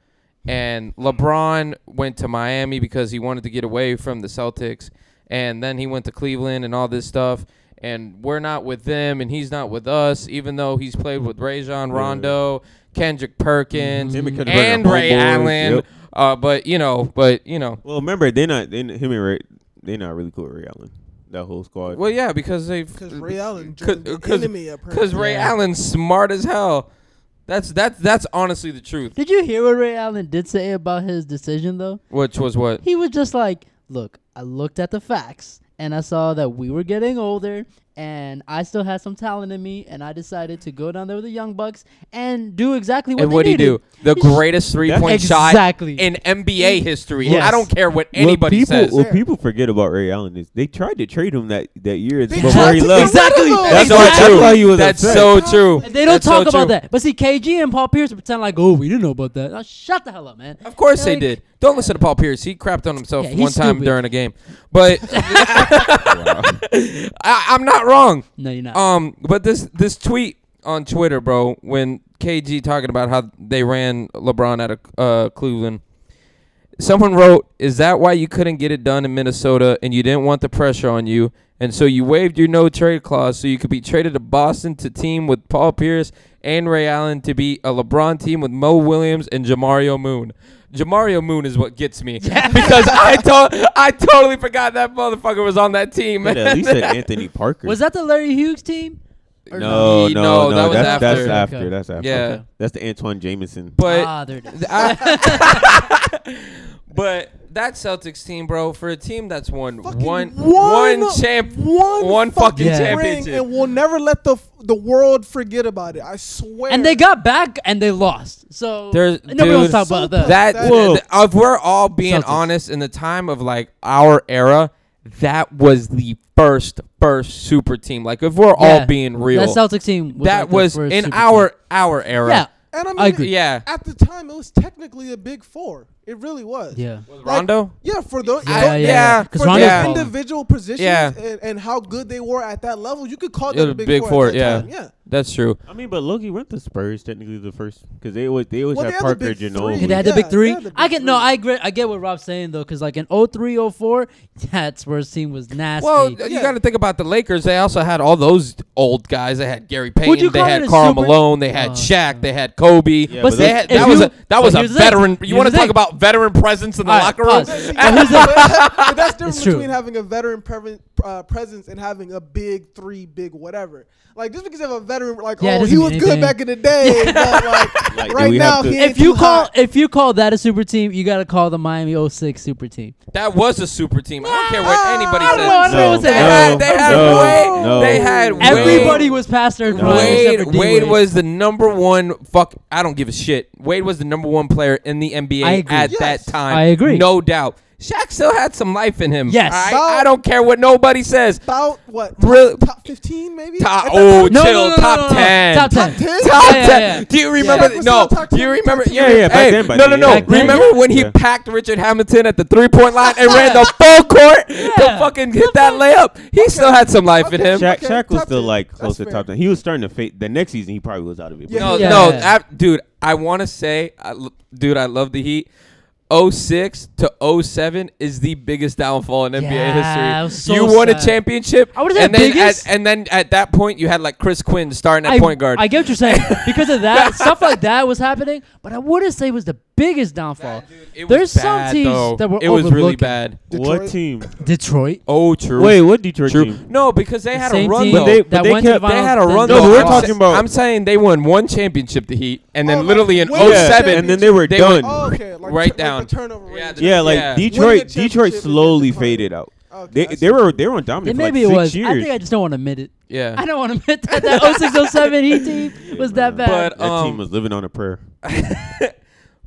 S3: and LeBron went to Miami because he wanted to get away from the Celtics, and then he went to Cleveland and all this stuff. And we're not with them, and he's not with us, even though he's played with Rajon Rondo, Kendrick Perkins,
S2: Him and Kendrick Perkins
S3: and
S2: are
S3: Ray
S2: homeboys,
S3: Allen.
S2: yep.
S3: Uh, but you know, but you know,
S2: Well, remember they not they him and Ray they not really cool with Ray Allen. That whole squad.
S3: well, yeah, because they
S4: Because Ray Allen
S3: Cause-
S4: joined the
S3: cause-
S4: enemy, apparently.
S3: because Ray
S5: Yeah.
S3: Allen's smart as hell. That's that's that's honestly the truth.
S5: Did you hear what Ray Allen did say about his decision though?
S3: Which was what
S5: He was just like, "Look, I looked at the facts and I saw that we were getting older and I still had some talent in me and I decided to go down there with the young bucks and do exactly what
S3: and
S5: they
S3: what did he do?
S5: needed."
S3: The
S5: He just-
S3: greatest three point
S5: Exactly.
S3: shot in NBA history.
S5: Yes.
S3: I don't care what anybody
S2: what people,
S3: says.
S2: What people forget about Ray Allen is they tried to trade him that that year
S4: They
S2: before
S4: tried
S2: he
S4: to
S2: left.
S4: get
S5: Exactly.
S4: rid of him.
S2: That's
S5: Exactly.
S2: why, that's why he was
S3: That's
S2: upset.
S3: so true.
S5: And they don't
S3: That's so
S5: talk about
S3: true.
S5: that. But see, KG and Paul Pierce pretend like, oh, we didn't know about that. Now, shut the hell up, man.
S3: Of course they
S5: Like,
S3: did. Don't listen to Paul Pierce. He crapped on himself
S5: Yeah, he's
S3: one time
S5: stupid.
S3: during a game, but I, I'm not wrong.
S5: No, you're not.
S3: Um, but this this tweet on Twitter, bro, when KG talking about how they ran LeBron out of uh, Cleveland, someone wrote, "Is that why you couldn't get it done in Minnesota and you didn't want the pressure on you, and so you waived your no trade clause so you could be traded to Boston to team with Paul Pierce and Ray Allen to be a LeBron team with Mo Williams and Jamario Moon." Jamario Moon is what gets me because I to- I totally forgot that motherfucker was on that team.
S2: Coulda at least said Anthony Parker.
S5: was that the Larry Hughes team? Or
S2: no, no, no,
S3: No, that was
S2: that's, That's
S3: after.
S2: after.
S5: Okay.
S2: That's after.
S3: Yeah.
S2: Okay. That's the Antoine Jameson.
S3: But
S5: ah, there it is.
S3: I- but that Celtics team, bro, for a team that's won
S4: Fucking
S3: one
S4: one-
S3: one champ
S4: one
S3: one fucking
S4: fucking
S5: Yeah.
S4: ring,
S3: championship.
S4: and we'll never let the the world forget about it. I swear.
S5: and they got back and they lost. So
S3: There's-
S5: nobody
S3: dude,
S5: wants to talk
S4: so
S5: about that.
S3: that
S4: That-
S2: Whoa.
S3: th- if we're all being
S5: Celtics.
S3: honest in the time of like our era, that was the first first super team. Like if we're all
S5: Yeah.
S3: being real,
S5: That Celtics team. Was
S3: that
S5: like the
S3: was
S5: first
S3: in
S5: super
S3: our our era.
S5: team. Yeah,
S4: And I, mean,
S5: I agree.
S3: Yeah.
S4: At the time, it was technically a big four. It really was.
S5: yeah.
S3: Rondo?
S4: Yeah, for those.
S5: Yeah,
S4: those-
S5: yeah,
S3: yeah.
S5: Because
S4: for
S3: Rondo's
S4: those
S3: balling.
S4: individual positions
S3: Yeah.
S4: and, and how good they were at that level, you could call
S3: It was
S4: them a big, four. at that
S3: yeah.
S4: time, yeah.
S3: That's true.
S2: I mean, but Loki went to Spurs technically the first because they always they always
S4: Well,
S2: had
S4: they had the
S2: Parker,
S4: big
S2: Ginobili.
S4: three.
S5: They had the
S4: Yeah,
S5: big
S4: they
S5: three.
S4: had the
S5: I
S4: big
S5: get no.
S4: three.
S5: I agree. I get what Rob's saying though, because like in 03, 04, that Spurs team was nasty.
S3: Well, you
S4: Yeah.
S3: got to think about the Lakers. They also had all those old guys. They had Gary
S5: Would you
S3: Payton. They
S5: call
S3: had
S5: it a
S3: Carl
S5: super-
S3: Malone. They had
S5: Oh,
S3: Shaq. They had Kobe.
S2: Yeah,
S5: but
S2: but
S5: see,
S3: They
S2: that-
S3: had,
S5: if
S3: that was
S5: you-
S3: a that was
S5: so
S3: a
S5: here's the
S3: veteran.
S5: thing.
S3: You want
S5: Here's
S3: to
S5: the
S3: talk
S5: thing.
S3: about veteran presence in the
S5: All right,
S3: locker room?
S5: pause.
S4: But see,
S5: But who's that-
S4: but that's the
S5: It's
S4: difference
S5: true.
S4: between having a veteran preven- uh, presence and having a big three, big whatever. Like just because you have a veteran, like
S5: Yeah, it
S4: oh,
S5: doesn't
S4: he was
S5: mean
S4: good
S5: anything.
S4: back in the day, but like,
S2: Like, do
S4: right
S2: we have
S4: now
S2: to-
S4: he ain't
S5: if you
S4: too
S5: call
S4: hot.
S5: if you call that a super team, you gotta call the Miami 06 super team.
S3: That was a super team. I don't care what
S4: Ah,
S3: anybody
S5: I don't know, I
S3: says.
S5: don't know what
S2: No,
S5: to say.
S3: They had,
S2: no,
S3: they had
S2: no,
S3: Wade.
S2: no.
S3: They had Wade.
S5: Everybody was past their prime. except
S3: Wade,
S5: for D.
S3: Wade was the number one. Fuck, I don't give a shit. Wade was the number one player in the
S5: I
S3: NBA
S5: agree.
S3: at
S4: Yes.
S3: that time.
S5: I agree.
S3: no doubt. Shaq still had some life in him.
S5: Yes.
S3: all right?
S4: About-
S3: I don't care what nobody says.
S4: About what?
S3: Really-
S4: Top, top fifteen, maybe.
S3: Top,
S4: At that
S3: oh,
S4: time,
S5: No, no,
S3: chill.
S5: no, no,
S3: top,
S5: no, no, no.
S3: 10.
S5: Top 10.
S4: top ten.
S3: Top
S5: Yeah, yeah,
S3: ten.
S5: yeah.
S3: Do you remember?
S4: Yeah.
S3: th-
S4: Was
S3: no.
S4: still top
S3: Do you
S4: ten,
S3: remember?
S4: top
S3: Yeah,
S2: ten.
S3: yeah.
S2: Back
S3: hey,
S2: then, back
S3: no, no,
S2: then,
S3: no.
S2: yeah. Back
S5: then,
S3: remember when he
S2: yeah.
S3: packed Richard Hamilton at the three-point line and ran the full court to
S5: Yeah.
S3: fucking hit that layup? He still had some life in
S4: Okay.
S3: him.
S2: Shaq,
S4: Okay,
S2: Shaq was
S4: top
S2: still
S4: ten.
S2: like
S4: That's
S2: close to
S4: fair.
S2: top ten. He was starting to fade. The next season, he probably was out of it. but-
S4: Yeah.
S3: No,
S5: Yeah.
S3: no, I, dude. I want to say, I, l- dude, I love the Heat. 06 to 07 is the biggest downfall in NBA
S5: Yeah, it was
S3: history.
S5: so
S3: you won a
S5: sad.
S3: championship,
S5: I would've said
S3: and then
S5: biggest.
S3: at, and then at that point you had like Chris Quinn starting at
S5: I,
S3: point guard.
S5: I get what you're saying. Because of that, stuff like that was happening, but I wouldn't say it was the biggest downfall.
S3: It was
S5: There's some
S3: bad,
S5: teams
S3: though.
S5: that were
S3: it was really
S5: overlooking.
S3: bad.
S2: What
S4: Detroit.
S2: team?
S5: Detroit.
S3: Oh, true.
S2: Wait, what Detroit
S3: true.
S2: team?
S3: No, because they
S5: the
S3: had a
S5: same
S3: run.
S5: team
S3: Though.
S2: But they-
S5: that
S2: they
S5: went to
S2: kept-
S5: the
S2: they
S3: They
S5: finals,
S3: had a
S5: then
S3: run.
S2: No,
S5: they
S2: but we're
S5: lost.
S2: talking about-
S3: I'm saying they won one championship, the Heat, and then
S4: Oh, like,
S3: literally in
S4: win the
S3: 07,
S2: and then they were
S3: they
S2: done.
S4: Oh, okay, like
S3: Right
S4: tur-
S3: down.
S4: Like the turnover
S3: Yeah,
S4: rate.
S3: the-
S2: Yeah, like
S3: Yeah.
S4: Winning a
S2: Detroit. Detroit
S4: championship
S2: slowly
S4: and then
S2: faded out.
S4: Okay, I
S2: They
S4: see.
S2: they were they were on dominant
S5: Then
S2: for like
S5: maybe
S2: six
S5: it was.
S2: years.
S5: I think I just don't want to admit it.
S3: yeah.
S5: I don't want to admit that that 0607 Heat E team was that bad.
S3: But,
S2: that
S3: um,
S2: team was living on a prayer.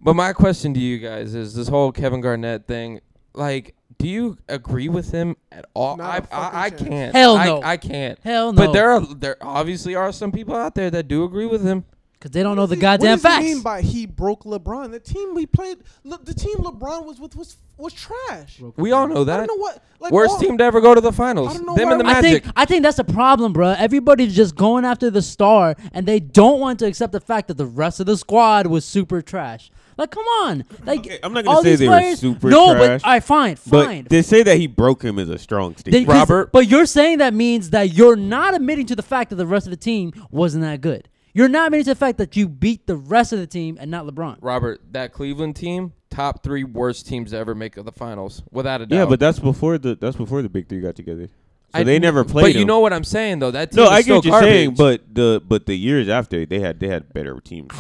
S3: But my question to you guys is this whole Kevin Garnett thing, like Do you agree with him at all?
S4: Not
S3: I, I,
S4: a
S3: I
S4: fucking chance.
S3: can't.
S5: Hell
S3: I-
S5: no.
S3: I, can't.
S5: Hell no.
S3: But there are there obviously are some people out there that do agree with him.
S5: because they don't know
S4: What
S5: the
S4: does he-
S5: goddamn
S4: what does
S5: facts.
S4: He mean by he broke LeBron? The team we played, look, the team LeBron was with was was trash.
S3: We all know
S4: I
S3: that.
S4: don't know what like
S3: Worst
S4: all-
S3: team to ever go to the finals.
S4: I don't know
S3: Them
S4: why
S3: and the
S4: we-
S5: I
S3: Magic.
S5: think I think that's the problem, bro. Everybody's just going after the star, and they don't want to accept the fact that the rest of the squad was super trash. Like, come on, like
S2: Okay, I'm not gonna
S5: all
S2: say
S5: these
S2: they were
S5: players-
S2: super
S5: No,
S2: trash,
S5: but all right, fine, fine.
S2: But to say that he broke him is a strong
S5: They-
S2: statement.
S5: 'cause-
S3: Robert.
S5: But you're saying that means that you're not admitting to the fact that the rest of the team wasn't that good. You're not admitting to the fact that you beat the rest of the team and not LeBron.
S3: Robert, that Cleveland team, top three worst teams to ever make of the finals, without a doubt.
S2: yeah, but that's before the that's before the big three got together. So
S3: I-
S2: they never played.
S3: But you
S2: him.
S3: know what I'm saying though. That team
S2: No,
S3: is
S2: I get
S3: still
S2: what you're
S3: garbage.
S2: saying, but the but the years after they had they had better teams.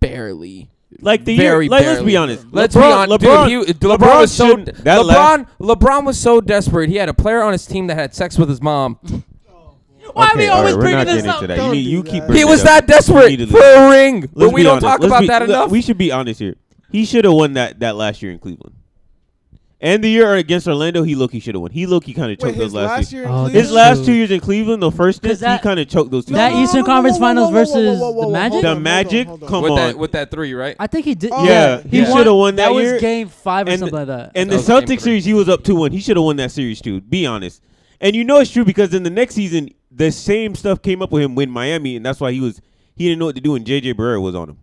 S3: barely.
S2: Like the
S3: Very
S2: year, like, let's
S3: barely.
S2: be honest.
S3: Let's
S2: LeBron,
S3: be honest.
S2: LeBron,
S3: dude, he, LeBron, was so
S2: shouldn't- that
S3: LeBron
S2: last-
S3: LeBron was so desperate. He had a player on his team that had sex with his mom.
S5: Why are
S2: okay,
S5: we
S2: all right,
S5: always
S2: we're
S5: bringing
S2: not
S5: this
S2: getting
S5: up?
S2: into that.
S4: Don't
S2: You, need-
S4: do
S2: you
S4: that.
S2: keep
S4: He
S2: bringing
S3: He was
S2: it up.
S3: that desperate
S2: You need to
S3: for
S2: leave.
S3: a ring, but
S2: Let's
S3: we
S2: be
S3: don't
S2: honest.
S3: talk
S2: Let's
S3: about
S2: be-
S3: that
S2: look,
S3: enough.
S2: We should be honest here. He should have won that that last year in Cleveland, and the year against Orlando, he look he should have won. He look he kind of
S4: Wait,
S2: choked those
S4: his last,
S2: last. two-
S4: year, in
S5: Oh,
S4: Cleveland?
S2: His last two
S5: Dude.
S2: years in Cleveland, the first
S5: 'Cause
S2: instance, he
S5: that-
S2: kind of choked those two.
S4: No,
S5: that
S2: teams.
S4: no,
S5: Eastern
S4: no,
S5: Conference
S4: whoa, whoa,
S5: Finals
S4: whoa, whoa, whoa,
S5: versus
S4: whoa, whoa,
S5: the
S4: whoa,
S5: Magic?
S4: hold
S2: The
S4: on, hold on,
S2: Magic?
S4: hold on.
S2: Come
S3: with that
S2: on.
S3: with that three, right?
S5: I think he did.
S4: Oh,
S2: yeah, he
S5: he
S2: should have won that,
S5: was
S2: year.
S5: game five or
S2: and
S5: something like that.
S2: And
S3: That
S2: the
S3: was game
S2: Celtics
S3: three.
S2: series, he was up two one. He should have won that series too. Be honest. And you know it's true because in the next season, the same stuff came up with him when Miami, and that's why he was he didn't know what to do, and JJ Barrera was on him.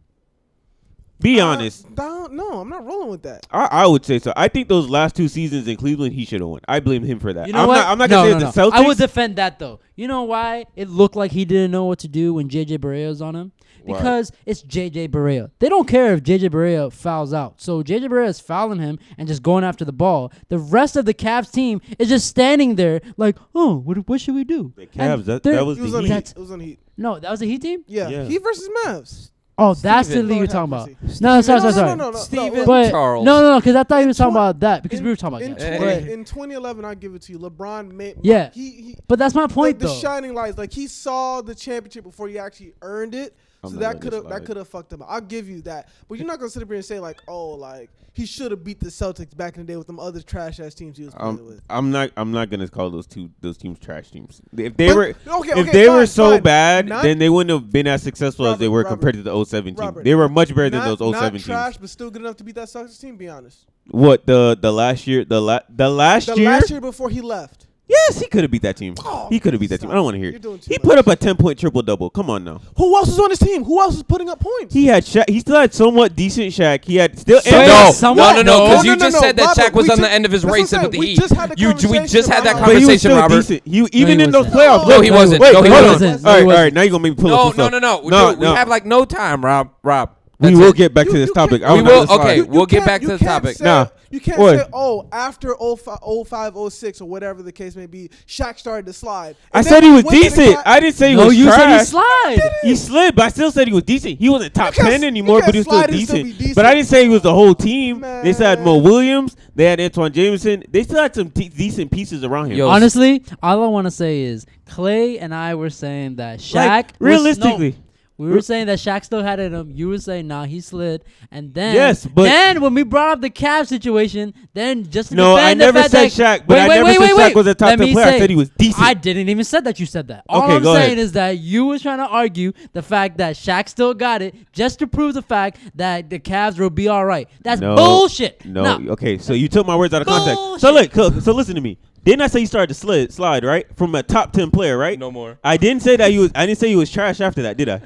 S2: Be
S4: Uh,
S2: honest.
S4: don't- no, I'm not rolling with that.
S2: I, I would say so. I think those last two seasons in Cleveland, he should have won. I blame him for that.
S5: You know
S2: I'm
S5: what?
S2: not. I'm not
S5: no,
S2: gonna
S5: no,
S2: say
S5: no.
S2: it's the Celtics.
S5: I would defend that though. You know why it looked like he didn't know what to do when JJ Barea was on him?
S3: Why?
S5: Because it's JJ Barea. They don't care if JJ Barea fouls out. So JJ Barea is fouling him and just going after the ball. The rest of the Cavs team is just standing there like, "Oh, what, what should we do?"
S2: the
S5: And
S2: Cavs. That,
S5: they're-
S2: that was
S4: It
S2: the
S4: was on
S2: Heat.
S4: heat.
S5: That's-
S4: It was on heat.
S5: No, that was a Heat team?
S4: Yeah,
S2: Yeah.
S4: Heat versus Mavs.
S5: Oh, that's the
S3: Steven.
S5: league you're
S4: Lord
S5: talking
S4: have
S5: about.
S4: mercy.
S5: No, sorry,
S4: No,
S5: sorry, sorry.
S4: no, no, no,
S3: Steven
S4: no. look,
S5: But
S3: Charles.
S5: No, no, no, because I thought he was talking
S4: twen-
S5: about that because
S4: in-
S5: we were talking
S4: in
S5: about that.
S4: 20
S3: Hey.
S4: in 2011, I give it to you. LeBron made.
S5: Yeah.
S4: He, he,
S5: But that's my point,
S4: the, the
S5: though.
S4: shining lights. Like he saw the championship before he actually earned it.
S2: I'm
S4: So
S2: not
S4: that
S2: letting
S4: could
S2: this
S4: have that
S2: slide.
S4: could have fucked him. up. I'll give you that. But you're not gonna sit up here and say like, oh, like he should have beat the Celtics back in the day with them other trash ass teams he was playing
S2: I'm,
S4: with.
S2: Um, I'm not. I'm not gonna call those two those teams trash teams. If they
S4: But-
S2: were,
S4: okay,
S2: if
S4: okay,
S2: they were
S4: fine,
S2: so
S4: fine.
S2: bad,
S4: Not-
S2: then they wouldn't have been as successful as they
S4: Robert,
S2: were
S4: Robert,
S2: compared to the 07 team.
S4: Robert.
S2: They were much better than those
S4: Not- not
S2: 07
S4: trash,
S2: teams.
S4: but still good enough to beat that Celtics team. Be honest.
S2: What the the last year the la- the last
S4: The
S2: year?
S4: last year before he left.
S2: Yes, he could have beat that team.
S4: Oh,
S2: he could have beat that team. I
S4: stop.
S2: don't want to hear
S4: You're
S2: it.
S4: doing too
S2: He
S4: much.
S2: put up a ten point triple double. Come on now.
S4: Who else is on his team? Who else is putting up points?
S2: He had Sha- he still had somewhat decent Shaq. He had still
S5: So-
S2: and-
S5: No,
S3: no, no,
S5: somewhat.
S3: no, no, because
S4: No,
S3: you
S4: no,
S3: just
S4: no,
S3: said that
S4: Robert,
S3: Shaq was
S4: we
S3: on the
S4: just-
S3: end of his
S4: that's what
S3: race
S4: I'm
S3: with the
S4: saying. We
S3: Heat.
S4: just had a
S3: you, we just had that
S4: conversation about-
S2: but he was
S3: conversation,
S2: still
S3: Robert.
S2: decent. He even
S5: he
S2: in those
S5: wasn't.
S2: playoffs.
S3: No,
S2: look-
S3: he wasn't.
S2: Wait,
S3: No, he
S2: hold on.
S5: wasn't. No,
S2: All
S5: he
S2: right, all right.
S5: wasn't.
S2: Now you're gonna make me pull
S3: No,
S2: up
S3: no,
S2: some
S3: no,
S2: stuff.
S3: no, Dude, We have like no time, Rob. Rob.
S2: We
S3: That's
S2: will
S3: it.
S2: get back to
S4: You-
S2: this
S4: you can't-
S2: topic. I
S3: We
S2: don't have
S3: will-
S2: this slide.
S3: okay. we'll get
S4: can't-
S3: back to
S4: you
S3: the
S4: can't
S3: topic.
S4: Say,
S2: Nah.
S4: You can't
S2: Oi.
S4: say, oh, after 05, 05, 06, or whatever the case may be, Shaq started to slide.
S2: I
S4: And
S2: said
S4: then
S2: he was
S4: went to the
S2: decent.
S4: cla-
S2: I didn't say he
S5: no,
S2: was
S5: you said
S2: trash.
S5: he slide.
S2: He slid, but I still said he was decent. He wasn't top
S4: You can't-
S2: ten
S4: you
S2: anymore,
S4: can't
S2: but he was still
S4: slide and still
S2: decent.
S4: be decent.
S2: But I didn't say he was the whole team. They still had Mo
S4: Man.
S2: Williams. They had Antoine Jameson. They still had some te- decent pieces around him.
S3: Yo,
S5: Honestly, all I want to say is Clay and I were saying that Shaq
S2: Like,
S5: was-
S2: realistically.
S5: no, we were saying that Shaq still had it in him. You were saying nah, he slid, and then
S2: Yes, but-
S5: then when we brought up the Cavs situation, then just to
S2: No, I
S5: defend the
S2: never
S5: fact
S2: said
S5: that-
S2: Shaq, but I never said Shaq was a top
S5: Let
S2: 10
S5: me
S2: player. I
S5: say-
S2: said he was decent.
S5: I didn't even said that you said that. All
S2: Okay,
S5: I'm
S2: go
S5: saying
S2: ahead.
S5: is that you was trying to argue the fact that Shaq still got it just to prove the fact that the Cavs will be all right. That's
S2: No,
S5: bullshit.
S2: No.
S5: Nah.
S2: Okay, so you took my words out of context. So look, so, so listen to me. Didn't I say you started to slid, slide right from a top ten player, right?
S3: No more.
S2: I didn't say that he was. I didn't say he was trash after that, did I?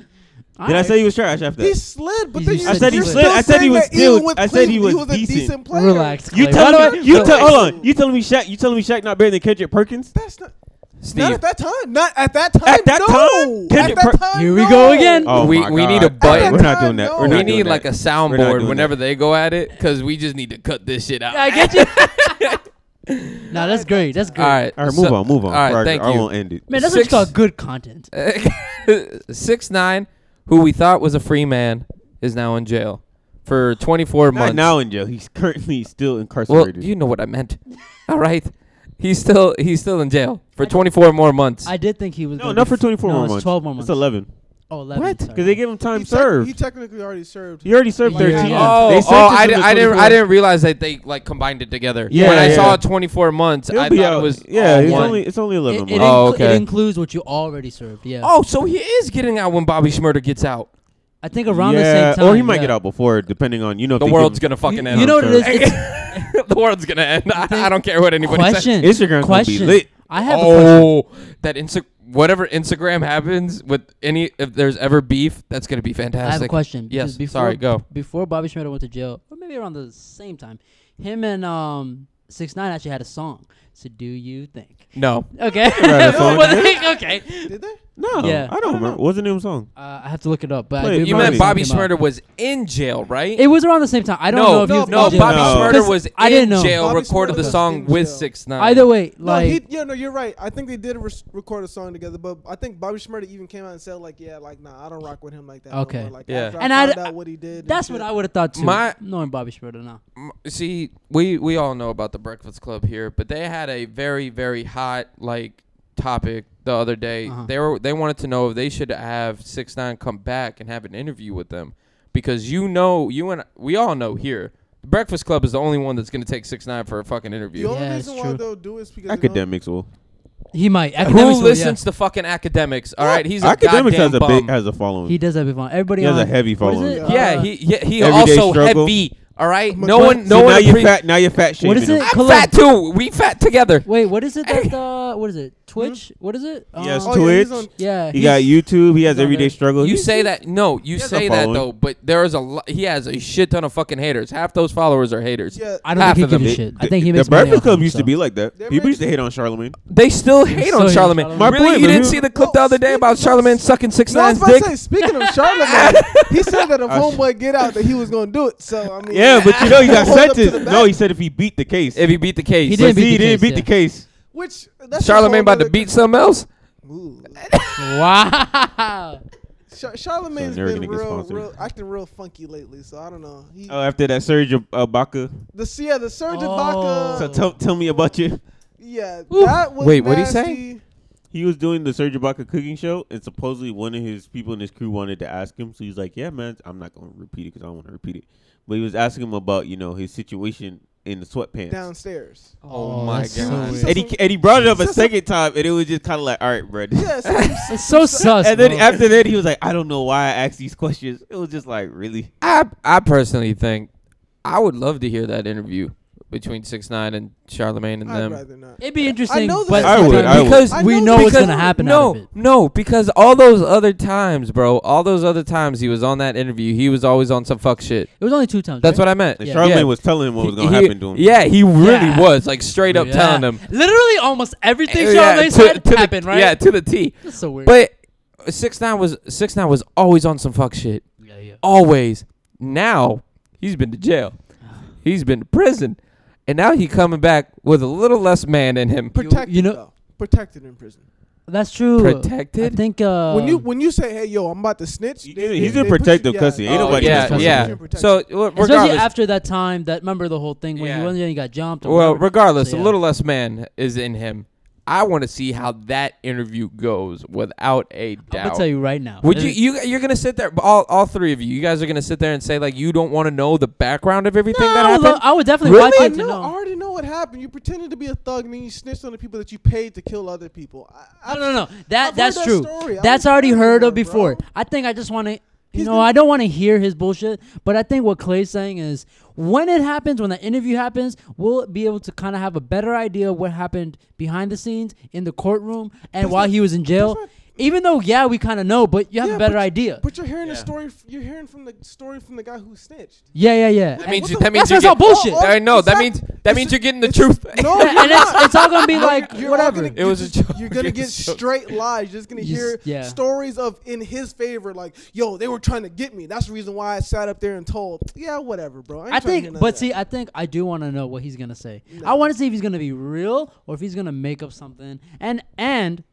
S2: Did I
S5: Alright.
S2: say he was trash after
S4: He
S2: that?
S4: slid, but
S5: You
S4: then
S5: said
S4: you
S5: he
S4: said
S5: slid.
S2: I said he was still- I said he was
S4: a
S2: decent.
S4: decent player.
S5: Relax.
S2: You
S5: Clay. By
S2: telling
S5: the
S2: me?
S5: way-
S2: You
S5: so-
S2: tell, hold on. You telling me Shaq? You telling me Shaq not better than Kendrick Perkins?
S4: That's not. Not
S3: Steve.
S4: at that time. Not at that time.
S2: At that
S4: no.
S2: time?
S4: At that time.
S5: Here we
S4: no.
S5: go again.
S2: Oh
S3: We-
S2: my
S3: we
S2: God.
S3: need a button.
S2: Hey, We're not doing that. We're
S4: We
S2: not
S3: we
S2: doing
S3: need
S2: that.
S3: like a
S2: We're not doing
S3: soundboard
S2: that.
S3: whenever they go at it because we just need to cut this shit out.
S5: Yeah, I get you. nah, that's great. That's great.
S3: All right.
S2: All right, move
S3: so-
S2: on, move on.
S3: All right,
S2: Roger,
S3: thank
S2: I
S3: you.
S2: won't end it.
S5: Man, that's what you
S3: Six-
S5: call good content.
S3: six nine, who we thought was a free man, is now in jail for 24
S2: Not
S3: months.
S2: now in jail. He's currently still
S3: well,
S2: incarcerated.
S3: you know what I meant. All right, he's still he's still in jail for 24 more months.
S5: I did think he was.
S2: no,
S5: gonna
S2: not
S5: be
S2: for
S5: f-
S2: 24
S5: no,
S2: more
S5: it's
S2: months.
S5: Twelve more months.
S2: It's 11.
S5: Oh, 11.
S2: What?
S5: sorry.
S2: Because they give him time
S4: he tec-
S2: served.
S4: he technically already served.
S2: He already served
S5: Yeah.
S2: 13.
S5: Yeah.
S3: Oh,
S2: They
S3: oh,
S2: sentenced
S3: I,
S2: him
S3: di-
S2: to
S3: I didn't
S2: 24.
S3: I didn't realize that they like combined it together.
S2: Yeah,
S3: when I
S2: yeah.
S3: saw 24 months,
S2: He'll
S3: I
S2: be
S3: thought
S2: out.
S3: it was
S2: yeah,
S3: all
S2: it's
S3: one.
S2: only it's only
S5: It, it,
S2: eleven
S5: inclu-
S2: months.
S3: Oh,
S5: it
S3: okay.
S5: includes what you already served. Yeah.
S3: Oh, so he is getting out when Bobby Schmurder gets out.
S5: I think around
S2: yeah,
S5: the same time.
S2: or he might
S5: yeah.
S2: get out before, depending on you know. if
S3: The
S2: they
S3: world's
S2: give him-
S3: gonna fucking
S5: You,
S3: end.
S5: you know what it is?
S2: Sorry.
S5: It's
S3: the world's gonna end. I, I don't care what anybody says.
S5: question.
S2: Instagram's gonna be
S5: question.
S2: lit.
S5: I have a question.
S3: Oh, that Insta- whatever Instagram happens with any if there's ever beef, that's gonna be fantastic.
S5: I have a question.
S3: Yes,
S5: because Before,
S3: sorry, go.
S5: Before Bobby Schmidt went to jail, or maybe around the same time, him and um Six Nine actually had a song. So do you think?
S3: No,
S5: Okay.
S2: had a song,
S5: Well,
S2: yeah.
S5: like, okay.
S4: Did they?
S2: No,
S5: Yeah.
S2: I don't remember. What's the name of the song?
S5: Uh, I have to look it up, but I
S2: Wait,
S5: do
S3: you
S5: remember
S3: meant
S5: the song
S3: Bobby
S5: came out.
S3: Schmurder was in jail, right?
S5: It was around the same time. I don't know
S3: no,
S5: if he
S3: no,
S5: was
S3: no.
S5: in jail.
S3: Bobby
S2: No.
S3: Schmurder
S5: 'Cause
S3: was in
S5: I didn't know.
S3: jail,
S4: Bobby
S3: recorded
S4: Shmurda
S3: the
S4: was
S3: song
S4: in
S3: with
S4: jail.
S3: Six Nine.
S5: Either way,
S4: No,
S5: like
S4: he, yeah, no, you're right. I think they did res- record a song together, but I think Bobby Shmurda even came out and said like, yeah, like nah, I don't rock with him like that. no
S5: Okay.
S4: more. like,
S3: Yeah.
S4: after
S5: And
S4: I
S5: I-
S4: found out what he did. and
S5: that's
S4: shit.
S5: what I would have thought too.
S3: My-
S5: knowing Bobby Schmurda now.
S3: M- see we we all know about the breakfast club here but they had a very very hot like topic the other day
S5: Uh-huh.
S3: they were they wanted to know if they should have 6 9 come back and have an interview with them because you know you and we all know here the breakfast club is the only one that's going to take 6 9 for a fucking
S4: The
S3: interview
S4: only
S5: Yeah,
S4: reason
S5: it's
S4: why
S5: true.
S4: they'll do is because they know-
S2: Academics will.
S5: He might.
S3: who
S5: Academics will, yeah.
S3: listens to fucking academics all right he's a
S2: academics has
S3: goddamn
S2: a
S3: bum.
S2: big has a following.
S5: He does have a following. Everybody
S2: He has a
S5: on-
S2: heavy
S5: what is
S2: following.
S5: it?
S3: yeah
S5: Uh,
S3: he yeah, he
S2: Everyday
S3: also
S2: struggle.
S3: heavy all right
S4: My
S3: no
S4: God.
S3: one
S2: See,
S3: no
S2: now
S3: one
S2: you
S3: appre-
S2: fat. Now you're fat shaming.
S5: What is
S2: him.
S5: it?
S3: I'm
S5: Khalil.
S3: fat too we fat together
S5: Wait, what is it that
S3: Hey. Hmm?
S5: uh what is it? Twitch? What is it?
S2: Yes,
S5: Um,
S4: Oh, yeah, he's
S2: Twitch.
S4: on-
S5: yeah.
S2: He
S5: he's-
S2: got YouTube. He has
S5: he's on
S2: everyday
S5: there.
S2: struggle.
S3: You
S2: He's-
S3: say that no, you
S2: has a
S3: say that
S2: following.
S3: though, but there is a lo- he has a shit ton of fucking haters. Half those followers are haters.
S4: Yeah,
S5: I don't
S3: Half
S5: think
S3: of
S5: he gives
S3: them.
S5: a shit. I think he
S2: the
S5: makes money
S2: Breakfast
S5: off
S2: Club
S5: him,
S2: used
S5: so.
S2: to be like that.
S4: They're
S2: People used to
S4: making-
S2: hate on Charlemagne.
S3: They still hate
S5: So
S3: on
S5: hate
S3: Charlemagne.
S5: Charlemagne.
S2: My
S3: really,
S2: point,
S3: you
S2: but
S3: didn't
S2: who-
S3: see the clip
S4: No,
S3: the other day
S4: speak-
S3: about Charlemagne sucking six
S4: No, I
S3: nine's
S4: was about to
S3: dick?
S4: say, speaking of Charlemagne, he said that if
S2: I sh-
S4: Homeboy get out, that he was gonna do it. So I mean,
S2: Oh, Yeah, but you know he got
S4: Hold up to the
S2: sentenced.
S4: back.
S2: No, he said if he beat the case.
S3: If he beat the case,
S5: He
S2: But
S5: didn't
S2: see,
S5: beat
S2: he
S5: the
S2: didn't
S5: case,
S2: beat the
S5: yeah.
S2: case.
S4: which that's
S3: Charlemagne about to beat something else.
S5: Wow.
S4: Char- Charlemagne's
S2: So never
S4: been
S2: gonna get
S4: real,
S2: sponsored.
S4: real, acting real funky lately. So I don't know. He,
S2: Oh, after that surge of uh, Baca.
S4: the s- yeah, the Surgeon
S5: Oh.
S2: So
S4: Baca.
S2: tell tell me about you.
S4: Yeah,
S3: Oof.
S4: that was
S3: Wait, what'd he say?
S4: nasty.
S2: He was doing the Serge Ibaka cooking show, and supposedly one of his people in his crew wanted to ask him. So he's like, "Yeah, man, I'm not going to repeat it because I don't want to repeat it." But he was asking him about, you know, his situation in the sweatpants.
S4: Downstairs.
S3: Oh my
S5: that's so
S3: God.
S5: weird.
S2: And he, and he brought it up a
S4: So- so-
S2: second time, and it was just kind of like, "All right, bro."
S4: Yeah, so he's-
S5: It's so sus.
S2: And then
S5: bro.
S2: after that, he was like, "I don't know why I asked these questions." It was just like, "Really?"
S3: I I personally think I would love to hear that interview between six nine and Charlemagne and
S4: I'd
S3: them.
S4: rather not.
S5: It'd be interesting.
S4: know
S5: but
S4: this I
S2: would, I would.
S5: Because
S4: I
S5: we know
S4: know
S5: what's
S4: this-
S5: gonna happen
S3: no,
S5: out of it.
S3: No, because all those other times, bro, all those other times he was on that interview, he was always on some fuck shit.
S5: It was only two times.
S3: That's
S5: right?
S3: what I meant.
S2: And
S5: Yeah.
S2: Charlemagne was telling him what was going to
S3: He-
S2: happen to him.
S3: Yeah, he really
S5: Yeah.
S3: was like straight up
S5: Yeah.
S3: telling him.
S5: Literally almost everything
S3: Yeah,
S5: Charlemagne said
S3: the-
S5: happened, right?
S3: Yeah, to the T.
S5: That's so weird.
S3: But six nine was six nine was always on some fuck shit.
S5: yeah, yeah.
S3: Always. Now he's been to jail. He's been to prison, and now he coming back with a little less man in him.
S4: Protected,
S5: you know-
S4: though. protected in prison.
S5: That's true. I
S3: Protected?
S5: think uh
S4: when you when you say, "Hey, yo, I'm about to snitch,"
S2: Um, He-
S4: they-
S2: he's
S4: they-
S2: in
S4: they put
S2: protective
S4: you-
S2: custody. Ain't
S3: Oh,
S2: nobody
S3: yeah,
S2: responsible.
S3: yeah.
S4: You're protected.
S3: So w-
S5: especially
S3: regardless,
S5: after that time that remember the whole thing when
S3: Yeah.
S5: he wasn't he got jumped or
S3: well,
S5: whatever.
S3: regardless,
S5: So,
S3: a
S5: yeah.
S3: little less man is in him. I want to see how that interview goes without a doubt.
S5: I'm gonna tell you right now.
S3: Would
S5: it
S3: you
S5: is-
S3: you you're gonna sit there? All all three of you, you guys are gonna sit there and say like you don't want to know the background of everything
S5: No,
S3: that
S5: I would
S3: happened.
S5: lo- I would definitely
S3: Really?
S5: watch
S4: I
S5: it to
S4: know. I
S5: know.
S4: already know what happened. You pretended to be a thug, and then you snitched on the people that you paid to kill other people. I, I,
S5: No, no, no. That
S4: heard
S5: that's
S4: that
S5: true.
S4: story. I
S5: That's
S4: was
S5: already
S4: there
S5: heard of before.
S4: before, bro.
S5: I think I just want to. You
S4: He's
S5: know,
S4: gonna-
S5: I don't want to hear his bullshit, but I think what Clay's saying is when it happens, when the interview happens, we'll be able to kind of have a better idea of what happened behind the scenes in the courtroom and while
S4: not-
S5: he was in jail.
S4: not-
S5: Even though, yeah, we kind of know, but you have
S4: Yeah,
S5: a better
S4: but-
S5: idea.
S4: But you're hearing the
S3: Yeah.
S4: story. f- You're hearing from the story from the guy who snitched.
S5: yeah, yeah, yeah.
S3: That
S5: And-
S3: means you,
S4: what the- Oh,
S3: that means
S5: That's
S3: you
S5: what's all
S3: get-
S5: bullshit.
S3: I know that
S4: Exactly.
S3: means that
S4: It's
S3: means
S4: just-
S3: you're getting the
S4: it's-
S3: truth.
S4: No,
S5: yeah, and
S4: you're
S5: it's,
S4: not.
S5: it's all gonna be
S4: No,
S5: like
S4: oh, you're- you're all
S5: whatever.
S4: gonna-
S3: It was a
S4: you're
S3: joke.
S4: You're gonna
S3: It
S4: get
S3: was a joke.
S4: straight lies. You're just gonna
S5: You s-
S4: hear
S5: yeah.
S4: stories of in his favor, like, "Yo, they were trying to get me. That's the reason why I sat up there and told." Yeah, whatever, bro. I, ain't
S5: I
S4: tryna hear none
S5: think,
S4: of
S5: but
S4: that.
S5: see, I think I do want to know what he's gonna say. I want to see if he's gonna be real or if he's gonna make up something. And and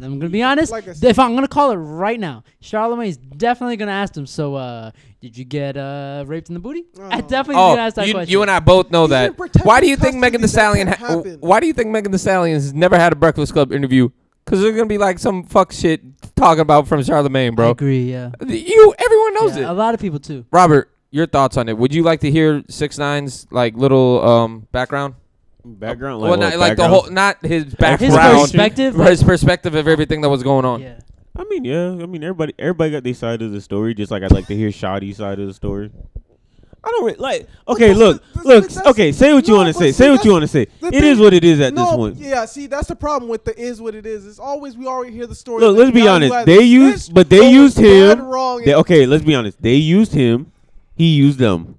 S5: I'm gonna be honest.
S4: Like I said-
S5: if I'm gonna call it right now, Charlemagne's definitely gonna ask him. So, uh, did you get uh raped in the booty? I
S4: Oh.
S5: definitely gonna
S3: Oh,
S5: ask that
S3: you,
S5: question.
S3: you and I both know
S4: He's in
S3: that.
S4: protective
S3: Why do you think
S4: custody.
S3: Megan
S4: That
S3: Thee Stallion?
S4: can't
S3: Ha-
S4: happen.
S3: why do you think Megan Thee Stallion has never had a Breakfast Club interview? Because there's gonna be like some fuck shit talking about from Charlemagne,
S5: I
S3: bro.
S5: agree. Yeah.
S3: You, everyone knows
S5: Yeah,
S3: it.
S5: A lot of people too.
S3: Robert, your thoughts on it? Would you like to hear Six Nine's like little um background?
S2: Background,
S3: well,
S2: like,
S3: not
S2: what
S3: like the
S2: background?
S3: whole, not his
S5: His
S3: background,
S2: Explanation.
S5: perspective.
S3: but his perspective of everything that was going on.
S5: yeah.
S2: I mean, yeah. I mean, everybody, everybody got their side of the story. Just like I'd like to hear Shoddy's side of the story. I don't re- like. Okay,
S4: that's
S2: look,
S4: the- that's-
S2: look.
S4: that's-
S2: Okay, say what you
S4: no,
S2: want to
S4: but
S2: say.
S4: see,
S2: Say what you
S4: that's
S2: want to say.
S4: the
S2: It
S4: thing-
S2: is what it is at
S4: no,
S2: this point.
S4: yeah. See, that's the problem with the is what it is. It's always we already hear the story.
S2: Look,
S4: of
S2: let's
S4: the
S2: be
S4: guy who
S2: honest.
S4: had
S2: They
S4: the
S2: used,
S4: snitch,
S2: but they
S4: what was
S2: used him.
S4: bad, Wrong.
S2: They-
S4: and-
S2: okay, let's be honest. They used him. He used them.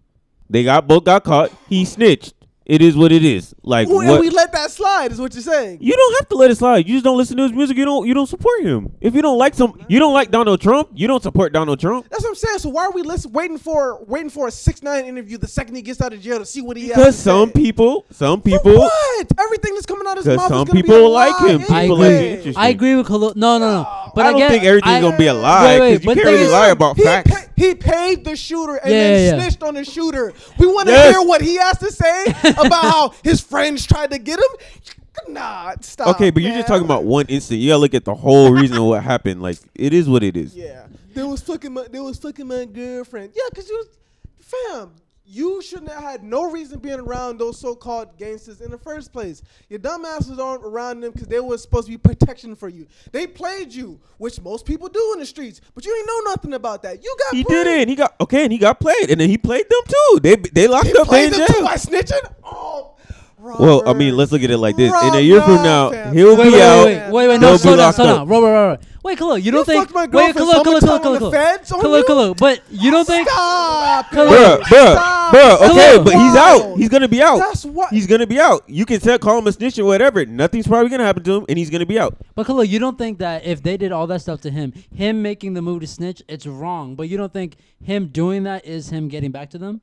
S2: They got both got caught. He snitched. It is what it is. Like
S4: Ooh, and
S2: what?
S4: we let that slide. Is what you're saying?
S2: you don't have to let it slide. You just don't listen to his music. You don't. You don't support him. If you don't like some, you don't like Donald Trump. You don't support Donald Trump.
S4: That's what I'm saying. So why are we listen, waiting for waiting for a six nine interview the second he gets out of jail to see what he has?
S2: Because
S4: to
S2: some
S4: say?
S2: people, some
S4: For
S2: people,
S4: What? Everything that's coming out of
S2: 'Cause
S4: his mouth. is
S2: some
S4: gonna be
S2: people
S4: a
S2: like
S4: lie
S2: him.
S5: I
S2: People
S5: agree.
S2: like
S4: anyway.
S2: it.
S5: I agree with Colo. No, no, no. But
S2: I don't
S5: again,
S2: think everything's
S5: I-
S2: gonna be a
S5: Wait,
S2: lie
S5: wait,
S2: because you
S5: but
S2: can't
S5: they-
S2: really lie about
S4: he
S2: facts.
S4: pa- he paid the shooter and
S5: Yeah,
S4: then
S5: yeah, yeah.
S4: snitched on the shooter. We want to
S2: Yes.
S4: hear what he has to say about how his friends tried to get him. Nah, stop.
S2: okay, but you're just
S4: man.
S2: talking about one instant. You gotta look at the whole reason of what happened. Like it is what it is.
S4: Yeah, there was fucking my there was fucking my girlfriend. Yeah, cause you, was, fam, you shouldn't have had no reason being around those so-called gangsters in the first place. Your dumbasses aren't around them because they were supposed to be protection for you. They played you, which most people do in the streets, but you ain't know nothing about that. You got
S2: He
S4: played.
S2: did it. And he got okay, and he got played, and then he played them too. They they locked
S4: He
S2: up. They
S4: played
S2: in
S4: them too
S2: jail.
S4: by snitching. Oh, Robert.
S2: Well, I mean, let's look at it like this. In a year from
S4: Robert,
S2: now,
S4: fam.
S2: he'll
S5: Wait,
S2: be
S5: wait,
S2: out.
S5: wait, wait, wait, wait, no,
S2: They'll be
S5: slow down,
S2: locked
S5: slow
S2: up.
S5: down, roll, roll, roll, roll. Wait, Kalo, you don't think?
S4: fucked my
S5: wait,
S4: girlfriend, so
S5: Kalo, Kalo,
S4: I'm gonna
S5: Kalo,
S4: tell on
S5: Kalo,
S4: the feds on
S5: Kalo,
S4: you?
S5: Kalo, but you don't think?
S4: Stop,
S5: Kalo-
S4: man.
S2: Bruh, bruh,
S4: Stop.
S2: bruh. Okay,
S5: Kalo.
S2: but he's out. He's gonna be out.
S4: That's what-
S2: He's gonna be out. You can tell, call him a snitch or whatever. Nothing's probably gonna happen to him, and he's gonna be out.
S5: But Kalo, you don't think that if they did all that stuff to him, him making the move to snitch, it's wrong. But you don't think him doing that is him getting back to them,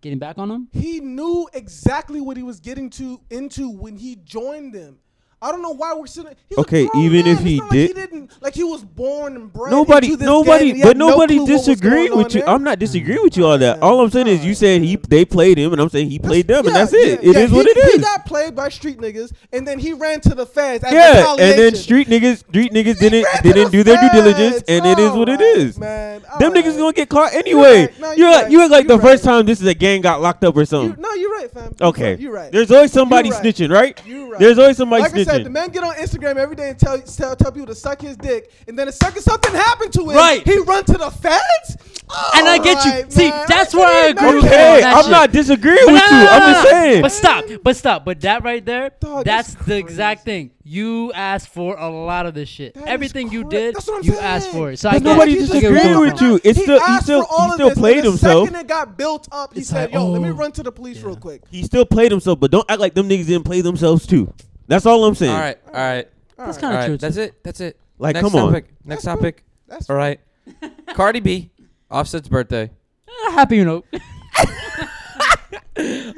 S5: getting back on them?
S4: he knew exactly what he was getting to into when he joined them. I don't know why we're sitting. He's a
S2: Okay,
S4: grown
S2: even
S4: man.
S2: if
S4: It's
S2: he
S4: not like
S2: did-
S4: he didn't like he was born and bred.
S2: Nobody,
S4: into this
S2: nobody,
S4: game and he
S2: but
S4: had no
S2: nobody
S4: clue what was
S2: disagreed
S4: going on
S2: with you.
S4: there.
S2: I'm not disagreeing with you all that. All I'm saying is you said he they played him, and I'm saying he played them, and
S4: Yeah,
S2: that's it.
S4: yeah,
S2: It is
S4: yeah,
S2: what
S4: he,
S2: it is.
S4: He got played by street niggas, and then he ran to the feds. As
S2: yeah, and then
S4: retaliation.
S2: street niggas, street niggas
S4: He
S2: didn't
S4: ran to
S2: didn't
S4: the
S2: do their due
S4: feds.
S2: diligence, and it is what it
S4: Alright,
S2: is.
S4: man.
S2: Them
S4: Alright.
S2: niggas gonna get caught
S4: You're
S2: anyway.
S4: right. No,
S2: you
S4: you're
S2: like
S4: right.
S2: you act like the
S4: You're
S2: first
S4: right.
S2: time this is a gang got locked up or
S4: You,
S2: something.
S4: no, you're right, fam. You're
S2: okay,
S4: right, You're right.
S2: There's always somebody
S4: You're right.
S2: snitching, right?
S4: You're right.
S2: There's always somebody
S4: like I
S2: snitching.
S4: said, the man get on Instagram every day and tell, tell tell people to suck his dick, and then the second something happened to him,
S5: Right.
S4: he run to the feds.
S5: And I get you.
S4: Alright,
S5: See,
S4: man.
S5: that's where I
S4: get it,
S5: agree with
S4: man.
S5: you.
S2: okay,
S5: that
S2: I'm
S5: shit.
S2: not disagreeing with
S5: But
S2: you.
S5: no, no, no,
S2: I'm
S5: no,
S2: just
S5: no.
S2: saying.
S5: But stop. But stop. But that right there,
S4: Dog,
S5: that's,
S4: that's
S5: the
S4: crazy.
S5: exact thing. You asked for a lot of this shit.
S4: That is
S5: Everything you
S4: cra-
S5: did,
S4: that's what I'm
S5: you
S4: saying.
S5: asked for it. So I
S2: But
S5: get
S2: nobody
S5: it. I get where
S2: disagreed
S5: you're coming
S2: with
S5: from.
S2: you. It's still- he
S4: asked
S2: still-
S4: for all
S2: he
S4: of
S2: still
S4: this, and
S2: played
S4: the
S2: himself.
S4: Second it got built up, he
S5: It's
S4: said,
S5: like,
S4: "Yo, let me
S5: oh.
S4: run to the police real quick."
S2: He still played himself, but don't act like them niggas didn't play themselves too. That's all I'm saying.
S3: All right, all right,
S5: That's
S3: all
S5: kind of
S3: right.
S5: true.
S3: That's it. That's it.
S2: Like,
S3: Next
S2: come on.
S3: topic. Next
S4: That's
S3: topic.
S4: That's
S3: All right. Cardi B, Offset's birthday.
S5: Uh, Happy, you know.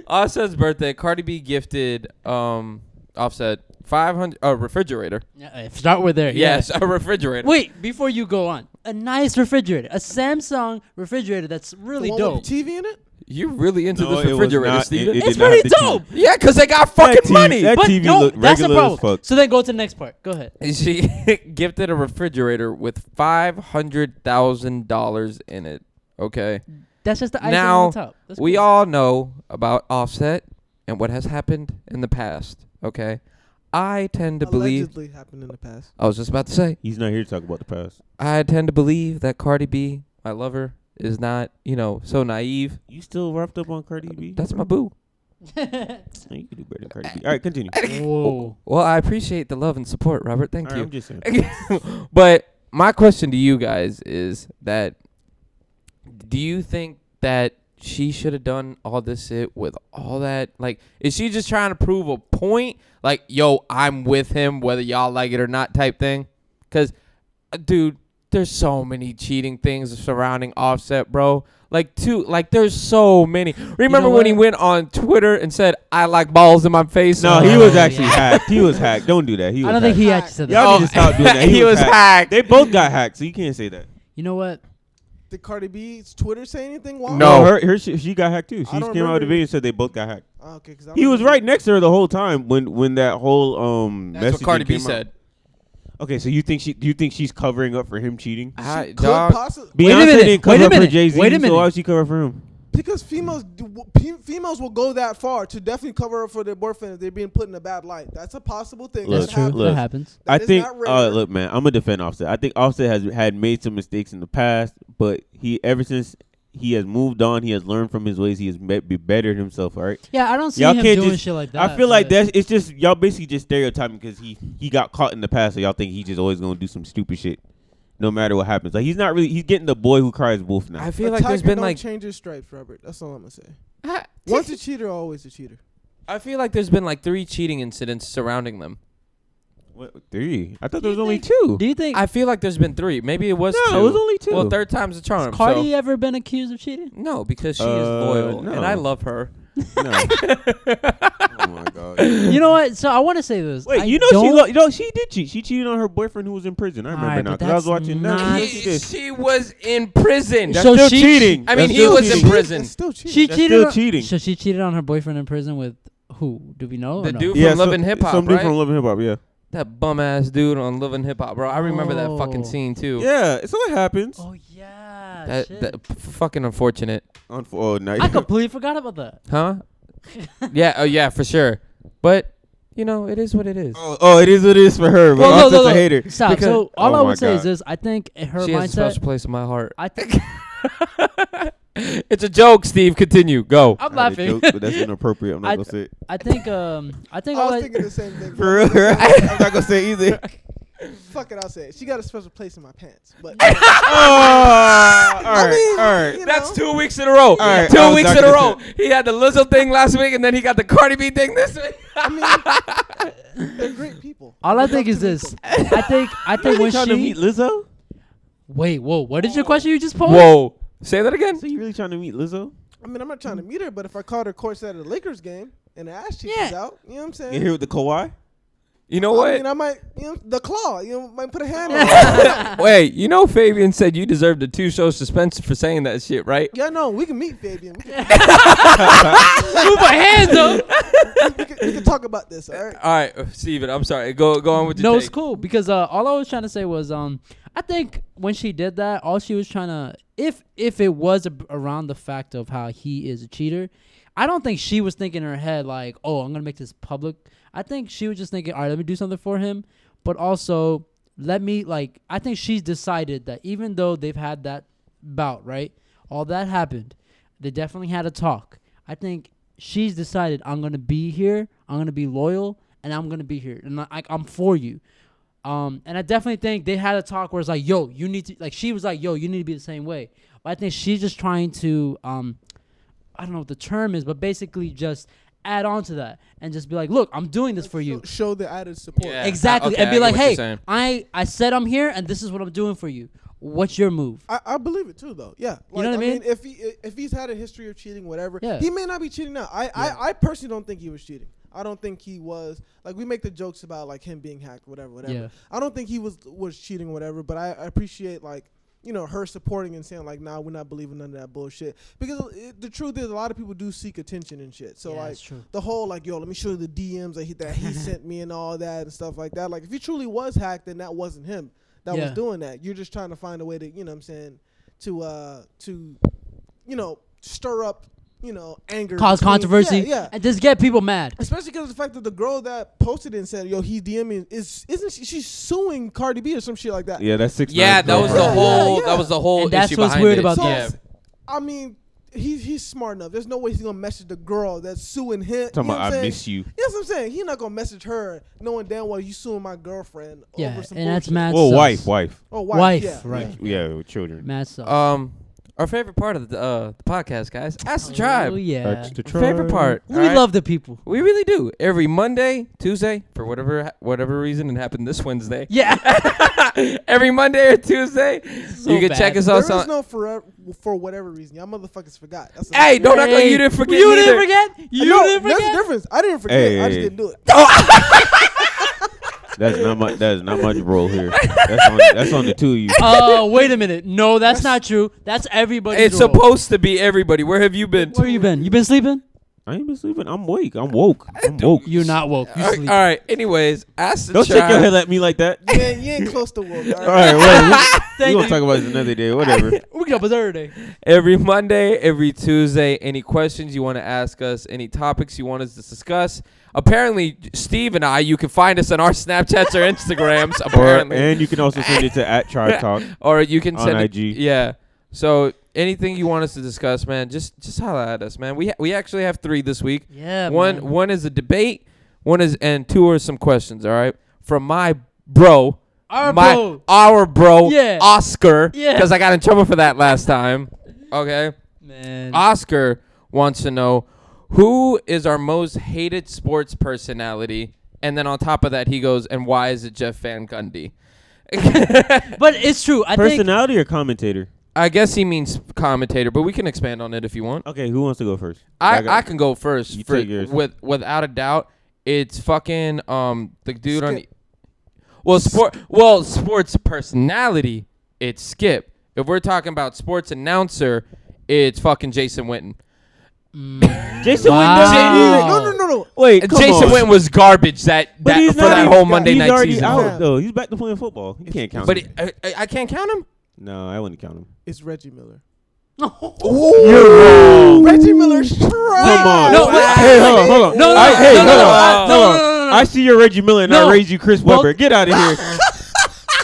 S3: Offset's birthday. Cardi B gifted um Offset 500 a refrigerator.
S5: Yeah, Start with there. yeah.
S3: Yes, a refrigerator.
S5: Wait, before you go on, a nice refrigerator, a Samsung refrigerator that's really
S4: the one
S5: dope.
S4: With the TV in it.
S3: You really into
S2: No,
S3: this
S2: it was
S3: refrigerator,
S2: not.
S3: Steven?
S2: It- it
S5: it's
S2: did not
S5: pretty
S2: have the
S5: dope.
S3: yeah, because they got fucking
S2: TV
S3: money.
S2: that-
S5: But
S2: TV
S5: no,
S2: look
S5: that's the
S2: regular as
S5: problem.
S2: fuck.
S5: So then go to the next part. Go ahead.
S3: she gifted a refrigerator with five hundred thousand dollars in it. Okay.
S5: That's just the icing
S3: now
S5: on the top. That's
S3: we
S5: cool.
S3: all know about Offset and what has happened in the past. Okay. I tend to believe.
S4: Allegedly happened in the past.
S3: I was just about to say.
S2: He's not here to talk about the past.
S3: I tend to believe that Cardi B, my lover, is not you know so naive.
S2: You still wrapped up on Cardi B?
S3: That's my boo.
S2: you can do better than Cardi B. All right, continue.
S5: Whoa.
S3: Well, I appreciate the love and support, Robert. Thank
S2: All right,
S3: you.
S2: I'm just saying.
S3: but my question to you guys is that do you think that she should have done all this shit with all that like is she just trying to prove a point like yo i'm with him whether y'all like it or not type thing because dude there's so many cheating things surrounding offset bro like two like there's so many remember when he
S5: what?
S3: went on twitter and said i like balls in my face Uh,
S2: No, he was
S5: Oh,
S2: actually
S5: yeah.
S2: hacked. He was hacked. Don't do that. He was
S5: I don't think
S2: hacked.
S5: he actually said that.
S2: Y'all
S3: Oh.
S2: need to stop doing that.
S3: He was hacked.
S2: They both got hacked, so you can't say that.
S5: You know what?
S4: Did Cardi B's Twitter say anything? Why?
S3: No.
S2: her, her, she, she got hacked too. She
S4: I
S2: just
S4: don't
S2: came out of the
S4: remember.
S2: video and said they both got hacked.
S4: Oh, okay, 'cause I
S2: He was
S4: remember-
S2: right next to her the whole time when when that whole um.
S3: that's what
S2: messaging
S3: cardi b
S2: came out.
S3: said
S2: Okay, so you think she? Do you think she's covering up for him cheating?
S3: Ah,
S4: Could
S3: dog,
S4: possi-
S2: Beyonce
S5: Wait a minute,
S2: didn't
S5: wait
S2: cover
S5: a
S2: up for
S5: minute,
S2: Jay Z.
S5: wait a
S2: So why
S5: minute.
S2: would she cover for him?
S4: because females do, w- pe- females will go that far to definitely cover up for their boyfriend if they're being put in a bad light. That's a possible thing.
S2: Look,
S5: That's
S4: that
S5: true.
S4: happens.
S2: look.
S5: That happens.
S4: That
S2: I
S4: is
S2: think.
S4: not
S2: Uh,
S4: rare.
S2: look, man, I'm gonna defend Offset. I think Offset has had made some mistakes in the past, but he ever since he has moved on, he has learned from his ways. He has be- be bettered himself. All right.
S5: Yeah, I don't see
S2: y'all
S5: him
S2: can't
S5: doing
S2: just.
S5: shit like that.
S2: I feel like
S5: but-
S2: that's. It's just y'all basically just stereotyping because he he got caught in the past, so y'all think he's just always gonna do some stupid shit, no matter what happens. Like he's not really. He's getting the boy who cries wolf now.
S3: I
S4: A
S3: feel like there's
S4: tiger
S3: been
S4: don't
S3: like
S4: change his stripes, Robert. That's all I'm gonna say.
S3: I
S4: Once a cheater, always a cheater.
S3: feel like there's been like three cheating incidents surrounding them.
S2: What, three? I thought there was only two.
S5: Do you think
S3: I feel like there's been three. Maybe it was
S2: No,
S3: two.
S2: it was only two.
S3: Well, third time's a charm. so-
S5: Cardi ever been accused of cheating?
S3: No, because she is
S2: Uh,
S3: loyal
S2: no.
S3: and I love her.
S2: No. oh my god.
S5: You know what? So I want to say this.
S2: Wait,
S5: I
S2: you know she
S5: don't-
S2: lo- you know she did cheat. She cheated on her boyfriend who was in prison. I remember
S5: Alright,
S2: now
S5: but
S2: 'cause I was
S5: that's
S2: watching. No,
S5: not-
S2: she did.
S3: she was in prison.
S5: That's So still she- cheating.
S3: I mean,
S2: That's
S3: he
S2: still
S3: was
S2: cheating.
S3: in prison.
S4: It's still cheating.
S5: She
S2: That's
S5: cheated.
S2: still
S5: on,
S2: cheating.
S5: So she cheated on her boyfriend in prison with who? Do we know? or
S3: The
S5: no?
S3: dude from
S2: Yeah,
S3: Love
S2: so-
S3: and Hip Hop,
S2: Some dude
S3: right?
S2: from Love and Hip Hop. Yeah.
S3: that bum ass dude on Love and Hip Hop, bro. I remember that fucking
S5: Oh.
S3: scene too.
S2: Yeah. So it happens.
S5: Oh yeah.
S3: That,
S5: shit.
S3: that f- fucking unfortunate,
S2: Unf- oh, now
S5: I completely forgot about that.
S3: huh? yeah, oh yeah, for sure. But you know, it is what it is.
S2: oh, oh, it is what it is for her. But
S5: Well,
S2: well,
S5: no, no,
S2: a
S5: no.
S2: hater.
S5: Stop.
S3: Because-
S5: so all
S2: Oh my
S5: I would say is
S2: God.
S5: this: I think her
S3: she has a
S5: mindset.
S3: special place in my heart.
S5: I think
S3: It's a joke, Steve. Continue. Go.
S5: I'm
S2: I had a
S5: laughing.
S2: joke, but that's inappropriate. I'm not
S5: I-
S2: gonna say it.
S5: I think um I think
S4: I
S5: all
S4: was
S5: I,
S4: thinking the same thing.
S2: For real, I'm not gonna say either.
S4: Fuck it, I'll say it. She got a special place in my pants. But
S2: oh, all
S4: I
S2: right,
S4: mean,
S2: all right.
S4: you
S3: That's
S4: know,
S3: two weeks in a row.
S2: right,
S3: two
S2: I was
S3: weeks
S2: not
S3: in a
S2: gonna
S3: row.
S2: say-
S3: He had the Lizzo thing last week, and then he got the Cardi B thing this week.
S4: I mean, they're great people.
S5: all I
S4: We'd
S5: think
S4: love
S5: is
S4: to meet
S5: this.
S4: them.
S5: I think I think when
S2: trying to meet
S5: she
S2: Lizzo?
S5: wait whoa what is your question you just posed?
S3: Whoa. Say that again.
S2: So you really trying to meet Lizzo?
S4: I mean, I'm not trying to meet her, but if I caught her courtside at a Lakers game and her ass cheeks
S5: Yeah.
S4: was out, you know what I'm
S2: You
S4: saying?
S2: here with the Kawhi?
S3: You know
S4: I
S3: what?
S4: mean, I might, you know, the claw, you know, might put a hand on it.
S3: Wait, you know Fabian said you deserved a two show suspension for saying that shit, right?
S4: Yeah, no, we can meet Fabian. We can,
S5: Move my hands up.
S4: we can, we can talk about this, all right?
S3: All right, uh, Steven, I'm sorry. Go go on with your
S5: No,
S3: take.
S5: it's cool because uh, all I was trying to say was um I think when she did that all she was trying to if if it was ab- around the fact of how he is a cheater, I don't think she was thinking in her head like oh I'm gonna make this public. I think she was just thinking all right let me do something for him, but also let me like I think she's decided that even though they've had that bout right all that happened they definitely had a talk. I think she's decided I'm gonna be here. I'm gonna be loyal, and I'm gonna be here, and I, I'm for you. Um, and I definitely think they had a talk where it's like, yo, you need to like. She was like, yo, you need to be the same way. But I think she's just trying to, um, I don't know what the term is, but basically just add on to that and just be like, look, I'm doing this for you.
S4: Show, show the added support.
S3: Yeah.
S5: Exactly,
S3: Okay,
S5: and
S3: I
S5: be
S3: get
S5: like,
S3: what you're
S5: hey,
S3: saying.
S5: I I said I'm here, and this is what I'm doing for you. What's your move?
S4: I, I believe it too, though. Yeah,
S5: You know what I mean?
S4: If he if he's had a history of cheating, whatever,
S5: Yeah.
S4: he may not be cheating now. I, I I personally don't think he was cheating. I don't think he was like we make the jokes about like him being hacked, whatever, whatever.
S5: Yeah.
S4: I don't think he was was cheating, whatever. But I, I appreciate like you know her supporting and saying like, nah, we're not believing none of that bullshit because it, the truth is a lot of people do seek attention and shit. So
S5: Yeah,
S4: like
S5: that's true.
S4: the whole like yo, let me show you the DMs that he, that he sent me and all that and stuff like that. Like if he truly was hacked, then that wasn't him that was
S5: Yeah.
S4: doing that. You're just trying to find a way to, you know what I'm saying, to uh to you know, stir up, you know, anger.
S5: Cause
S4: between-
S5: controversy,
S4: Yeah. yeah.
S5: and just get people mad.
S4: Especially because the fact that the girl that posted it and said, "Yo, he's DMing," is isn't she? She's suing Cardi B or some shit like that.
S2: Yeah, that's six.
S3: Yeah, that was the
S4: Yeah,
S3: whole
S4: yeah.
S3: that was the whole
S5: And that's
S3: issue
S5: what's
S3: behind
S5: weird
S3: it.
S5: about
S4: So,
S3: yeah.
S5: this.
S4: I mean, he's he's smart enough. There's no way he's gonna message the girl that's suing him.
S2: Talking
S4: you know
S2: about,
S4: what I'm
S2: I
S4: saying?
S2: miss you.
S4: That's what I'm saying. He's not gonna message her knowing damn well you suing my girlfriend.
S5: Yeah,
S4: over
S5: and
S4: some
S5: that's
S4: bullshit.
S5: mad.
S2: Well,
S5: sucks.
S2: wife, wife.
S4: Oh, wife,
S5: Wife,
S4: yeah.
S5: right?
S2: Yeah, with children.
S5: Mad sucks.
S3: Um our favorite part of the uh the podcast, guys. Ask the tribe.
S5: Oh, yeah.
S3: Our favorite part.
S5: We
S3: all right?
S5: love the people.
S3: We really do. Every Monday, Tuesday, for whatever whatever reason it happened this Wednesday.
S5: Yeah.
S3: Every Monday or Tuesday,
S5: So
S3: you can
S5: bad.
S3: check us
S4: There
S3: out
S4: is
S3: on
S4: no forever, for whatever reason. Y'all motherfuckers forgot. That's a-
S3: Hey, don't act like Oh, you didn't forget.
S5: You
S3: neither.
S5: didn't forget. You
S4: no,
S5: didn't
S4: That's
S5: forget.
S4: the difference. I didn't forget. I just
S2: Hey.
S4: didn't do it.
S2: That's not my. That is not my role here. That's on, that's on the two of you.
S5: Oh, wait a minute. No, that's not true. That's everybody's
S3: It's
S5: role.
S3: supposed to be everybody. Where have you been?
S5: Where you been? You been sleeping?
S2: I ain't been sleeping. I'm awake. I'm woke. I'm woke.
S5: You're not woke. You
S3: all
S5: sleep.
S3: right. Anyways, ask the
S2: Don't shake your
S3: child.
S2: head at me like that.
S4: You ain't, you ain't close to woke.
S2: All right, whatever. we
S5: Thank
S2: gonna
S5: you.
S2: talk about this another day. Whatever.
S5: We get up with every day.
S3: every Monday, every Tuesday. Any questions you want to ask us, any topics you want us to discuss. Apparently, Steve and I, you can find us on our Snapchats or Instagrams,
S2: or,
S3: apparently.
S2: and you can also send it to at Tribe Talk.
S3: or you can
S2: On
S3: send it-
S2: IG.
S3: yeah. So anything you want us to discuss, man, just just holla at us, man. We ha- we actually have three this week.
S5: Yeah.
S3: one
S5: man.
S3: one is a debate, one is and two are some questions. All right, from my bro,
S5: Our
S3: my
S5: bro.
S3: our bro,
S5: Yeah.
S3: Oscar,
S5: Yeah. Mm-hmm.
S3: because I got in trouble for that last time. Okay,
S5: Man.
S3: Oscar wants to know who is our most hated sports personality, and then on top of that, he goes, and why is it Jeff Van Gundy?
S5: but it's true. I think
S2: Personality or commentator?
S3: I guess he means commentator, but we can expand on it if you want.
S2: Okay, who wants to go first?
S3: I,
S2: got-
S3: I can go first.
S2: You
S3: for-
S2: take yours.
S3: With without a doubt, it's fucking um the dude on.
S4: Skip.
S3: Well, sport. Well, sports personality. It's Skip. If we're talking about sports announcer, it's fucking Jason Witten.
S2: Jason
S5: Wow.
S2: Witten.
S5: Wow.
S2: doesn't
S4: No, no, no, no.
S5: Oh.
S2: even- Wait, come
S3: Jason
S2: on.
S3: Witten was garbage that,
S2: But
S3: that
S2: he's
S3: for
S2: not
S3: that
S2: even-
S3: whole Monday
S2: he's
S3: night
S2: already
S3: season.
S2: out though. He's back to playing football. You can't count.
S3: But
S2: him.
S3: it, I, I- I can't count him.
S2: no, I wouldn't count him.
S4: It's Reggie Miller.
S2: You're wrong.
S4: Reggie Miller's trash.
S2: Come on.
S5: No, wait.
S2: hey, hold on, hold on.
S5: No, no,
S2: I,
S5: no,
S2: hey,
S5: no,
S2: hold
S5: no,
S2: on.
S5: no,
S2: hold on.
S5: no, no, no, no, no.
S2: I see your Reggie Miller and
S5: No.
S2: I raise you Chris
S5: Well-
S2: Webber. Get out of here.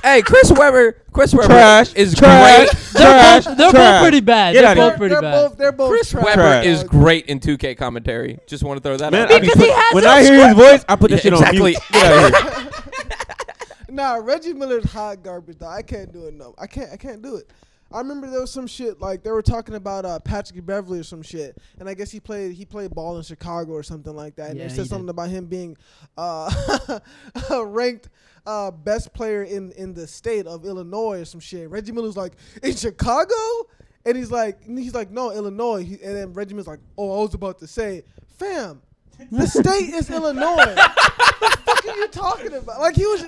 S3: Hey, Chris Webber. Chris Webber
S2: Trash.
S3: is
S2: Trash.
S3: great.
S5: they're
S2: Trash.
S5: both, they're both
S2: Trash.
S5: pretty bad.
S2: Get
S5: They're
S2: outta
S5: both
S2: here.
S5: pretty
S4: they're
S5: bad.
S4: both. They're both.
S3: Chris
S4: trash.
S3: Webber
S2: Trash.
S3: is great in 2K commentary. Just want to throw that
S2: Man,
S3: out.
S2: I
S3: there.
S2: be put- when I hear his voice, I put that
S3: Yeah,
S2: shit on
S3: exactly.
S2: mute. Get out of here.
S4: Nah, Reggie Miller's hot garbage though. I can't do it. No, I can't. I can't do it. I remember there was some shit like they were talking about uh, Patrick Beverly or some shit, and I guess he played he played ball in Chicago or something like that. And
S5: Yeah,
S4: they
S5: he
S4: said
S5: did.
S4: something about him being uh, ranked uh, best player in in the state of Illinois or some shit. Reggie Miller's like in Chicago, and he's like and he's like no Illinois, he, and then Reggie Miller's like oh I was about to say fam, the state is Illinois. the fuck are you talking about? Like he was.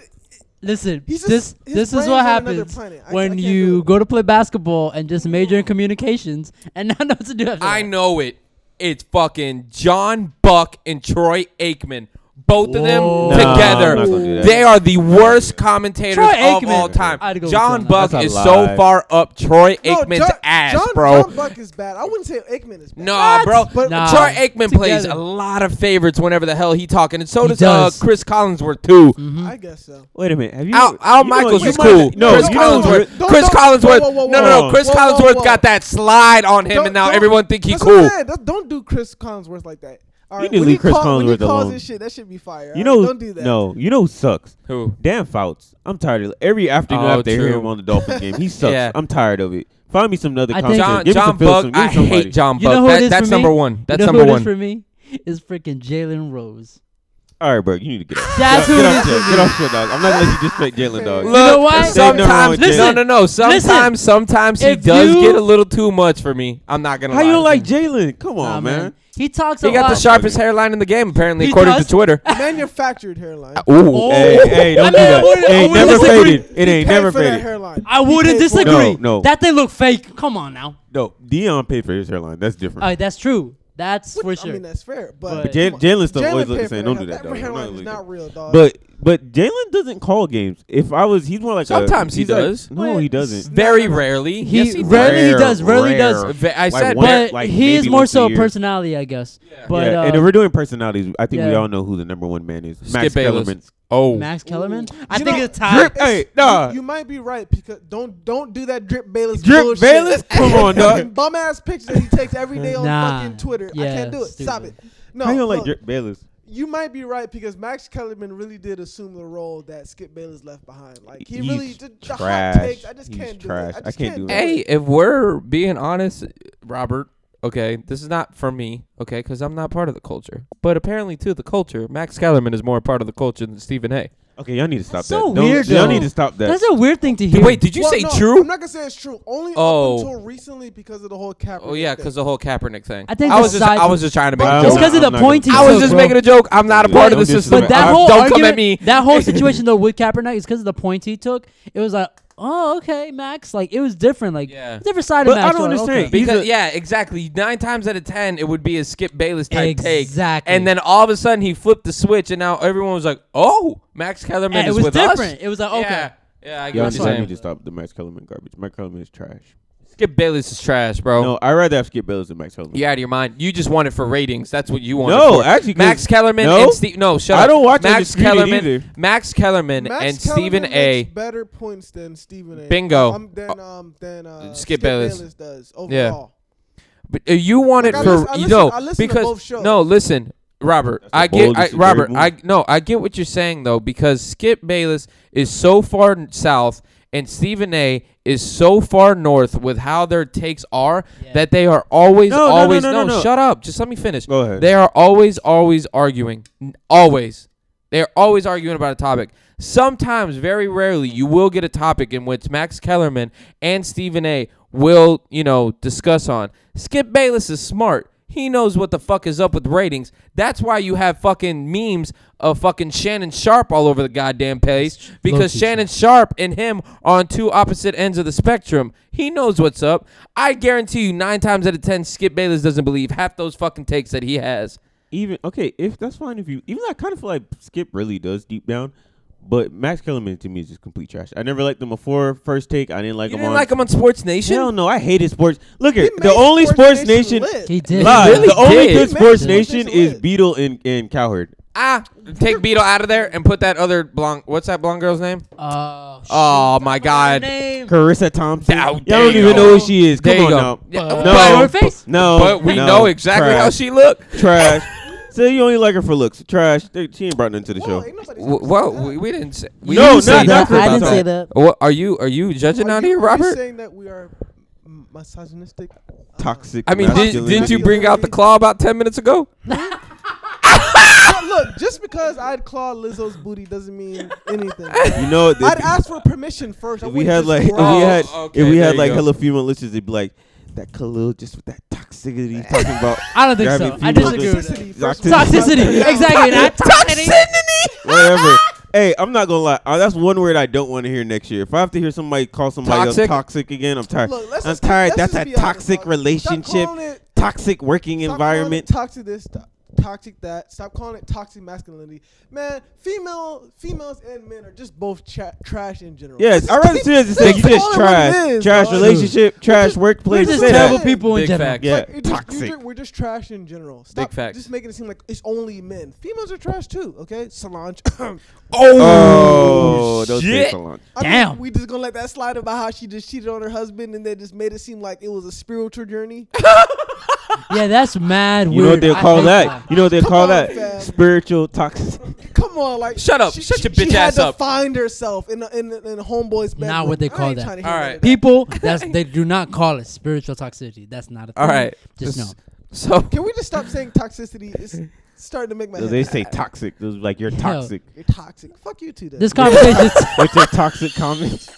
S5: Listen,
S4: He's just-
S5: this
S4: his
S5: this is
S4: brain's
S5: what
S4: on another
S5: happens
S4: planet. I- I
S5: when
S4: can't do
S5: you
S4: it.
S5: go to play basketball and just major in communications and not know what to do. After
S3: I
S5: that.
S3: know it. It's fucking John Buck and Troy Aikman. Both of them
S5: Whoa.
S2: Nah,
S3: together,
S2: I'm not gonna do that.
S3: they are the worst commentators
S5: Troy
S3: of
S5: Aikman.
S3: all time.
S5: I'd go with
S3: John
S5: John
S3: Buck
S2: That's a
S3: is
S2: lie.
S3: so far up Troy Aikman's
S4: John,
S3: ass,
S4: John,
S3: bro.
S4: John Buck is bad. I wouldn't say Aikman is bad.
S3: No,
S5: What?
S3: bro.
S4: But-
S5: Nah.
S3: Troy Aikman plays a
S5: Together.
S3: lot of favorites whenever the hell he talking, and so
S5: He
S3: does, uh,
S5: does. Mm-hmm.
S3: Chris Collinsworth too.
S4: I guess so.
S2: Wait a minute. Have you?
S3: Al, Al
S2: you know-
S3: Michaels
S2: you
S3: is
S2: might-
S3: cool.
S2: No,
S3: Chris
S2: you know,
S3: Collinsworth.
S4: don't-
S3: Chris
S4: don't-
S3: Collinsworth.
S4: whoa, whoa, whoa,
S3: no, no, no.
S2: whoa.
S3: Chris
S4: Whoa, whoa,
S3: Collinsworth
S4: whoa.
S3: got that slide on him, and now everyone think he
S4: that's what I'm
S3: cool.
S4: saying. Don't, don't do Chris Collinsworth like that. All
S2: You need to
S4: when
S2: leave Chris
S4: call- when
S2: Collinsworth
S4: you calls
S2: alone.
S4: This shit, that should be fire.
S2: You know,
S4: don't do that.
S2: no. You know who sucks?
S3: Who?
S2: Dan Fouts. I'm tired of every afternoon
S3: Oh,
S2: after I hear
S3: true.
S2: him on the Dolphins game. He sucks.
S3: Yeah.
S2: I'm tired of it. Find me some other
S5: I
S2: content.
S5: think-
S3: John,
S2: Give me
S3: John
S2: some Phillipson.
S3: Buck.
S2: Give
S3: I
S2: me somebody.
S3: hate John Buck.
S5: You know who
S3: That-
S5: it is
S3: that's
S5: for me?
S3: number one. That's
S5: you know
S3: number
S5: who it
S3: one.
S5: is for me? Is freaking Jalen Rose.
S2: All right, bro. You need to get off.
S5: That's
S2: get
S5: who
S2: off
S5: it
S2: shit. Get off shit, dog. I'm not gonna let you just take Jalen, dog.
S4: You
S3: Look,
S5: know why?
S2: There's nothing wrong
S3: Sometimes,
S2: with
S3: no,
S5: Jalen.
S3: no, no. Sometimes,
S5: Listen.
S3: sometimes he
S5: If
S3: does
S5: you-
S3: get a little too much for me. I'm not gonna.
S2: How
S3: lie.
S2: you don't like Jalen? Come on,
S5: Nah,
S2: man.
S5: He talks
S3: He
S5: a
S3: got
S5: lot.
S3: the sharpest hairline in the game, apparently,
S5: He
S3: according
S5: does.
S3: to Twitter.
S4: Manufactured hairline.
S3: Ooh.
S2: Hey, hey, don't
S5: I
S2: do
S5: mean, I
S2: that.
S5: wouldn't- I
S2: hey,
S5: wouldn't
S2: never
S5: disagree.
S2: faded. It ain't
S4: Paid
S2: never
S4: for that
S2: faded.
S4: hairline.
S5: I
S4: He
S5: wouldn't
S4: paid for it.
S5: disagree.
S2: No, no.
S5: That they look fake. Come on now.
S2: No, Dion paid for his hairline. That's different.
S4: Uh,
S5: All right, that's true. That's for
S4: I
S5: sure.
S4: mean, that's fair. But,
S5: But
S2: Jalen Jalen stuff
S4: Jalen
S2: always look
S4: paid
S2: the
S4: for
S2: same. Don't do
S4: hair-
S2: that, dog. I'm not
S4: hairline
S2: gonna
S4: is
S2: do that.
S4: not real, dog.
S2: But but Jalen doesn't call games. If I was, he's more like a-
S3: Sometimes he
S2: he's like-
S3: does.
S2: no, he doesn't.
S3: Very rarely.
S5: He
S3: yes, he does.
S5: rarely does, rarely does.
S3: Va- I said,
S2: once-
S5: but
S2: like,
S5: he is
S2: maybe
S5: more
S2: once
S5: so
S2: year.
S5: personality, I guess. But
S2: yeah,
S5: uh,
S2: and if we're doing personalities, I think we
S5: yeah.
S2: all know who the number one man is. Max
S3: Skip Bayless.
S2: Kellerman.
S3: Oh,
S5: Max Kellerman,
S4: Ooh.
S5: I
S4: You
S5: think
S4: know-
S5: it's tied.
S2: Drip- hey, nah.
S4: You, you might be right because don't don't do that drip Bayless.
S2: Drip
S4: bullshit.
S2: Bayless? Come on, dog.
S4: Bum ass pictures that he takes every day on
S5: Nah.
S4: fucking Twitter. I
S5: Yeah,
S4: can't do it. Stop it.
S5: stupid.
S4: No,
S2: How you don't like
S4: look,
S2: Drip Bayless?
S4: you might be right because Max Kellerman really did assume the role that Skip Bayless left behind. Like he
S2: He's
S4: really did the
S2: trash.
S4: hot takes. I just
S2: He's
S4: can't
S2: trash.
S4: do it.
S2: I
S4: just
S2: can't do it.
S3: hey, if we're being honest, Robert. Okay, this is not for me. Okay, because I'm not part of the culture. But apparently, too, the culture. Max Kellerman is more part of the culture than Stephen Hay.
S2: Okay, y'all need to stop
S5: That's so
S2: that. Don't-
S5: weird,
S2: Y'all
S5: though.
S2: need to stop that.
S5: That's a weird thing to hear.
S3: Wait, did you
S4: Well,
S3: say
S4: no,
S3: true?
S4: I'm not gonna say it's true. Only
S3: Oh.
S4: up until recently because of the whole Kaepernick.
S3: Oh yeah, because the
S4: thing.
S3: whole Kaepernick thing.
S5: I think
S3: I
S5: the
S3: was just
S5: side-
S3: I was just trying to make
S2: Wow.
S3: a
S5: It's
S3: joke.
S2: I'm
S5: because of the
S2: not gonna-
S5: point he
S3: I was
S5: took,
S3: just
S5: bro.
S3: making a joke. I'm not a part
S2: Don't
S3: of the
S2: do this
S3: system.
S2: to me.
S5: But that
S3: I-
S5: whole
S3: don't
S5: argument,
S3: come at me.
S5: that whole situation though with Kaepernick is because of the points he took. It was like oh, okay, Max. Like it was different. Like
S3: Yeah.
S5: different side
S2: But
S5: of
S2: I
S5: Max.
S2: don't
S5: You're like,
S2: understand.
S5: okay.
S2: He's
S3: Because
S2: a-
S3: yeah, exactly. Nine times out of ten, it would be a Skip Bayless type take.
S5: Exactly.
S3: And then all of a sudden, he flipped the switch, and now everyone was like, "Oh, Max Kellerman
S5: And it
S3: is
S5: was
S3: with
S5: different.
S3: us."
S5: It was like okay.
S3: Yeah, yeah. I
S2: Y'all need,
S3: get what you're
S2: y'all need
S3: saying.
S2: to stop the Max Kellerman garbage. Max Kellerman is trash.
S3: Skip Bayless is trash, bro.
S2: No, I'd rather have Skip Bayless than Max Kellerman.
S3: You out of your mind. You just want it for ratings. That's what you want.
S2: No,
S3: it for.
S2: actually, 'cause-
S3: Max Kellerman
S2: no.
S3: and Steve. No, shut
S2: I
S3: up.
S2: don't watch
S3: Max
S2: Undisputed
S3: Kellerman.
S2: either.
S3: Max Kellerman
S4: Max
S3: and
S4: Kellerman
S3: Stephen A.
S4: makes better points than Stephen A.
S3: Bingo.
S4: Um, than um than uh,
S3: Skip Bayless.
S4: does overall.
S3: But uh, you want
S4: Like,
S3: it
S4: I
S3: for
S4: listen- I
S3: you
S4: listen-
S3: know
S4: I listen to
S3: because
S4: both shows.
S3: no, listen, Robert.
S2: the
S3: I get I,
S2: boldest and
S3: Robert.
S2: brave
S3: I no, I get what you're saying though because Skip Bayless is so far n- south and Stephen A. is so far north with how their takes are
S5: Yeah.
S3: that they are always
S2: No, no, no,
S3: always
S2: no, no, no.
S3: shut up just let me finish
S2: Go ahead.
S3: they are always always arguing N- always they are always arguing about a topic sometimes very rarely you will get a topic in which max kellerman and stephen a will you know discuss on skip bayless is smart he knows what the fuck is up with ratings. That's why you have fucking memes of fucking Shannon Sharp all over the goddamn page because
S5: low-key
S3: Shannon Sharp and him are on two opposite ends of the spectrum. He knows what's up. I guarantee you, nine times out of ten, Skip Bayless doesn't believe half those fucking takes that he has.
S2: even okay, if that's fine, if you even though I kind of feel like Skip really does deep down, but Max Kellerman to me is just complete trash. I never liked him before first take. I didn't like
S3: You
S2: him
S3: didn't
S2: on.
S3: like him on Sports Nation?
S2: Hell no, I hated sports. Look
S4: He
S2: here,
S4: made
S2: the only Sports Nation.
S4: lit.
S5: He did.
S2: Lies.
S3: really
S2: the only
S3: did.
S2: good
S4: He made
S2: Sports
S4: Sports
S2: Nation
S4: Nation
S2: is
S4: lit.
S2: Beetle and, and Cowherd.
S3: Ah, take Beetle out of there and put that other blonde. What's that blonde girl's name?
S5: Oh, shoot.
S3: Oh my
S5: Her
S3: God.
S5: name.
S2: Carissa Thompson.
S3: Ow,
S2: Y'all
S3: there
S2: don't
S3: you
S2: even
S3: go.
S2: know who she is.
S3: There
S2: Come
S3: you
S2: on
S3: go.
S2: now.
S3: Yeah,
S5: But-
S2: No,
S5: her face.
S2: No,
S3: But we
S2: no,
S3: know exactly
S2: trash,
S3: how she looked.
S2: trash. so you only like her for looks. Trash. They- She ain't brought nothing to the
S4: Whoa,
S2: show.
S4: ain't nobody
S3: Whoa,
S4: saying
S3: whoa
S4: that.
S3: we, we didn't say. We
S2: No,
S3: didn't
S2: not-
S3: say
S2: not
S3: that.
S2: Carissa
S5: I didn't say
S2: Thompson.
S5: that.
S3: What, are you are you judging
S4: Are
S3: out
S4: you-
S3: here,
S4: are you
S3: Robert?
S4: saying that we are m- misogynistic?
S2: Toxic.
S3: I mean, did,
S2: masculinity.
S3: didn't you bring out the claw about ten minutes ago?
S4: Look, Uh, look, just because I'd claw Lizzo's booty doesn't mean anything.
S2: You know, the-
S4: I'd ask for permission first. I
S2: If we
S4: wouldn't
S2: had
S4: just
S2: like if
S4: growl.
S2: we had
S3: Oh, okay,
S2: if we
S3: there
S2: had
S3: you
S2: like
S3: go.
S2: hella female listeners, they'd be like that Khalil just with that toxicity he's talking about.
S5: I don't think
S2: grabbing
S5: so. I
S2: females
S5: disagree
S2: and-
S5: with that.
S4: Toxicity first.
S5: Toxicity. exactly. Not toxicity.
S2: Whatever. Hey, I'm not gonna lie. Uh, that's one word I don't want to hear next year. If I have to hear somebody call somebody else
S3: Toxic?
S2: toxic again, I'm tired.
S4: Look, let's
S2: I'm
S4: just keep-
S2: tired. That's
S4: let's just
S2: a
S4: be honest,
S2: toxic
S4: dog.
S2: relationship,
S4: Stop calling it,
S2: toxic working
S4: stop calling
S2: environment.
S4: it toxic this, to- toxic that. Stop calling it toxic masculinity. Man, female, females and men are just both cha- trash in general.
S2: yes, I'd rather seriously say you
S4: That's
S2: just
S4: all it
S2: trash,
S4: is,
S2: trash
S4: dog.
S2: relationship, trash
S4: just-
S2: workplace.
S5: We're
S4: Please
S5: just
S2: say that.
S5: terrible people in
S3: Big
S5: general.
S3: facts.
S2: Yeah,
S4: Like, it just-
S2: toxic.
S4: you're ju- we're just trash in general. Stop
S3: facts.
S4: Just making it seem like it's only men. Females are trash too. Okay, Solange. I
S2: Oh, those
S3: shit.
S2: shit. Alone.
S4: mean,
S5: Damn.
S4: we just gonna let that slide about how she just cheated on her husband and they just made it seem like it was a spiritual journey.
S5: Yeah, that's mad
S2: You know what
S5: weird.
S2: they'll
S5: I
S2: call
S5: hate
S2: that? You know what they'll
S4: Come
S2: call
S4: on,
S2: that?
S4: fam.
S2: Spiritual toxic.
S4: Come on, like
S3: Shut up.
S4: She,
S3: Shut
S4: she,
S3: your bitch
S4: she
S3: ass
S4: had to
S3: up.
S4: find herself in a, in, a- in a homeboy's bedroom.
S5: Not what they
S4: I
S5: call
S4: ain't
S5: that.
S4: tryna hear
S3: All
S4: none
S3: right.
S4: of that.
S5: People that's they do not call it spiritual toxicity. That's not a thing.
S3: All right,
S5: Just know.
S3: This- So
S4: Can we just stop saying toxicity? It's starting to make my
S2: No,
S4: head.
S2: they
S4: hurt.
S2: say toxic. Those like you're
S5: Yo.
S2: toxic.
S4: You're toxic. Fuck you too. Then.
S5: This conversation
S2: What's your toxic comment?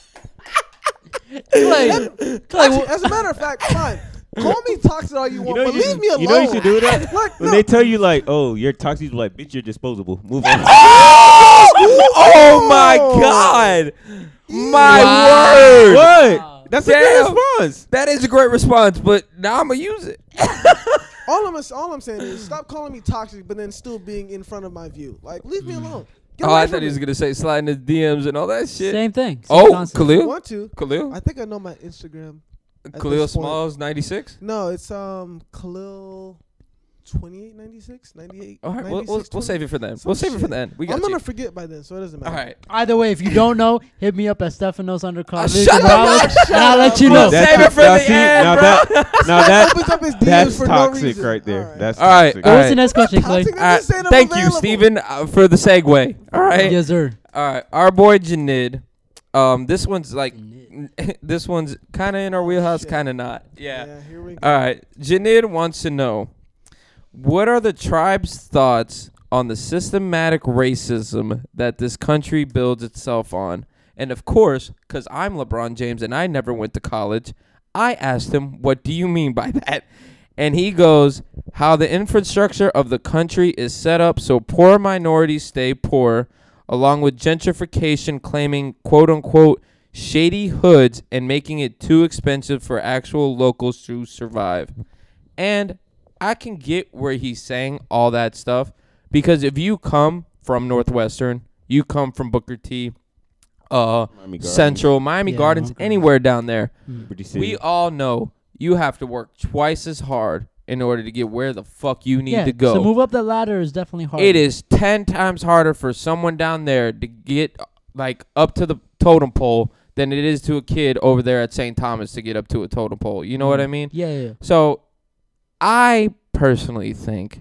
S5: Clay, Clay,
S4: Actually,
S5: wha-
S4: as a matter of fact, fine. Call me toxic all you want,
S2: know
S4: but
S2: you-
S4: leave me alone.
S2: you know you should do that?
S4: Like,
S2: When
S4: no.
S2: they tell you like, oh, you're toxic, you're like, bitch, you're disposable. Move on.
S3: Oh my
S4: Oh.
S3: God! My
S5: Wow.
S3: word!
S2: what? That's a
S3: Damn.
S2: good response.
S3: That is a great response, but now I'm gonna use it.
S4: all I'm all I'm saying is stop calling me toxic, but then still being in front of my view. Like, leave me alone. Get
S3: oh,
S4: away
S3: I
S4: from
S3: thought he was
S4: me.
S3: gonna say sliding his DMs and all that shit.
S5: same thing. Same
S3: oh,
S5: concept.
S4: If you
S3: Khalil,
S4: want to?
S3: Khalil,
S4: I think I know my Instagram. at
S3: Khalil
S4: this point-
S3: Smalls, ninety six.
S4: No, it's um Khalil. 28, 96, 98.
S3: All right, we'll, we'll, we'll save it for then.
S4: Some
S3: We'll save it for
S4: shit.
S3: then. We got
S4: I'm
S3: you.
S4: gonna forget by then, so it doesn't
S3: all
S4: matter.
S3: right.
S5: Either way, if you don't know, hit me up at Stefanos undercover.
S3: Uh,
S5: Ricky
S3: shut up,
S5: Morales, and I'll let you know.
S3: That's- Save it for
S2: now
S3: the end,
S2: now
S3: bro.
S2: that now
S4: Opens
S2: that
S4: up his DMs
S2: that's
S4: for no
S2: toxic
S4: reason.
S2: right there.
S4: All right.
S2: That's
S3: All right,
S2: toxic.
S5: All right, what's
S3: Alright.
S5: the next question, Clay?
S4: Toxic,
S3: All
S4: I'm
S3: right.
S4: just saying I'm
S3: Uh, Thank you,
S4: available.
S3: Steven, uh, for the segue. All right.
S5: Yes, sir.
S3: All right, our boy Janid. Um, this one's like, this one's kind of in our wheelhouse,
S4: shit.
S3: kind of not. Yeah.
S4: Yeah, here we go.
S3: All right, Janid wants to know, what are the tribe's thoughts on the systematic racism that this country builds itself on? And of course, because I'm LeBron James and I never went to college, I asked him, "What do you mean by that?" And he goes, "How the infrastructure of the country is set up so poor minorities stay poor." along with gentrification claiming quote unquote shady hoods and making it too expensive for actual locals to survive. And I can get where he's saying all that stuff because if you come from Northwestern, you come from Booker T, uh,
S2: Miami Gardens,
S3: Central, Miami
S5: Yeah,
S3: Gardens,
S5: okay.
S3: anywhere down there,
S2: Liberty City.
S3: we all know you have to work twice as hard in order to get where the fuck you need
S5: yeah,
S3: to go.
S5: So move up the ladder is definitely hard.
S3: It is ten times harder for someone down there to get like up to the totem pole than it is to a kid over there at St. Thomas to get up to a totem pole. You
S5: Mm.
S3: know what I mean?
S5: Yeah, yeah, yeah.
S3: So, I personally think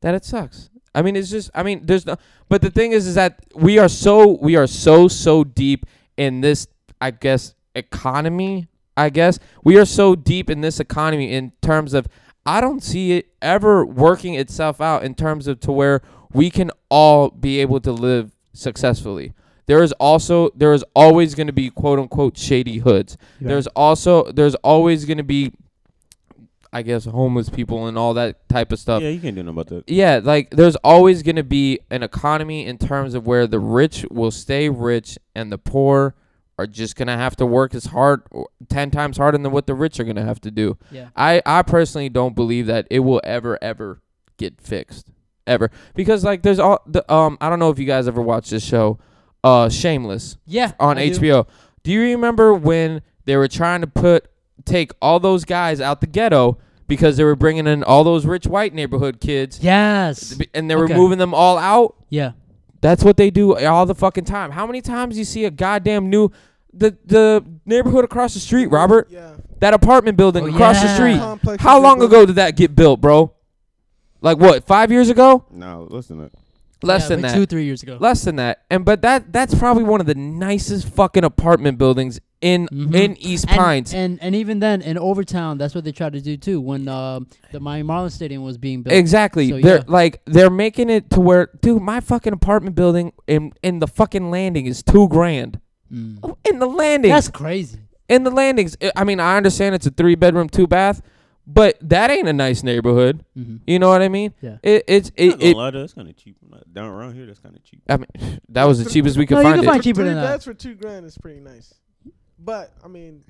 S3: that it sucks. I mean, it's just. I mean, there's no. But the thing is, is that we are so we are so so deep in this. I guess economy. I guess we are so deep in this economy in terms of. I don't see it ever working itself out in terms of to where we can all be able to live successfully. There is also there is always going to be quote unquote shady hoods.
S6: Yeah.
S3: There's also there's always going to be I guess homeless people and all that type of stuff.
S2: yeah, you can't do nothing about that.
S3: Yeah, like there's always going to be an economy in terms of where the rich will stay rich and the poor are just going to have to work as hard 10 times harder than what the rich are going to have to do.
S5: Yeah.
S3: I I personally don't believe that it will ever ever get fixed ever because like there's all the um I don't know if you guys ever watched this show uh Shameless
S5: Yeah.
S3: on
S5: I do.
S3: HBO. Do. you remember when they were trying to put take all those guys out the ghetto because they were bringing in all those rich white neighborhood kids
S5: Yes.
S3: and they were
S5: Okay.
S3: moving them all out?
S5: Yeah.
S3: That's what they do all the fucking time. How many times you see a goddamn new the the neighborhood across the street, Robert?
S4: Yeah.
S3: That apartment building
S5: Oh,
S3: across the
S5: yeah.
S3: street.
S4: Complexes
S3: How
S4: they
S3: long
S4: build.
S3: ago did that get built, bro? Like what? Five years ago?
S2: No, listen to that.
S3: Less
S5: Yeah,
S3: than
S5: like
S3: that.
S5: Two, three years ago.
S3: Less than that. And but that that's probably one of the nicest fucking apartment buildings in
S5: Mhm.
S3: in East
S5: and,
S3: Pines.
S5: And and even then in Overtown, that's what they tried to do too when um the Miami Marlins stadium was being built.
S3: exactly.
S5: So,
S3: they're
S5: yeah.
S3: like they're making it to where, dude, my fucking apartment building in in the fucking landing is two grand.
S5: Mm.
S3: In the landing.
S5: That's crazy.
S3: in the landings. I- I mean, I understand it's a three bedroom, two bath, but that ain't a nice neighborhood.
S5: hmm
S3: You know what I mean?
S5: Yeah.
S3: It, it's
S2: It,
S3: it, it
S2: that's kind of cheap. Not- Down around here, that's kind of cheap.
S3: I mean, that was the cheapest we could
S5: No, you
S3: find
S5: can
S3: it.
S5: find cheaper
S4: three
S5: than that.
S4: beds for two grand is pretty nice. But I mean,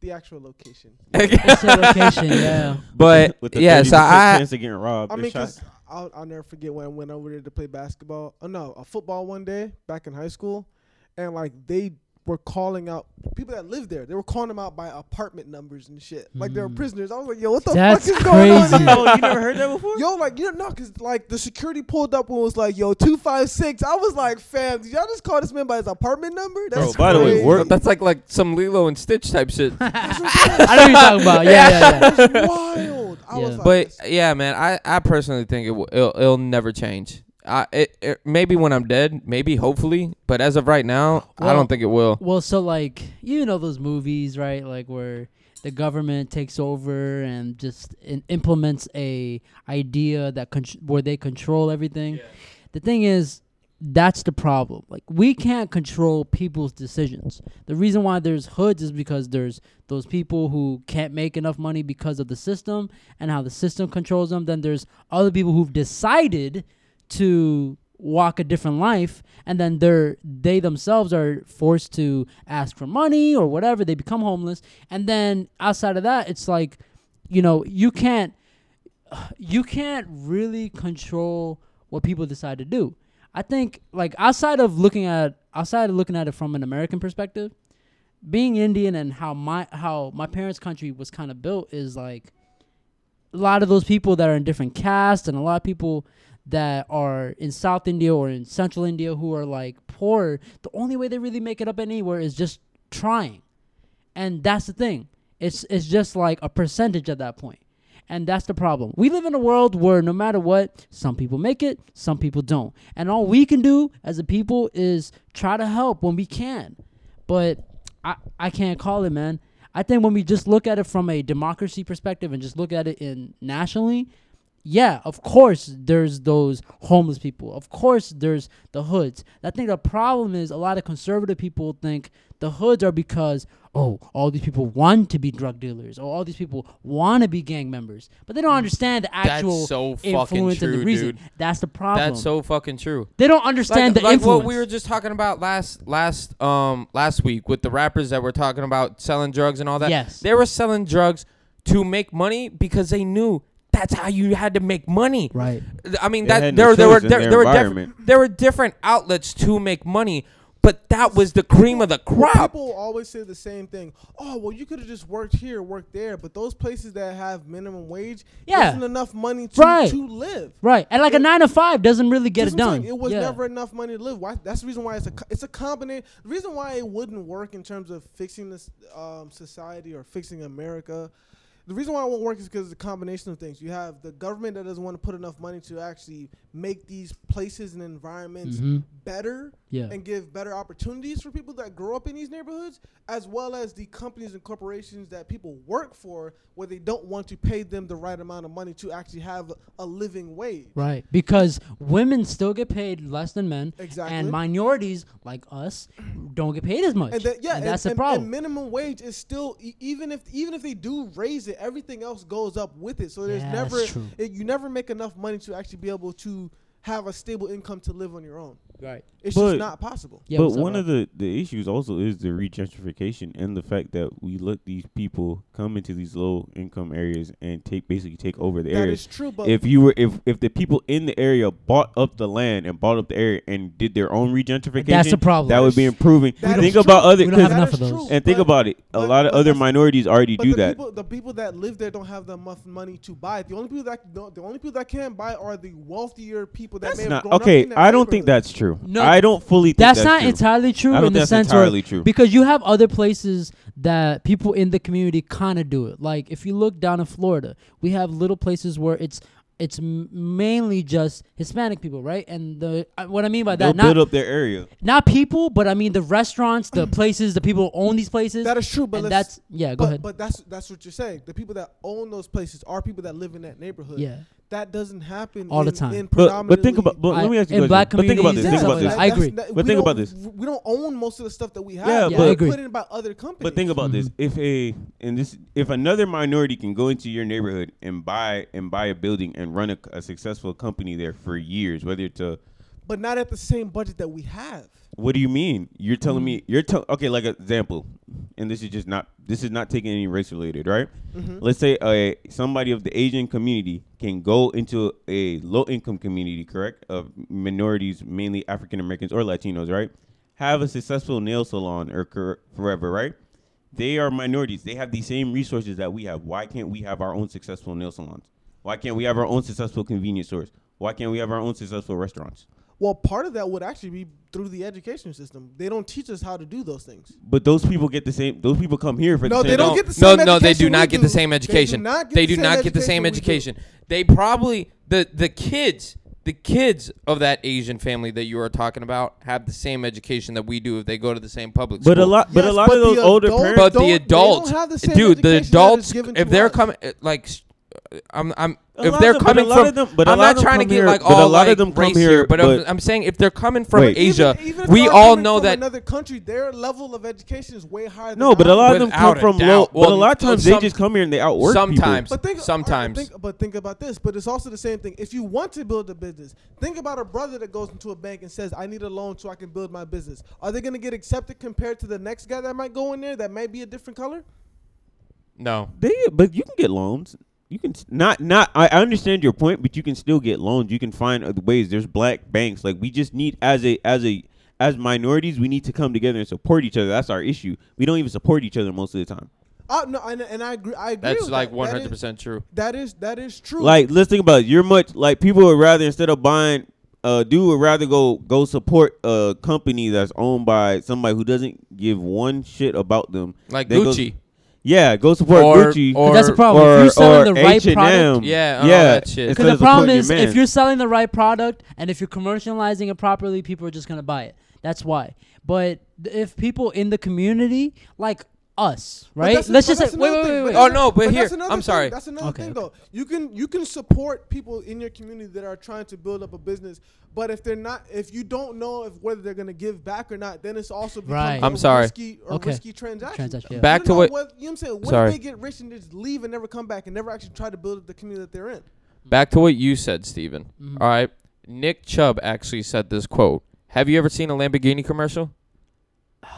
S4: the actual location.
S5: it's a location. Yeah.
S3: but
S2: With the
S3: yeah, so
S2: 30%
S3: I
S2: chance of getting robbed.
S4: I mean,
S2: it's shot.
S4: cause I'll, I'll never forget when I went over there to play basketball. Oh no, a football one day back in high school, and like they were calling out people that lived there. They were calling them out by apartment numbers and shit. Like they were
S2: Hmm.
S5: Mm.
S4: prisoners. I was like, yo, what the
S5: That's
S4: fuck is going on
S5: crazy.
S4: here?
S2: Oh, you never heard that before?
S4: Yo, like you know, no, cause like the security pulled up and was like, "Yo, two five six. I was like, "Fam, did y'all just call this man by his apartment number?" That's
S2: Bro, by the way,
S4: crazy.
S2: work-
S3: that's like like some Lilo and Stitch type shit.
S5: I know what you're talking about. Yeah, yeah, yeah.
S4: That's wild. I
S5: Yeah.
S4: was like,
S3: but
S4: "That's
S3: yeah, man, I, I personally think it will it'll, it'll never change. I it, it maybe when I'm dead, maybe hopefully, but as of right now, I
S5: Well-
S3: don't think it will.
S5: Well, so like you know those movies, right? Like where the government takes over and just in, implements a idea that con- where they control everything. The thing is, that's the problem. Like we can't control people's decisions. The reason why there's hoods is because there's those people who can't make enough money because of the system and how the system controls them. Then there's other people who've decided to walk a different life and then they're they themselves are forced to ask for money or whatever they become homeless and then outside of that it's like you know you can't you can't really control what people decide to do. I think like outside of looking at outside of looking at it from an American perspective, being Indian and how my how my parents' country was kind of built is like a lot of those people that are in different castes and a lot of people that are in South India or in Central India who are like poor, the only way they really make it up anywhere is just trying. And that's the thing. It's it's just like a percentage at that point. And that's the problem. We live in a world where no matter what, some people make it, some people don't. And all we can do as a people is try to help when we can. But I, I can't call it, man. I think when we just look at it from a democracy perspective and just look at it in nationally, yeah, of course there's those homeless people. Of course there's the hoods. I think the problem is a lot of conservative people think The hoods are because oh, all these people want to be drug dealers, or all these people want to be gang members, but they don't understand the actual
S3: Mm. so fucking
S5: influence and
S3: true,
S5: the reason.
S3: dude.
S5: That's the problem.
S3: That's so fucking true.
S5: they don't understand
S3: like,
S5: the
S3: like
S5: influence.
S3: what we were just talking about last last um last week with the rappers that were talking about selling drugs and all that.
S5: Yes.
S3: They were selling drugs to make money because they knew that's how you had to make money.
S5: Right.
S3: I mean
S2: They
S3: that
S2: had
S3: there
S2: no
S3: there were
S2: choice in
S3: there,
S2: their
S3: there were different
S2: environment.
S3: there were different outlets to make money, but that was the cream of the crop.
S4: People always say the same thing. Oh, well, you could have just worked here, worked there, but those places that have minimum wage
S5: Yeah.
S4: isn't enough money to,
S5: Right.
S4: to live.
S5: Right. And like a nine to five doesn't really get
S4: That's
S5: it
S4: what I'm
S5: done.
S4: saying. It was
S5: Yeah.
S4: never enough money to live. Why? That's the reason why it's a co- it's a combination. The reason why it wouldn't work in terms of fixing this um, society or fixing America. The reason why it won't work is because it's a combination of things. You have the government that doesn't want to put enough money to actually make these places and environments better
S5: Mm-hmm. Yeah.
S4: and give better opportunities for people that grow up in these neighborhoods, as well as the companies and corporations that people work for, where they don't want to pay them the right amount of money to actually have a living wage.
S5: Right. Because women still get paid less than men.
S4: Exactly.
S5: And minorities like us don't get paid as much.
S4: And that, yeah, and,
S5: that's
S4: and,
S5: the problem.
S4: And minimum wage is still e- even if even if they do raise it, everything else goes up with it. So there's
S5: Yeah, that's
S4: never
S5: true.
S4: it, you never make enough money to actually be able to have a stable income to live on your own.
S5: right.
S4: It's
S2: But-
S4: just not possible.
S5: Yeah,
S2: but one of the, the issues also is the regentrification and the fact that we let these people come into these low income areas and take basically take over the
S4: That
S2: areas.
S4: is true, but-
S2: if you were if if the people in the area bought up the land and bought up the area and did their own regentrification,
S5: the problem.
S2: That would be improving.
S4: That is
S2: think
S4: true.
S2: about other
S5: We don't have
S2: cause-
S5: enough of
S4: That is
S5: those.
S4: true,
S2: and think
S4: but-
S2: about it. A
S4: but-
S2: lot of
S4: but
S2: other
S4: that's-
S2: minorities already
S4: But
S2: do
S4: the
S2: that.
S4: people the people that live there don't have enough money to buy it. The only people that don't- the only people that can buy are the wealthier people that
S2: That's
S4: may have
S2: not
S4: grown up
S2: okay.
S4: in that
S2: I don't think
S4: neighborhood.
S2: that's true.
S5: No,
S2: I don't fully. Think
S5: that's,
S2: that's,
S5: not
S2: true.
S5: entirely true
S2: I don't
S5: in
S2: think
S5: the
S2: that's
S5: sense
S2: entirely
S5: where,
S2: true.
S5: because you have other places that people in the community kind of do it. Like if you look down in Florida, we have little places where it's it's m- mainly just Hispanic people, right? And the uh, what I mean by
S2: They'll
S5: that not
S2: build up their area.
S5: not people, but I mean the restaurants, the places, the people who own these places.
S4: That is true, but
S5: and
S4: let's-
S5: that's yeah. Go
S4: but,
S5: ahead.
S4: But that's that's what you're saying. The people that own those places are people that live in that neighborhood.
S5: Yeah.
S4: That doesn't happen
S5: All the
S4: in-
S5: time.
S4: In
S2: But but think
S4: predominantly-
S2: about. But
S5: I-
S2: let me ask you
S5: in
S2: a question.
S5: black
S2: But think about this.
S5: communities and
S2: Think
S5: stuff
S2: about
S5: like
S2: this.
S5: that. I agree.
S4: that's-
S2: But
S4: we
S2: think about
S4: don't-
S2: this.
S4: We don't own most of the stuff that we have.
S2: Yeah,
S4: It's
S2: but- I
S5: agree.
S4: put in by other companies.
S2: But think about this: if a and this if another minority can go into your neighborhood and buy and buy a building and run a, a successful company there for years, whether to
S4: But not at the same budget that we have.
S2: what do you mean? You're telling me you're telling okay, like an example, and this is just not this is not taking any race related, right? Let's say a somebody of the Asian community can go into a low income community, correct, of minorities, mainly African Americans or Latinos, right? Have a successful nail salon or cor- forever, right? They are minorities. They have the same resources that we have. Why can't we have our own successful nail salons? Why can't we have our own successful convenience stores? Why can't we have our own successful restaurants?
S4: Well, part of that would actually be through the education system. They don't teach us how to do those things.
S2: But those people get the same. Those people come here for the
S4: No,
S2: same.
S4: they don't
S3: no,
S4: get the same
S3: no, no, they do
S4: education we
S3: not get the
S4: do.
S3: same
S4: They do
S3: education.
S4: not get
S3: They
S4: the
S3: do
S4: same
S3: not get the same
S4: education
S3: education. They probably the the kids, the kids of that Asian family that you are talking about have the same education that we do if they go to the same public school.
S2: But a lot. but
S4: Yes,
S2: a lot
S4: but
S2: of those
S4: the
S2: older
S4: adult-
S2: parents.
S4: But
S3: But
S4: don't-
S3: the
S4: they don't
S3: adults,
S4: have the same
S3: dude, the
S4: education that is
S3: adults,
S4: given
S3: if
S4: to
S3: they're
S4: us.
S3: coming, eh, like, s- uh, I'm, I'm,
S2: A
S3: if
S2: lot
S3: they're
S2: of them- but a
S3: coming
S2: lot
S3: from,
S2: of them- but a
S3: I'm
S2: lot
S3: not
S2: of them
S3: trying to
S2: come
S3: get
S2: here-
S3: like
S2: but a
S3: all
S2: lot of
S3: like,
S2: them come
S3: race
S2: here,
S3: but,
S2: but-
S3: I'm, I'm saying if they're coming from
S2: Wait.
S3: Asia,
S4: Even, even if
S3: we
S4: they're
S3: all
S4: coming
S3: know
S4: from
S3: that
S4: another country, their level of education is way higher. Than
S2: no, but a
S4: ours.
S2: lot of them come
S3: Without a
S2: from low.
S3: doubt.
S2: but a
S3: Well,
S2: lot of times
S3: some-
S2: they just come here and they outwork people.
S3: Sometimes.
S4: But think,
S3: Sometimes.
S4: alright, think- but think about this. But it's also the same thing. If you want to build a business, think about a brother that goes into a bank and says, "I need a loan so I can build my business." Are they going to get accepted compared to the next guy that might go in there that might be a different color?
S3: no,
S2: They. But you can get loans. You can s- not not. I I understand your point, but you can still get loans. You can find other ways. There's black banks. Like we just need as a as a as minorities, we need to come together and support each other. That's our issue. We don't even support each other most of the time.
S4: Oh no, and, and I agree. I agree.
S3: that's
S4: with
S3: like
S4: that. That is-
S3: 100 percent true.
S4: That is that is true.
S2: Like let's think about it. You're much like people would rather instead of buying uh dude would rather go go support a company that's owned by somebody who doesn't give one shit about them.
S3: Like
S2: They go-
S3: Gucci.
S2: yeah, go support
S3: Or-
S2: Gucci.
S3: or-
S5: that's the problem.
S2: Or,
S5: if you're selling
S2: or
S5: the right
S2: H&M.
S5: product,
S3: Yeah,
S2: yeah,
S3: and all that shit. 'Cause
S2: instead
S5: because the
S2: of
S5: problem
S2: supporting
S5: is
S2: your
S5: if
S2: man.
S5: you're selling the right product and if you're commercializing it properly, people are just gonna buy it. That's why. But th- if people in the community, like us,
S4: But
S5: right?
S4: that's an-
S5: Let's
S4: but
S5: just
S4: that's
S5: say, wait,
S4: another
S5: wait, wait,
S4: thing,
S5: wait.
S3: Oh, no, but here-
S4: that's another
S3: I'm
S4: thing,
S3: sorry.
S4: That's another
S5: Okay,
S4: thing,
S5: okay.
S4: though. You can you can support people in your community that are trying to build up a business, but if they're not, if you don't know if whether they're gonna give back or not, then it's also becomes
S5: Right.
S4: a
S3: I'm sorry.
S4: risky or
S5: Okay.
S4: risky transaction.
S5: Transaction, yeah.
S4: You
S3: Back
S4: don't
S3: to
S4: know
S3: what-
S4: you know what I'm saying. What
S3: Sorry.
S4: if they get rich and just leave and never come back and never actually try to build up the community that they're in?
S3: Back to what you said, Steven.
S5: Mm-hmm.
S3: All right. Nick Chubb actually said this quote. Have you ever seen a Lamborghini commercial?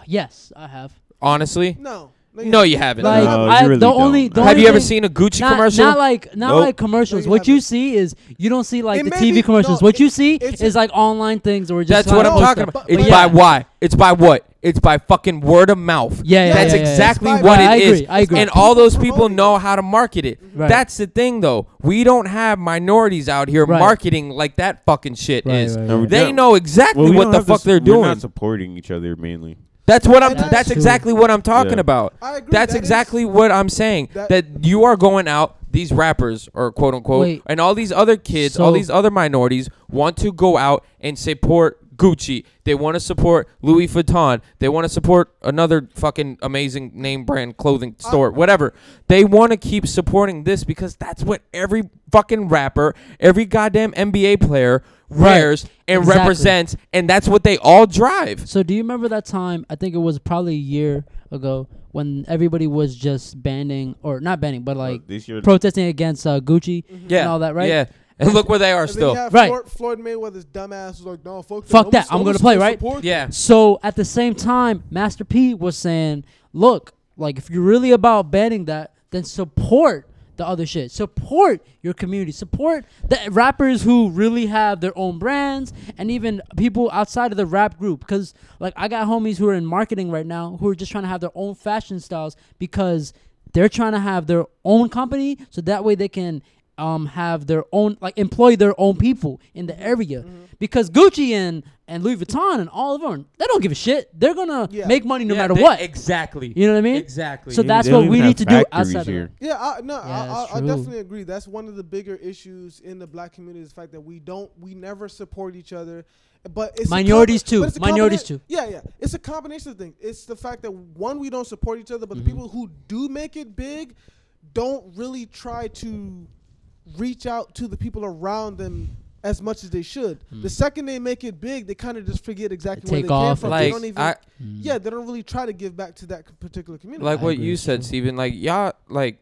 S5: Yes, I have.
S3: Honestly?
S4: No.
S3: No, you haven't.
S5: Like,
S2: No,
S5: I,
S2: you really
S5: the
S2: don't.
S5: only, the
S2: Have
S3: Have
S5: only
S3: you ever
S5: thing-
S3: seen a Gucci
S5: not,
S3: commercial?
S5: Not like not
S2: Nope.
S5: like commercials.
S4: No, you
S5: what you
S4: haven't.
S5: see is you don't see like
S4: It
S5: the
S4: may
S5: TV
S4: be-
S5: commercials.
S4: no,
S5: what you
S4: it-
S5: see
S4: it's
S5: is
S4: a-
S5: like online things or just
S3: That's what
S5: like
S3: I'm
S4: No,
S5: post
S3: talking
S5: stuff.
S3: about.
S4: but-
S3: It's
S5: but
S3: by
S5: yeah.
S3: why? It's by what? It's by fucking word of mouth.
S5: Yeah, yeah,
S3: That's
S5: yeah, yeah, yeah.
S3: exactly
S4: It's by-
S3: what
S4: Right,
S5: I
S3: it is.
S5: agree, I agree.
S3: And all those people
S4: Promoting.
S3: know how to market it.
S5: Right.
S3: That's the thing, though. We don't have minorities out here
S5: Right.
S3: marketing like that fucking shit
S5: Right,
S3: is.
S5: right,
S2: No, we
S5: right.
S3: They
S2: don't.
S3: know exactly
S2: Well, we
S3: what
S2: don't
S3: the
S2: have to
S3: fuck
S2: s-
S3: they're
S2: We're
S3: doing.
S2: not supporting each other mainly.
S3: That's what I'm.
S4: That's
S3: That's,
S4: true.
S3: exactly what I'm talking
S2: Yeah.
S3: about.
S4: I agree.
S3: That's
S4: That is-
S3: exactly what I'm saying. That,
S4: That-
S3: you are going out. These rappers, or quote unquote,
S5: Wait.
S3: and all these other kids, all
S5: So-
S3: these other minorities, want to go out and support Gucci. They want to support Louis Vuitton. They want to support another fucking amazing name brand clothing store, whatever. They want to keep supporting this because that's what every fucking rapper, every goddamn NBA player
S5: Right.
S3: wears and
S5: Exactly.
S3: represents, and that's what they all drive.
S5: So do you remember that time? I think it was probably a year ago when everybody was just banning or not banning, but like
S2: this year-
S5: protesting against uh, Gucci and all that, right?
S3: Mm-hmm. Yeah. And look where they are
S4: And then you
S3: still.
S4: have
S5: Right.
S4: Floyd, Floyd Mayweather's dumbass was like, no, fuck,
S5: Fuck
S4: them.
S5: that. I'm
S4: still-
S5: gonna play,
S4: still
S5: right?
S4: support
S3: Yeah.
S5: So at the same time, Master P was saying, look, like if you're really about banning that, then support the other shit. Support your community. Support the rappers who really have their own brands and even people outside of the rap group. Cause like I got homies who are in marketing right now who are just trying to have their own fashion styles because they're trying to have their own company so that way they can um have their own like employ their own people in the area
S3: Mm-hmm.
S5: because Gucci and and Louis Vuitton and all of them they don't give a shit they're gonna
S4: Yeah.
S5: make money no
S3: Yeah,
S5: matter
S3: they-
S5: what
S3: Exactly.
S5: you know what I mean
S3: Exactly.
S5: so
S2: They
S5: that's
S2: don't
S5: what
S2: even
S5: we
S2: have
S5: need to do
S2: factories
S5: outside of
S2: here.
S5: that.
S4: Yeah, I, no,
S5: Yeah,
S4: I,
S5: that's
S4: I, I
S5: true.
S4: definitely agree. That's one of the bigger issues in the black community is the fact that we don't, we never support each other. But it's a
S5: Minorities too.
S4: but it's a
S5: Minorities
S4: combina-
S5: too.
S4: Yeah, yeah. It's a combination of things. It's the fact that one, we don't support each other, but
S5: Mm-hmm.
S4: the people who do make it big don't really try to reach out to the people around them as much as they should. The second they make it big, they kind of just forget exactly where
S5: Hmm. Take
S4: they
S5: off
S4: came from.
S3: Like,
S4: they don't even,
S3: I-
S4: yeah, they don't really try to give back to that particular community.
S3: Like
S5: I
S3: what
S5: agree,
S3: you
S5: it's
S3: said,
S5: true.
S3: Steven, like y'all like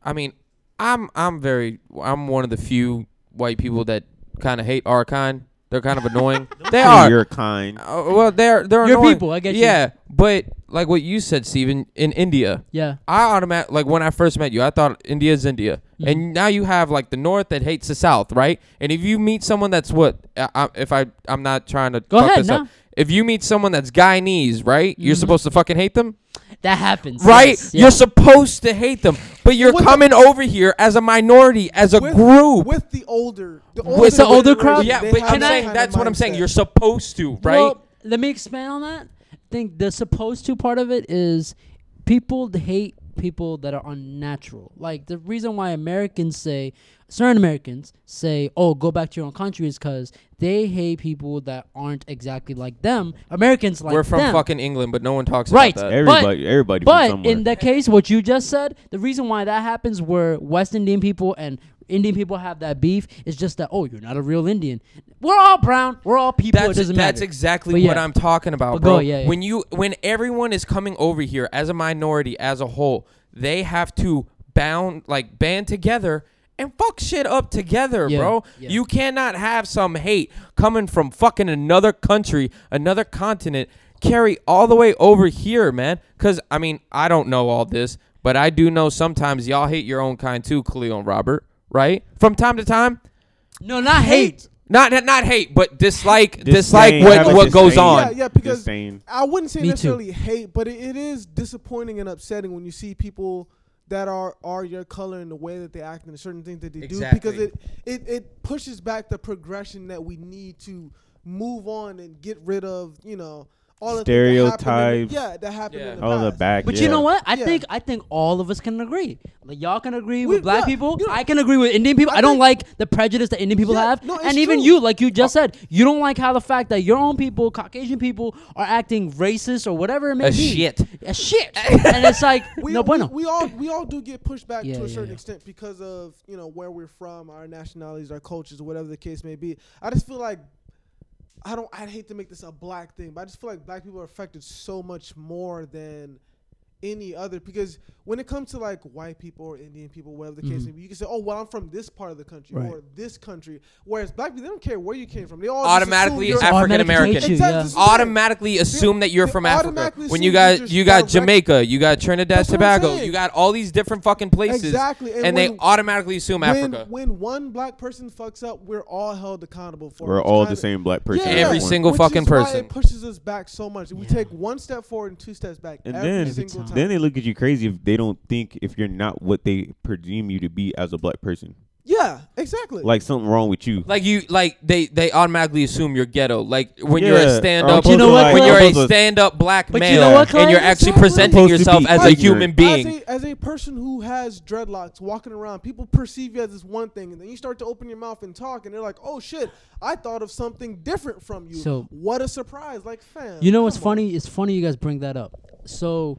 S3: I mean, I'm I'm very I'm one of the few white people that kind of hate our kind. They're kind of annoying. they are.
S2: You're kind.
S3: Uh, well, they're they're
S5: Your
S3: annoying.
S5: people, I get you.
S3: Yeah, but like what you said, Steven, in India,
S5: yeah
S3: I automatic like when I first met you, I thought India's India,
S5: Mm-hmm.
S3: and now you have like the North that hates the South, right? And if you meet someone that's what I, I, if I I'm not trying to
S5: Go
S3: fuck
S5: ahead,
S3: this
S5: nah.
S3: up. If you meet someone that's Guyanese, right? You're supposed to fucking hate them,
S5: that happens
S3: right?
S5: yes,
S3: You're
S5: yes.
S3: supposed to hate them, but you're
S4: With the-
S3: coming over here as a minority, as a
S4: with,
S3: group.
S4: with the older, the older,
S5: With the older crowd?
S4: generation,
S3: yeah, but
S4: they have
S3: I'm
S4: that
S3: saying
S4: kind of
S3: that's what I'm saying.
S4: mindset.
S3: You're supposed to, right?
S5: Well, let me expand on that. I think the supposed to part of it is people d- hate people that are unnatural. Like the reason why Americans say certain Americans say, "Oh, go back to your own country," is because they hate people that aren't exactly like them. Americans like
S3: We're from
S5: them.
S3: fucking England, but no one talks
S5: Right.
S3: about that.
S2: Everybody, everybody
S5: But
S2: from somewhere.
S5: in that case, what you just said, the reason why that happens where West Indian people and Indian people have that beef is just that, oh, you're not a real Indian. We're all brown. We're all people.
S3: That's,
S5: it doesn't matter.
S3: that's exactly
S5: But
S3: what
S5: yeah.
S3: I'm talking about,
S5: But
S3: bro.
S5: go, yeah, yeah.
S3: When you when everyone is coming over here as a minority as a whole, they have to bound like band together and fuck shit up together,
S5: Yeah,
S3: bro.
S5: yeah.
S3: You cannot have some hate coming from fucking another country, another continent carry all the way over here, man. Cuz I mean, I don't know all this, but I do know sometimes y'all hate your own kind too, Khalil and Robert, right? From time to time,
S5: No, not hate.
S3: not not, not hate, but dislike dislike
S2: Disdain, have
S3: what
S2: a
S3: what goes
S2: disdain.
S3: on.
S4: Yeah, yeah, because
S2: Disdain.
S4: I wouldn't say
S5: Me too.
S4: necessarily hate, but it, it is disappointing and upsetting when you see people that are are your color and the way that they act and the certain things that they do
S3: Exactly.
S4: because it, it it pushes back the progression that we need to move on and get rid of, you know, all the things that happened in
S2: Stereotypes.
S4: the- yeah, that happened.
S3: Yeah.
S4: In the
S2: Oh, the
S4: past.
S2: back.
S5: But
S2: yeah.
S5: you know what? I
S4: Yeah.
S5: think I think all of us can agree. Like y'all can agree
S4: We-
S5: with black
S4: yeah,
S5: people.
S4: you know-
S5: I can agree with Indian people.
S4: I
S5: I, don't
S4: think-
S5: like the prejudice that Indian people
S4: Yeah,
S5: have,
S4: no, it's
S5: and even
S4: true. Uh,
S5: you, like you just said, you don't like how the fact that your own people, Caucasian people, are acting racist or whatever it may
S3: As
S5: be.
S3: shit.
S5: As shit. and it's like
S4: We,
S5: no bueno.
S4: we, we all we all do get pushed back
S5: Yeah,
S4: to a
S5: yeah,
S4: certain
S5: yeah.
S4: extent because of you know where we're from, our nationalities, our cultures, whatever the case may be. I just feel like I don't. I hate to make this a black thing, but I just feel like black people are affected so much more than any other because when it comes to like white people or Indian people, whatever the case may be, you can say, "Oh, well, I'm from this part of the country
S5: Mm-hmm. Right.
S4: or this country." Whereas black people, they don't care where you came from. They all just
S3: Automatically
S4: assume you're-
S5: Af-
S3: African American.
S5: Automatically hate you,
S4: Exactly,
S5: yeah.
S4: this is what I'm saying.
S3: automatically assume that you're
S4: they
S3: from Africa.
S4: automatically
S3: When
S4: assume
S3: you
S4: you're
S3: got
S4: just
S3: you got
S4: direct-
S3: Jamaica, you got Trinidad
S4: That's what I'm
S3: Tobacco,
S4: saying.
S3: you got all these different fucking places,
S4: Exactly, and
S3: and, they
S4: when-
S3: automatically assume
S4: when,
S3: Africa.
S4: when one black person fucks up, we're all held accountable for. it.
S2: We're
S4: It's
S2: all
S4: kinda-
S2: the same black person. at
S3: yeah. Every
S2: that point.
S3: single
S4: Which
S3: fucking
S4: is why
S3: person.
S4: it pushes us back so much. We
S5: Yeah.
S4: take one step forward and two steps back
S2: And
S4: every
S2: then,
S4: single time.
S2: then they look at you crazy if they don't think if you're not what they presume you to be as a black person.
S4: yeah, exactly.
S2: Like something wrong with you.
S3: like you, like they, they automatically assume you're ghetto. Like when you're
S2: Yeah,
S3: a
S2: or
S3: stand
S2: I'm
S3: up,
S5: But you know
S2: supposed to
S5: what,
S3: when
S5: Clay?
S3: you're
S2: I'm
S3: a
S2: supposed to-
S3: stand up black
S5: But you
S3: male,
S5: know what, Clay?
S3: and you're actually
S4: Exactly.
S3: presenting
S2: Supposed to
S3: yourself
S2: be
S3: as a
S2: ignorant.
S3: human being.
S4: As a, as a person who has dreadlocks walking around, people perceive you as this one thing, and then you start to open your mouth and talk, and they're like, "Oh shit, I thought of something different from you."
S5: So-
S4: what a surprise! Like, fam,
S5: You know what's
S4: come on.
S5: funny? It's funny you guys bring that up. So,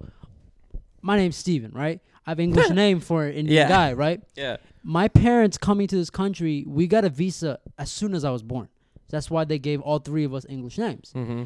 S5: my name's Steven, right? I have an English name for an Indian
S3: Yeah.
S5: guy, right?
S3: yeah,
S5: My parents coming to this country, we got a visa as soon as I was born. That's why they gave all three of us English names.
S3: Mm-hmm.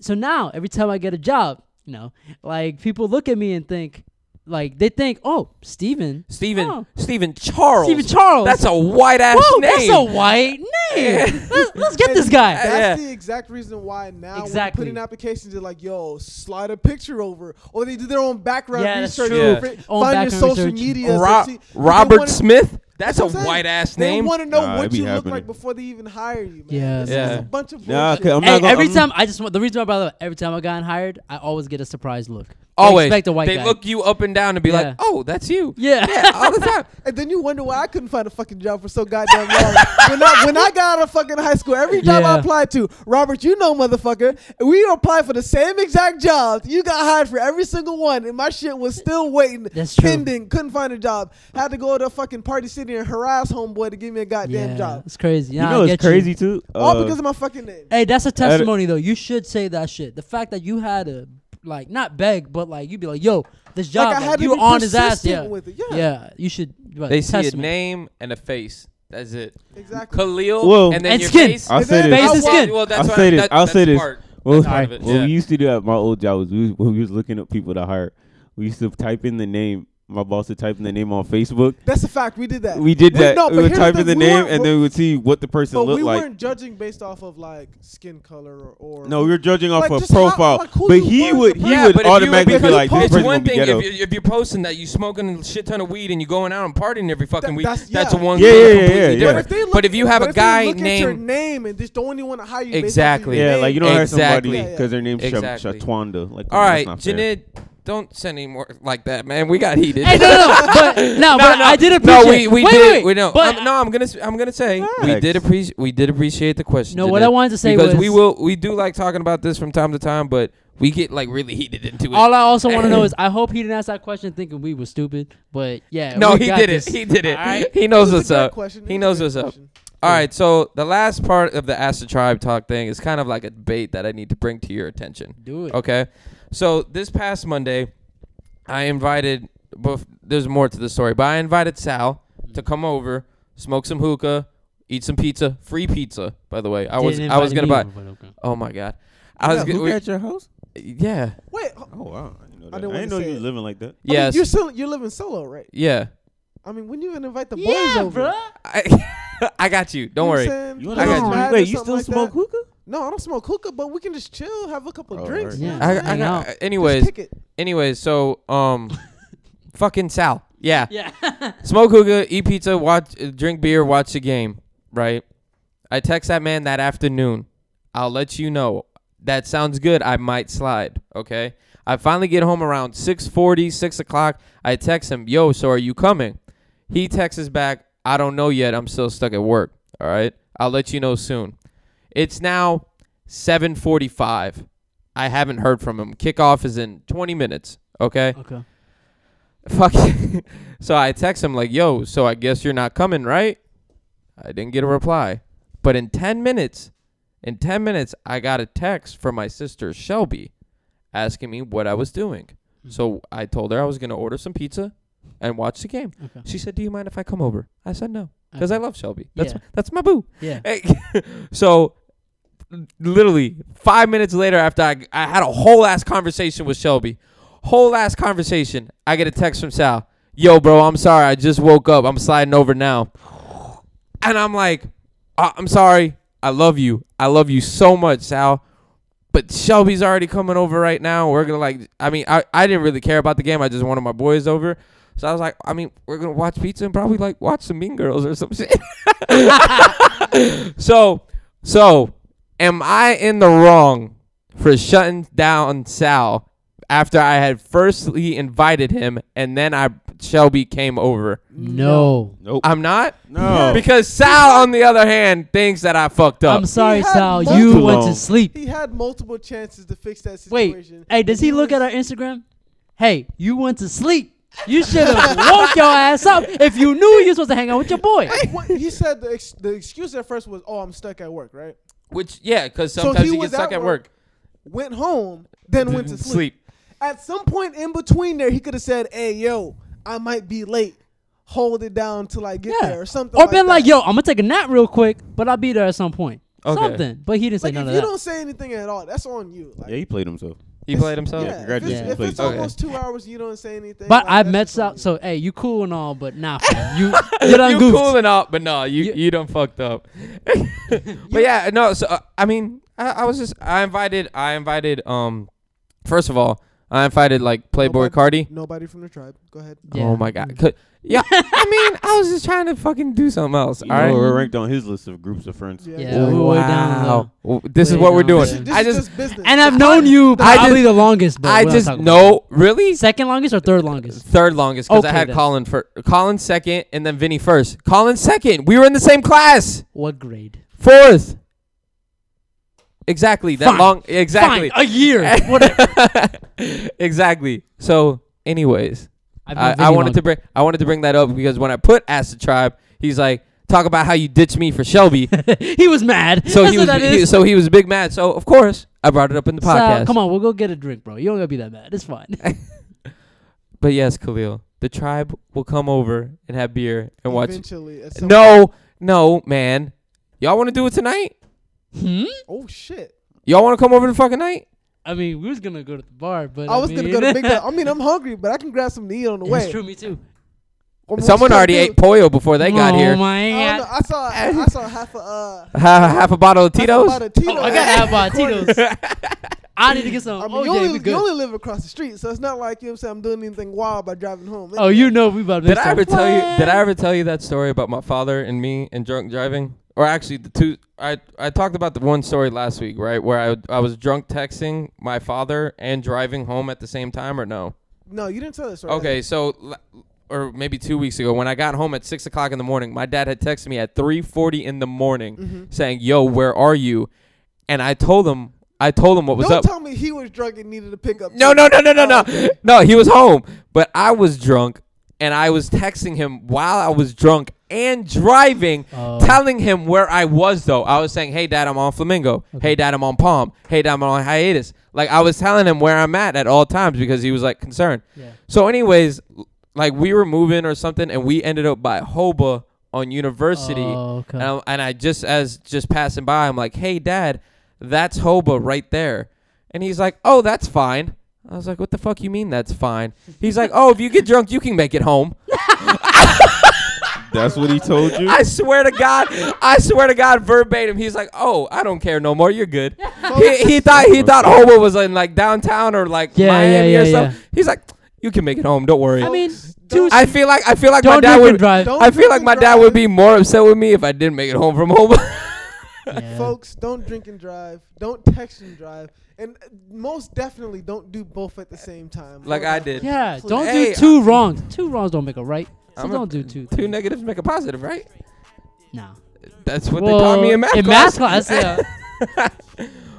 S5: So now, every time I get a job, you know, like people look at me and think, like they think, oh, Steven.
S3: Stephen,
S5: Oh,
S3: Stephen Charles,
S5: Steven Charles.
S3: That's a white ass
S5: Whoa,
S3: name.
S5: that's a white name. let's, let's get this guy.
S4: That's
S3: Yeah.
S4: the exact reason why now
S5: Exactly.
S4: when you put in applications, they're like, "Yo, slide a picture over," or they do their own background
S5: Yeah, that's
S4: research,
S5: true.
S3: Yeah.
S4: fi-
S5: Own
S4: find your
S5: background
S4: social
S5: research.
S4: media, so
S3: Ro-
S4: see- 'cause they
S3: Robert
S4: wanna-
S3: Smith. That's,
S4: what I'm
S3: a
S4: saying.
S3: white ass
S4: They
S3: name.
S4: want to know
S2: Nah,
S4: what
S2: it be
S4: you look
S2: happening.
S4: like before they even hire you. Man.
S5: Yeah.
S4: It's
S3: Yeah.
S4: just a bunch of
S2: Nah, 'cause
S4: bullshit.
S2: I'm
S5: Hey,
S2: not gonna-
S5: every
S2: I'm-
S5: time I just want the reason why, by the way, every time I got hired, I always get a surprise look. They
S3: Always,
S5: expect a white
S3: they
S5: guy.
S3: look you up and down and be
S5: Yeah.
S3: like, "Oh, that's you."
S5: Yeah.
S3: all the time.
S4: and then you wonder why I couldn't find a fucking job for so goddamn long. when, I, when I got out of fucking high school, every job I
S5: Yeah.
S4: applied to, Robert, you know, motherfucker, we applied for the same exact jobs. You got hired for every single one, and my shit was still waiting,
S5: That's true.
S4: pending, couldn't find a job. Had to go to fucking Party City and harass homeboy to give me a goddamn job.
S5: It's crazy.
S2: You
S5: Nah,
S2: know
S5: I
S2: it's
S5: get you.
S2: crazy too.
S4: All
S2: Uh,
S4: because of my fucking name.
S5: Hey, that's a
S2: don't-
S5: testimony though. You should say that shit. The fact that you had to like not beg, but like you'd be like, "Yo, this job,
S4: I
S5: like,
S4: had to
S5: you were
S4: be
S5: on his ass."
S4: persistent
S5: Yeah.
S4: with it.
S5: yeah,
S4: Yeah.
S5: You should. Right,
S3: They see a
S5: testament.
S3: name and a face. That's it.
S4: Exactly.
S3: Khalil
S2: Well-
S3: and then
S5: And
S3: your
S5: skin.
S3: face.
S2: I'll
S4: And
S2: say
S4: then
S2: this.
S4: I
S5: Face is
S4: walk-
S5: skin.
S3: Well, that's
S2: I'll
S3: what
S2: say
S3: I-
S2: this.
S3: that-
S2: I'll
S3: that's
S2: say this.
S3: part.
S2: Well,
S3: That's part of it,
S2: what
S3: yeah.
S2: we used to do at my old job was we, when we was looking up people to hire, we used to type in the name. My boss would type in the name on Facebook.
S4: That's a fact. We did that.
S2: We did that.
S4: no, but
S2: we would
S4: here's
S2: type in the
S4: thing, we
S2: name
S4: weren't-
S2: and then we would see what the person
S4: But we
S2: looked like.
S4: weren't judging based off of like skin color or. or
S2: No, we were judging off
S4: Like,
S2: a
S4: just how-
S2: profile.
S4: like, who
S2: but
S4: you
S2: he
S4: were
S2: would
S4: as a
S2: he
S4: person.
S3: yeah,
S2: would
S3: but if you-
S2: automatically
S3: if
S2: be
S3: you-
S2: like, this
S3: it's
S2: person
S3: one
S2: gonna be
S3: thing
S2: ghetto.
S3: if, you, if you're posting that you smoking a shit ton of weed and you going out and partying every fucking
S4: That-
S3: week.
S4: that's-
S3: That's,
S4: yeah.
S3: a one
S2: Yeah,
S3: thing
S2: yeah, yeah,
S3: completely
S2: yeah, yeah.
S3: different.
S2: But
S4: if they look-
S3: but if you have
S4: but
S3: a
S4: if they
S3: guy
S4: look at your
S3: named
S4: name and just don't only want to hire you based off of
S3: Exactly.
S4: your
S2: Yeah,
S4: name.
S2: like you don't
S3: Exactly.
S2: hire somebody because their name's
S3: Exactly.
S2: exactly. Shatwanda. Like,
S3: All right,
S2: that's not fair.
S3: Janid, don't send any more like that, man. We got heated.
S5: Hey, no, no, no, but no, but I did
S3: No,
S5: appreciate.
S3: we, we
S5: wait,
S3: did.
S5: wait,
S3: we know.
S5: But
S3: I'm, no, I'm gonna s- I'm gonna say we did
S2: Facts.
S3: appreciate we did appreciate the question.
S5: No, what
S3: Janid,
S5: I wanted to say
S3: because
S5: was-
S3: we will we do like talking about this from time to time, but we get like really heated into it.
S5: all I also want to know is, I hope he didn't ask that question thinking we were stupid. But yeah,
S3: no,
S5: we
S3: he
S5: got
S3: did
S5: this.
S3: it. He did it.
S5: All right?
S3: He knows
S4: It was
S3: what's
S4: a good
S3: up.
S4: question. It
S3: He
S4: was a
S3: knows
S4: good
S3: what's up.
S4: question.
S3: All right, so the last part of the Ask the Tribe talk thing is kind of like a debate that I need to bring to your attention.
S5: Do it.
S3: Okay. So this past Monday, I invited. Bef- there's more to the story, but I invited Sal
S5: Mm-hmm.
S3: to come over, smoke some hookah, eat some pizza, free pizza. By the way, I was
S5: Didn't
S3: I was gonna
S5: invite
S3: buy.
S5: me, but okay.
S3: Oh my god, I was
S2: Yeah,
S3: gonna,
S2: who
S3: we-
S2: at your house?
S3: yeah
S4: Wait, I
S2: Oh wow, I didn't know, that. I
S4: didn't
S2: didn't
S4: wanna
S2: know
S4: say
S2: you
S4: it.
S2: was living like that.
S4: mean,
S3: yes
S4: you're still you're living solo, right?
S3: yeah.
S4: I mean, when you even invite the boys
S5: Yeah,
S4: over,
S5: bro.
S3: I, I got you. Don't worry.
S2: You
S3: I got
S2: wanna- wait, you still smoke hookah?
S4: No, I don't smoke hookah, but we can just chill, have a couple
S2: Oh, alright.
S4: drinks. you know
S5: Yeah.
S4: what I'm
S3: I,
S4: saying?
S3: I
S5: Hang out.
S3: got. uh,
S5: Just
S3: Anyways,
S4: Just kick it.
S3: Anyways, so um, fucking Sal. Yeah.
S5: Yeah.
S3: Smoke hookah, eat pizza, watch, uh, drink beer, watch the game. Right. I text that man that afternoon. I'll let you know. That sounds good. I might slide. Okay. I finally get home around 6:40, 6 o'clock. I text him, "Yo, so are you coming?" He texts us back, "I don't know yet. I'm still stuck at work. All right. I'll let you know soon." It's now 7:45. I haven't heard from him. Kickoff is in 20 minutes. Okay.
S5: Okay.
S3: Fuck. so I text him like, "Yo, so I guess you're not coming, right?" I didn't get a reply. But in 10 minutes, in 10 minutes I got a text from my sister Shelby asking me what I was doing.
S5: Mm-hmm.
S3: So I told her I was going to order some pizza and watch the game.
S5: Okay.
S3: She said, "Do you mind if I come over?" I said, "No." Because I
S5: Okay.
S3: love Shelby. That's
S5: Yeah.
S3: my, that's my boo.
S5: Yeah.
S3: Hey, so literally five minutes later after I, I had a whole ass conversation with shelby whole ass conversation i get a text from sal yo bro i'm sorry i just woke up i'm sliding over now and i'm like I- i'm sorry i love you i love you so much sal but shelby's already coming over right now we're gonna like i mean i, I didn't really care about the game i just wanted my boys over so I was like, I mean, we're gonna watch pizza and probably like watch some Mean Girls or some shit. so, so am I in the wrong for shutting down Sal after I had firstly invited him and then I Shelby came over?
S5: No.
S2: Nope.
S3: I'm not
S2: no.
S3: because Sal, on the other hand, thinks that I fucked up.
S5: I'm sorry,
S4: He had
S5: Sal. You
S4: multiple-
S5: went to sleep.
S4: He had multiple chances to fix that
S5: Wait.
S4: situation.
S5: Hey, does he look at our Instagram? Hey, you went to sleep. You should have woke your ass up if you knew you were supposed to hang out with your boy.
S4: What, he said the, ex- the excuse at first was, "Oh, I'm stuck at work." Right?
S3: Which yeah, because
S4: So
S3: sometimes
S4: he
S3: you
S4: was
S3: get stuck
S4: at
S3: at work.
S4: Went home, then went to sleep. At some point in between there, he could have said, "Hey, yo, I might be late. Hold it down till I get
S5: Yeah.
S4: there," or something.
S5: Or
S4: like
S5: been
S4: that.
S5: like, yo, I'm gonna take a nap real quick, but I'll be there at some point.
S3: Okay.
S5: Something. But he didn't say
S4: Like,
S5: none
S4: if
S5: of
S4: you
S5: that.
S4: don't say anything at all, that's on you. Like,
S2: Yeah, he played himself.
S3: He played himself.
S4: yeah, if
S2: congratulations,
S4: it's, if
S2: please.
S4: it's
S3: Okay.
S4: almost two hours, you don't say anything.
S5: but
S4: like,
S5: I've
S4: that's
S5: met
S4: just on
S5: Sal so
S4: you.
S5: hey, you cool and all, but nah, fam. you you done
S3: you
S5: goofed.
S3: cool and all, but no, you
S5: You-
S3: you done fucked up. but yeah, no. So uh, I mean, I, I was just I invited I invited um, first of all, I invited like Playboy
S4: Nobody-
S3: Cardi.
S4: Nobody from the tribe. Go ahead.
S5: Yeah.
S3: Oh my god. Could- yeah, I mean, I was just trying to fucking do something else. All
S2: You know,
S3: right.
S2: We're ranked on his list of groups of friends.
S4: Yeah.
S5: Yeah, we were down low.
S3: Wow. This is
S5: Way
S3: what we're
S5: down
S3: doing.
S5: This is-
S4: This
S3: I
S4: is
S3: just
S4: just business.
S5: And I've known you
S3: I just-
S5: probably the longest, but
S3: I
S5: we're not
S3: just
S5: talking about
S3: no really
S5: it. second longest or third longest.
S3: third longest because I
S5: Okay,
S3: had
S5: then.
S3: Colin for Colin second and then Vinny first. Colin second. We were in the same class.
S5: What grade?
S3: Fourth. Exactly. That
S5: Fine.
S3: long. Exactly.
S5: Fine, a year. Whatever.
S3: exactly. So, anyways,
S5: I've
S3: I,
S5: known
S3: I
S5: Vinny
S3: wanted to bring I wanted to bring that up because when I put Ask the Tribe, he's like, talk about how you ditched me for Shelby.
S5: long. he was mad.
S3: So
S5: That's
S3: he
S5: what
S3: was
S5: that
S3: he-
S5: is.
S3: so he was big mad. So of course I brought it up in the podcast.
S5: Sal, come on, we'll go get a drink, bro. You don't gotta be that mad. It's fine.
S3: But yes, Khalil, the tribe will come over and have beer and watch.
S4: Eventually, at some
S3: No, no, man. Y'all want to do it tonight?
S5: hmm?
S4: Oh shit.
S3: Y'all want to come over the fucking night?
S5: I mean, we was gonna go to the bar, but
S4: I was gonna go to
S5: mean-
S4: Big Dog. I mean, I'm hungry, but I can grab something to eat on the way.
S5: It's true, me too.
S4: Or once
S3: Someone
S4: you
S3: already
S4: do-
S3: ate pollo before they got
S5: oh
S3: here.
S5: my
S4: I don't know.
S5: God.
S4: I saw. I saw half a. Uh,
S3: Ha- half a bottle of Tito's.
S4: About a Tito.
S5: Oh, I gotta have uh, Tito's. I need to get some.
S4: I mean,
S5: oh
S4: you,
S5: yeah, we
S4: only, you
S5: good.
S4: only live across the street, so it's not like you know what I'm saying. I'm doing anything wild by driving home.
S5: Oh, you know we about to.
S3: Did I ever tell you? Did I ever tell you that story about my father and me and drunk driving? Or actually, the two. I I talked about the one story last week, right? Where I I was drunk texting my father and driving home at the same time, or no?
S4: no, you didn't tell this story.
S3: Okay, so l- or maybe two weeks ago, when I got home at six o'clock in the morning, my dad had texted me at three forty in the morning saying, "Yo, where are you?" And I told him, I told him what was
S4: Don't
S3: up.
S4: tell me he was drunk and needed a pickup.
S3: No,
S4: truck.
S3: no, no, no, no,
S4: Oh,
S3: no. No, he was home, but I was drunk and I was texting him while I was drunk and driving,
S5: Oh.
S3: telling him where I was though. I was saying, "Hey dad, I'm on Flamingo. Hey dad, I'm on Palm. Hey dad, I'm on hiatus." Like I was telling him where I'm at at all times because he was like concerned.
S5: Yeah.
S3: So anyways, like we were moving or something and we ended up by Hoba on University.
S5: Oh, okay.
S3: And, I'm- and I just as just passing by, I'm like, "Hey, Dad, that's Hoba right there," and he's like, "Oh, that's fine." I was like, "What the fuck you mean that's fine?" He's like, "Oh, if you get drunk, you can make it home."
S2: That's what he told you.
S3: I swear to God, I swear to God, verbatim. He's like, "Oh, I don't care no more. You're good." he, he thought he thought Hoba was in like downtown or like
S5: Yeah, yeah,
S3: Miami or
S5: yeah,
S3: something.
S5: yeah.
S3: He's like, "You can make it home. Don't worry."
S5: I mean,
S4: Don't-
S5: dude,
S3: I feel like I feel like my
S5: don't
S3: dad
S5: drink and
S3: would.
S5: drive.
S4: Don't
S3: I feel
S4: drink
S3: like
S4: and
S3: my dad would
S4: drive.
S3: be more upset with me if I didn't make it home from home.
S5: Yeah.
S4: Folks, don't drink and drive. Don't text and drive. And most definitely don't do both at the same time.
S3: Like
S4: Or
S3: I
S4: after.
S3: did.
S5: Yeah,
S4: Please.
S5: don't
S3: Hey,
S5: do two wrongs. Two wrongs don't make a right. So
S3: I'm a-
S5: don't do two.
S3: Two negatives make a positive, right?
S5: Nah.
S3: That's what they taught me in math
S5: in
S3: class.
S5: math class, yeah.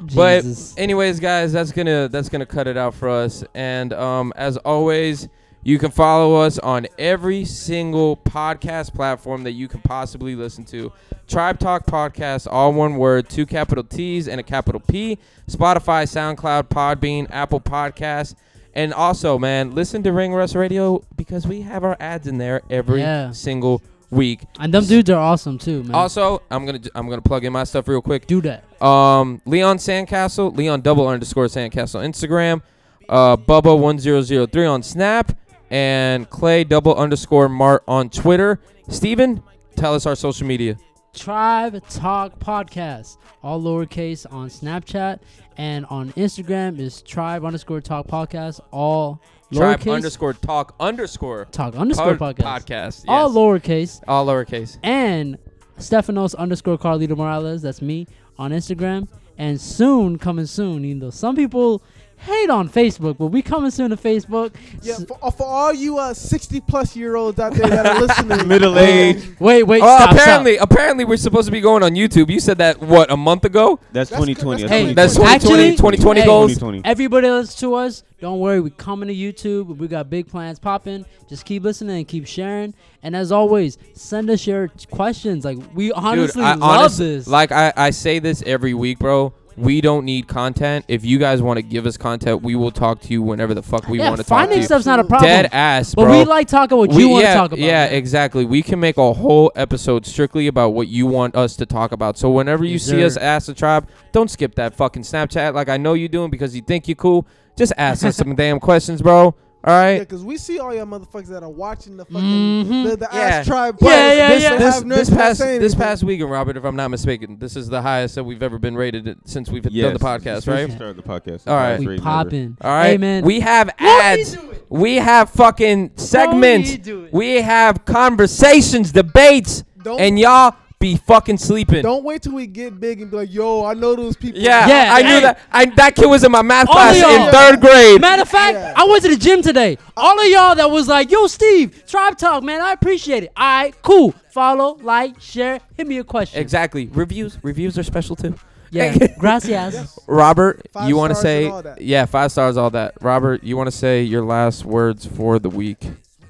S5: Jesus.
S3: But anyways, guys, that's gonna that's gonna cut it out for us. And um, as always, you can follow us on every single podcast platform that you can possibly listen to. Tribe Talk Podcast, all one word, two capital T's and a capital P. Spotify, SoundCloud, Podbean, Apple Podcasts. And also, man, listen to Ring Rust Radio because we have our ads in there every
S5: Yeah.
S3: single week.
S5: and them dudes are awesome too, man.
S3: Also, I'm gonna I'm gonna plug in my stuff real quick.
S5: do that.
S3: Um, Leon Sandcastle, Leon double underscore Sandcastle Instagram, uh, Bubba one zero zero three on Snap, and Clay double underscore Mart on Twitter. Steven, tell us our social media.
S5: Tribe Talk Podcast, all lowercase on Snapchat and on Instagram is Tribe underscore Talk Podcast, all lowercase.
S3: Tribe underscore talk underscore
S5: Talk underscore
S3: pod-
S5: podcast.
S3: podcast.
S5: All
S3: yes.
S5: lowercase.
S3: all lowercase.
S5: And Stefanos underscore Carlito Morales, that's me, on Instagram. And soon, coming soon, even though some people hate on Facebook, but we coming soon to Facebook.
S4: Yeah,
S5: S-
S4: for, for all you uh, 60 plus year olds out there that are listening,
S2: Middle
S4: um,
S2: age.
S5: wait, wait,
S3: Oh,
S5: stop, stop.
S3: apparently, apparently we're supposed to be going on YouTube. You said that what a month ago.
S2: That's,
S4: That's
S2: 2020.
S4: good.
S5: Hey,
S3: That's
S2: 2020.
S3: 2020,
S5: actually,
S3: 2020
S5: hey,
S3: goals.
S2: 2020.
S5: Everybody that's to us, don't worry. We coming to YouTube. We got big plans popping. Just keep listening and keep sharing. And as always, send us your questions. Like we honestly
S3: Dude, I
S5: love
S3: honest-
S5: this.
S3: Like I, I say this every week, bro. We don't need content. If you guys want to give us content, we will talk to you whenever the fuck we
S5: yeah,
S3: want to talk to
S5: finding
S3: you.
S5: stuff's not a problem.
S3: Dead ass,
S5: but
S3: bro.
S5: we like talking what
S3: We-
S5: you want to
S3: yeah,
S5: talk about.
S3: Yeah,
S5: man.
S3: exactly. We can make a whole episode strictly about what you want us to talk about. So whenever you
S5: Yes,
S3: see
S5: sir.
S3: us ask the tribe, don't skip that fucking Snapchat like I know you doing because you think you're cool. Just ask us some damn questions, bro. All
S4: Yeah,
S3: right. Mm-hmm.
S4: because we see all y'all motherfuckers that are watching the fucking
S5: Mhm.
S4: the, the
S3: Yeah.
S4: ass tribe.
S5: Yeah,
S4: podcast,
S5: yeah,
S4: but
S3: this,
S5: yeah.
S4: don't
S3: This,
S4: have nerds
S3: this
S4: to
S3: past
S4: say
S3: this
S4: anything.
S3: past weekend, Robert, if I'm not mistaken, this is the highest that we've ever been rated since we've done the podcast, right?
S2: Started the podcast.
S3: All right.
S5: we popping.
S3: All right.
S5: hey, man.
S3: We have
S5: Let me
S3: ads.
S5: do it.
S3: We have fucking segments.
S5: do it.
S3: We have conversations, debates,
S4: Don't-
S3: and y'all be fucking sleeping.
S4: Don't wait till we get big and be like, yo, I know those people.
S3: yeah,
S5: Yeah,
S3: I knew
S5: hey.
S3: that. I, that kid was in my math
S5: All
S3: class
S5: y'all.
S3: in third grade.
S5: Matter of fact,
S4: Yeah.
S5: I went to the gym today. All of y'all that was like, yo, Steve, Tribe Talk, man, I appreciate it. All right, cool. Follow, like, share, hit me a question.
S3: Exactly. Reviews. Reviews are special too.
S5: Yeah,
S4: Oh,
S5: gracias.
S3: Robert,
S4: Five
S3: you want to
S4: stars and
S3: say
S4: all that.
S3: yeah, five stars, all that. Robert, you want to say your last words for the week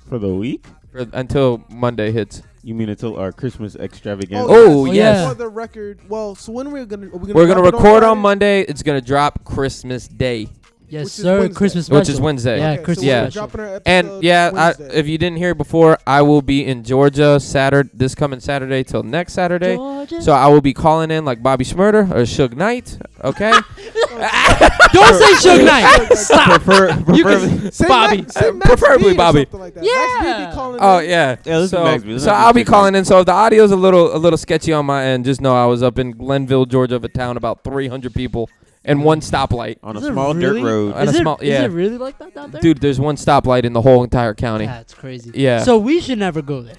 S2: For the week?
S3: for, until Monday hits.
S2: You mean until our Christmas extravaganza?
S3: Oh,
S4: yes.
S5: yes.
S4: For the record, well, so when are we gonna are we gonna
S3: We're gonna
S4: drop it
S3: record on
S4: Friday?
S3: Monday. It's gonna drop Christmas Day.
S5: Yes,
S4: Which is
S5: sir.
S4: Wednesday.
S5: Christmas special.
S3: Which is Wednesday.
S5: Yeah,
S4: Okay, so
S5: Christmas
S4: we're
S3: yeah.
S5: special.
S4: dropping our
S3: And
S4: episode
S3: yeah, I,
S4: Wednesday.
S3: if you didn't hear before, I will be in Georgia Saturday, this coming Saturday till next Saturday.
S5: Georgia.
S3: So I will be calling in like Bobby Schmurder or Suge Knight. Okay,
S5: Don't say Suge Knight. Stop.
S2: Prefer, preferably-
S5: You can,
S4: Say
S5: Bobby.
S4: Max- say
S3: Uh,
S4: Max
S3: preferably
S4: B or
S3: Bobby.
S4: something like that. Max B be
S5: Yeah.
S4: calling
S3: Oh
S4: in.
S3: yeah.
S2: Yeah, listen to
S3: so,
S2: Max B. Let's
S3: so
S2: not
S3: I'll
S2: be
S3: be
S2: too
S3: calling in. So if the audio's a little a little sketchy on my end, just know I was up in Glenville, Georgia, of a town about 300 people and one stoplight.
S2: on a
S5: Is it
S2: small
S5: really?
S2: dirt road.
S3: Uh, on
S5: Is
S3: a
S5: it,
S3: small-
S5: is
S3: yeah.
S5: it really like that down there?
S3: Dude, there's one stoplight in the whole entire county.
S5: That's crazy.
S3: Yeah.
S5: So we should never go there.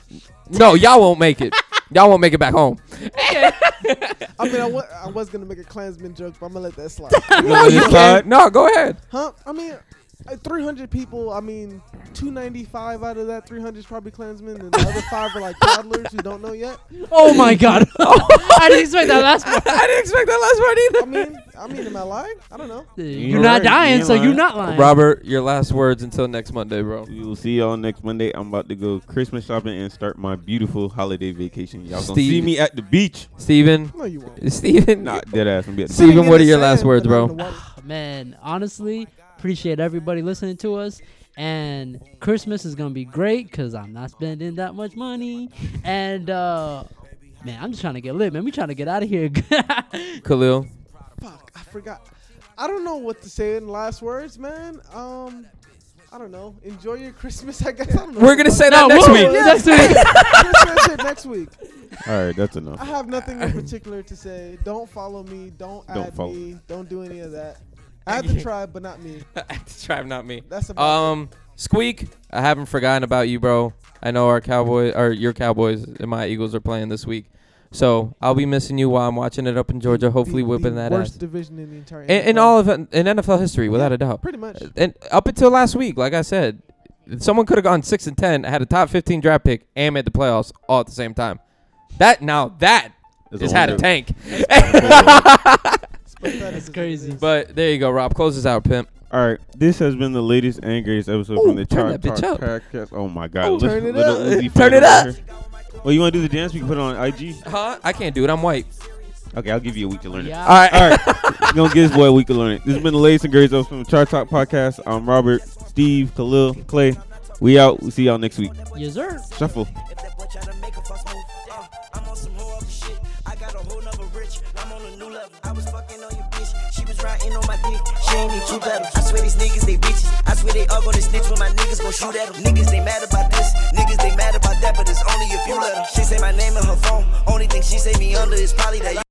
S3: No, y'all won't make it. y'all won't make it back home.
S4: I mean, I wa- I was gonna make a Klansman joke, but I'm gonna let that slide.
S3: No,
S2: you can't.
S3: No, go ahead.
S4: huh? I mean, uh, 300 people. I mean, 295 out of that 300 is probably Klansmen, and the other five are like toddlers who don't know yet.
S5: Oh my God. I didn't expect that last part.
S3: I didn't expect that last part either.
S4: I mean, I mean, am I lying? I don't know.
S5: You're not
S2: right.
S5: dying,
S2: You're
S5: so you're
S2: lying.
S5: not lying.
S3: Robert, your last words until next Monday, bro.
S2: We will see y'all next Monday. I'm about to go Christmas shopping and start my beautiful holiday vacation. Y'all gonna see
S3: Steve.
S2: me at the beach.
S3: Steven,
S4: No, you won't.
S3: Steven,
S2: Not dead ass. I'm gonna be at the
S3: Steven,
S4: Sitting in
S3: what
S4: the
S3: are your
S4: sand,
S3: last words,
S4: but not
S3: bro?
S4: in the water.
S5: man, honestly, appreciate everybody listening to us. And Christmas is gonna be great because I'm not spending that much money. And uh man, I'm just trying to get lit, man. We trying to get out of here.
S3: Khalil.
S4: Fuck, I forgot. I don't know what to say in last words, man. Um, I don't know. Enjoy your Christmas, I guess. I don't know.
S3: We're gonna say that
S5: No,
S3: next
S5: we'll-
S3: week.
S5: yeah. Next week.
S4: Christmas shit next week.
S2: All right, that's
S4: I
S2: enough.
S4: have nothing in particular to say. Don't follow me. Don't
S2: Don't
S4: add
S2: follow.
S4: me. Don't do any of that. Add the tribe, but not me.
S3: Tribe, not me.
S4: That's about
S3: Um, Squeak, I haven't forgotten about you, bro. I know our Cowboy, or your Cowboys and my Eagles are playing this week, so I'll be missing you while I'm watching it up in Georgia. Hopefully,
S4: the,
S3: whipping
S4: the
S3: that
S4: worst
S3: ass
S4: division in the entire.
S3: in, in
S4: NFL.
S3: all of in NFL history, without a doubt.
S4: pretty much.
S3: And up until last week, like I said, someone could have gone six and ten, had a top fifteen draft pick, and made the playoffs all at the same time. That now that
S2: It's
S3: is had a
S2: wonder-
S3: tank.
S2: It's
S4: That's
S5: crazy.
S3: But there you go, Rob. Close this out, pimp.
S2: All right, this has been the latest and greatest episode from the
S3: turn
S2: Chart
S3: that bitch
S2: Talk
S3: up.
S2: Podcast. Oh my God!
S4: Oh, turn it up.
S3: Turn it up.
S2: Well, you want to do the dance? We can put it on IG.
S3: Huh? I can't do it. I'm white.
S2: Okay, I'll give you a week to learn
S5: Yeah.
S2: it. All right, all right. you gonna give this boy a week to learn it. This has been the latest and greatest episode from the Chart Talk Podcast. I'm Robert, Steve, Khalil, Clay. We out. We'll see y'all next week.
S5: Yes, sir.
S2: Shuffle.
S6: If that boy try to make a fuss move, uh, I'm on some whole other shit. I got a whole nother rich. I'm on a new level. I was fucking on your bitch. She was riding on my dick. She ain't need two pedals. I swear these niggas, they bitches. I swear they all gonna snitch when my niggas gon' shoot at them. Niggas, they mad about this. Niggas, they mad about that, but it's only if you let them. She say my name in her phone. Only thing she say me under is probably that.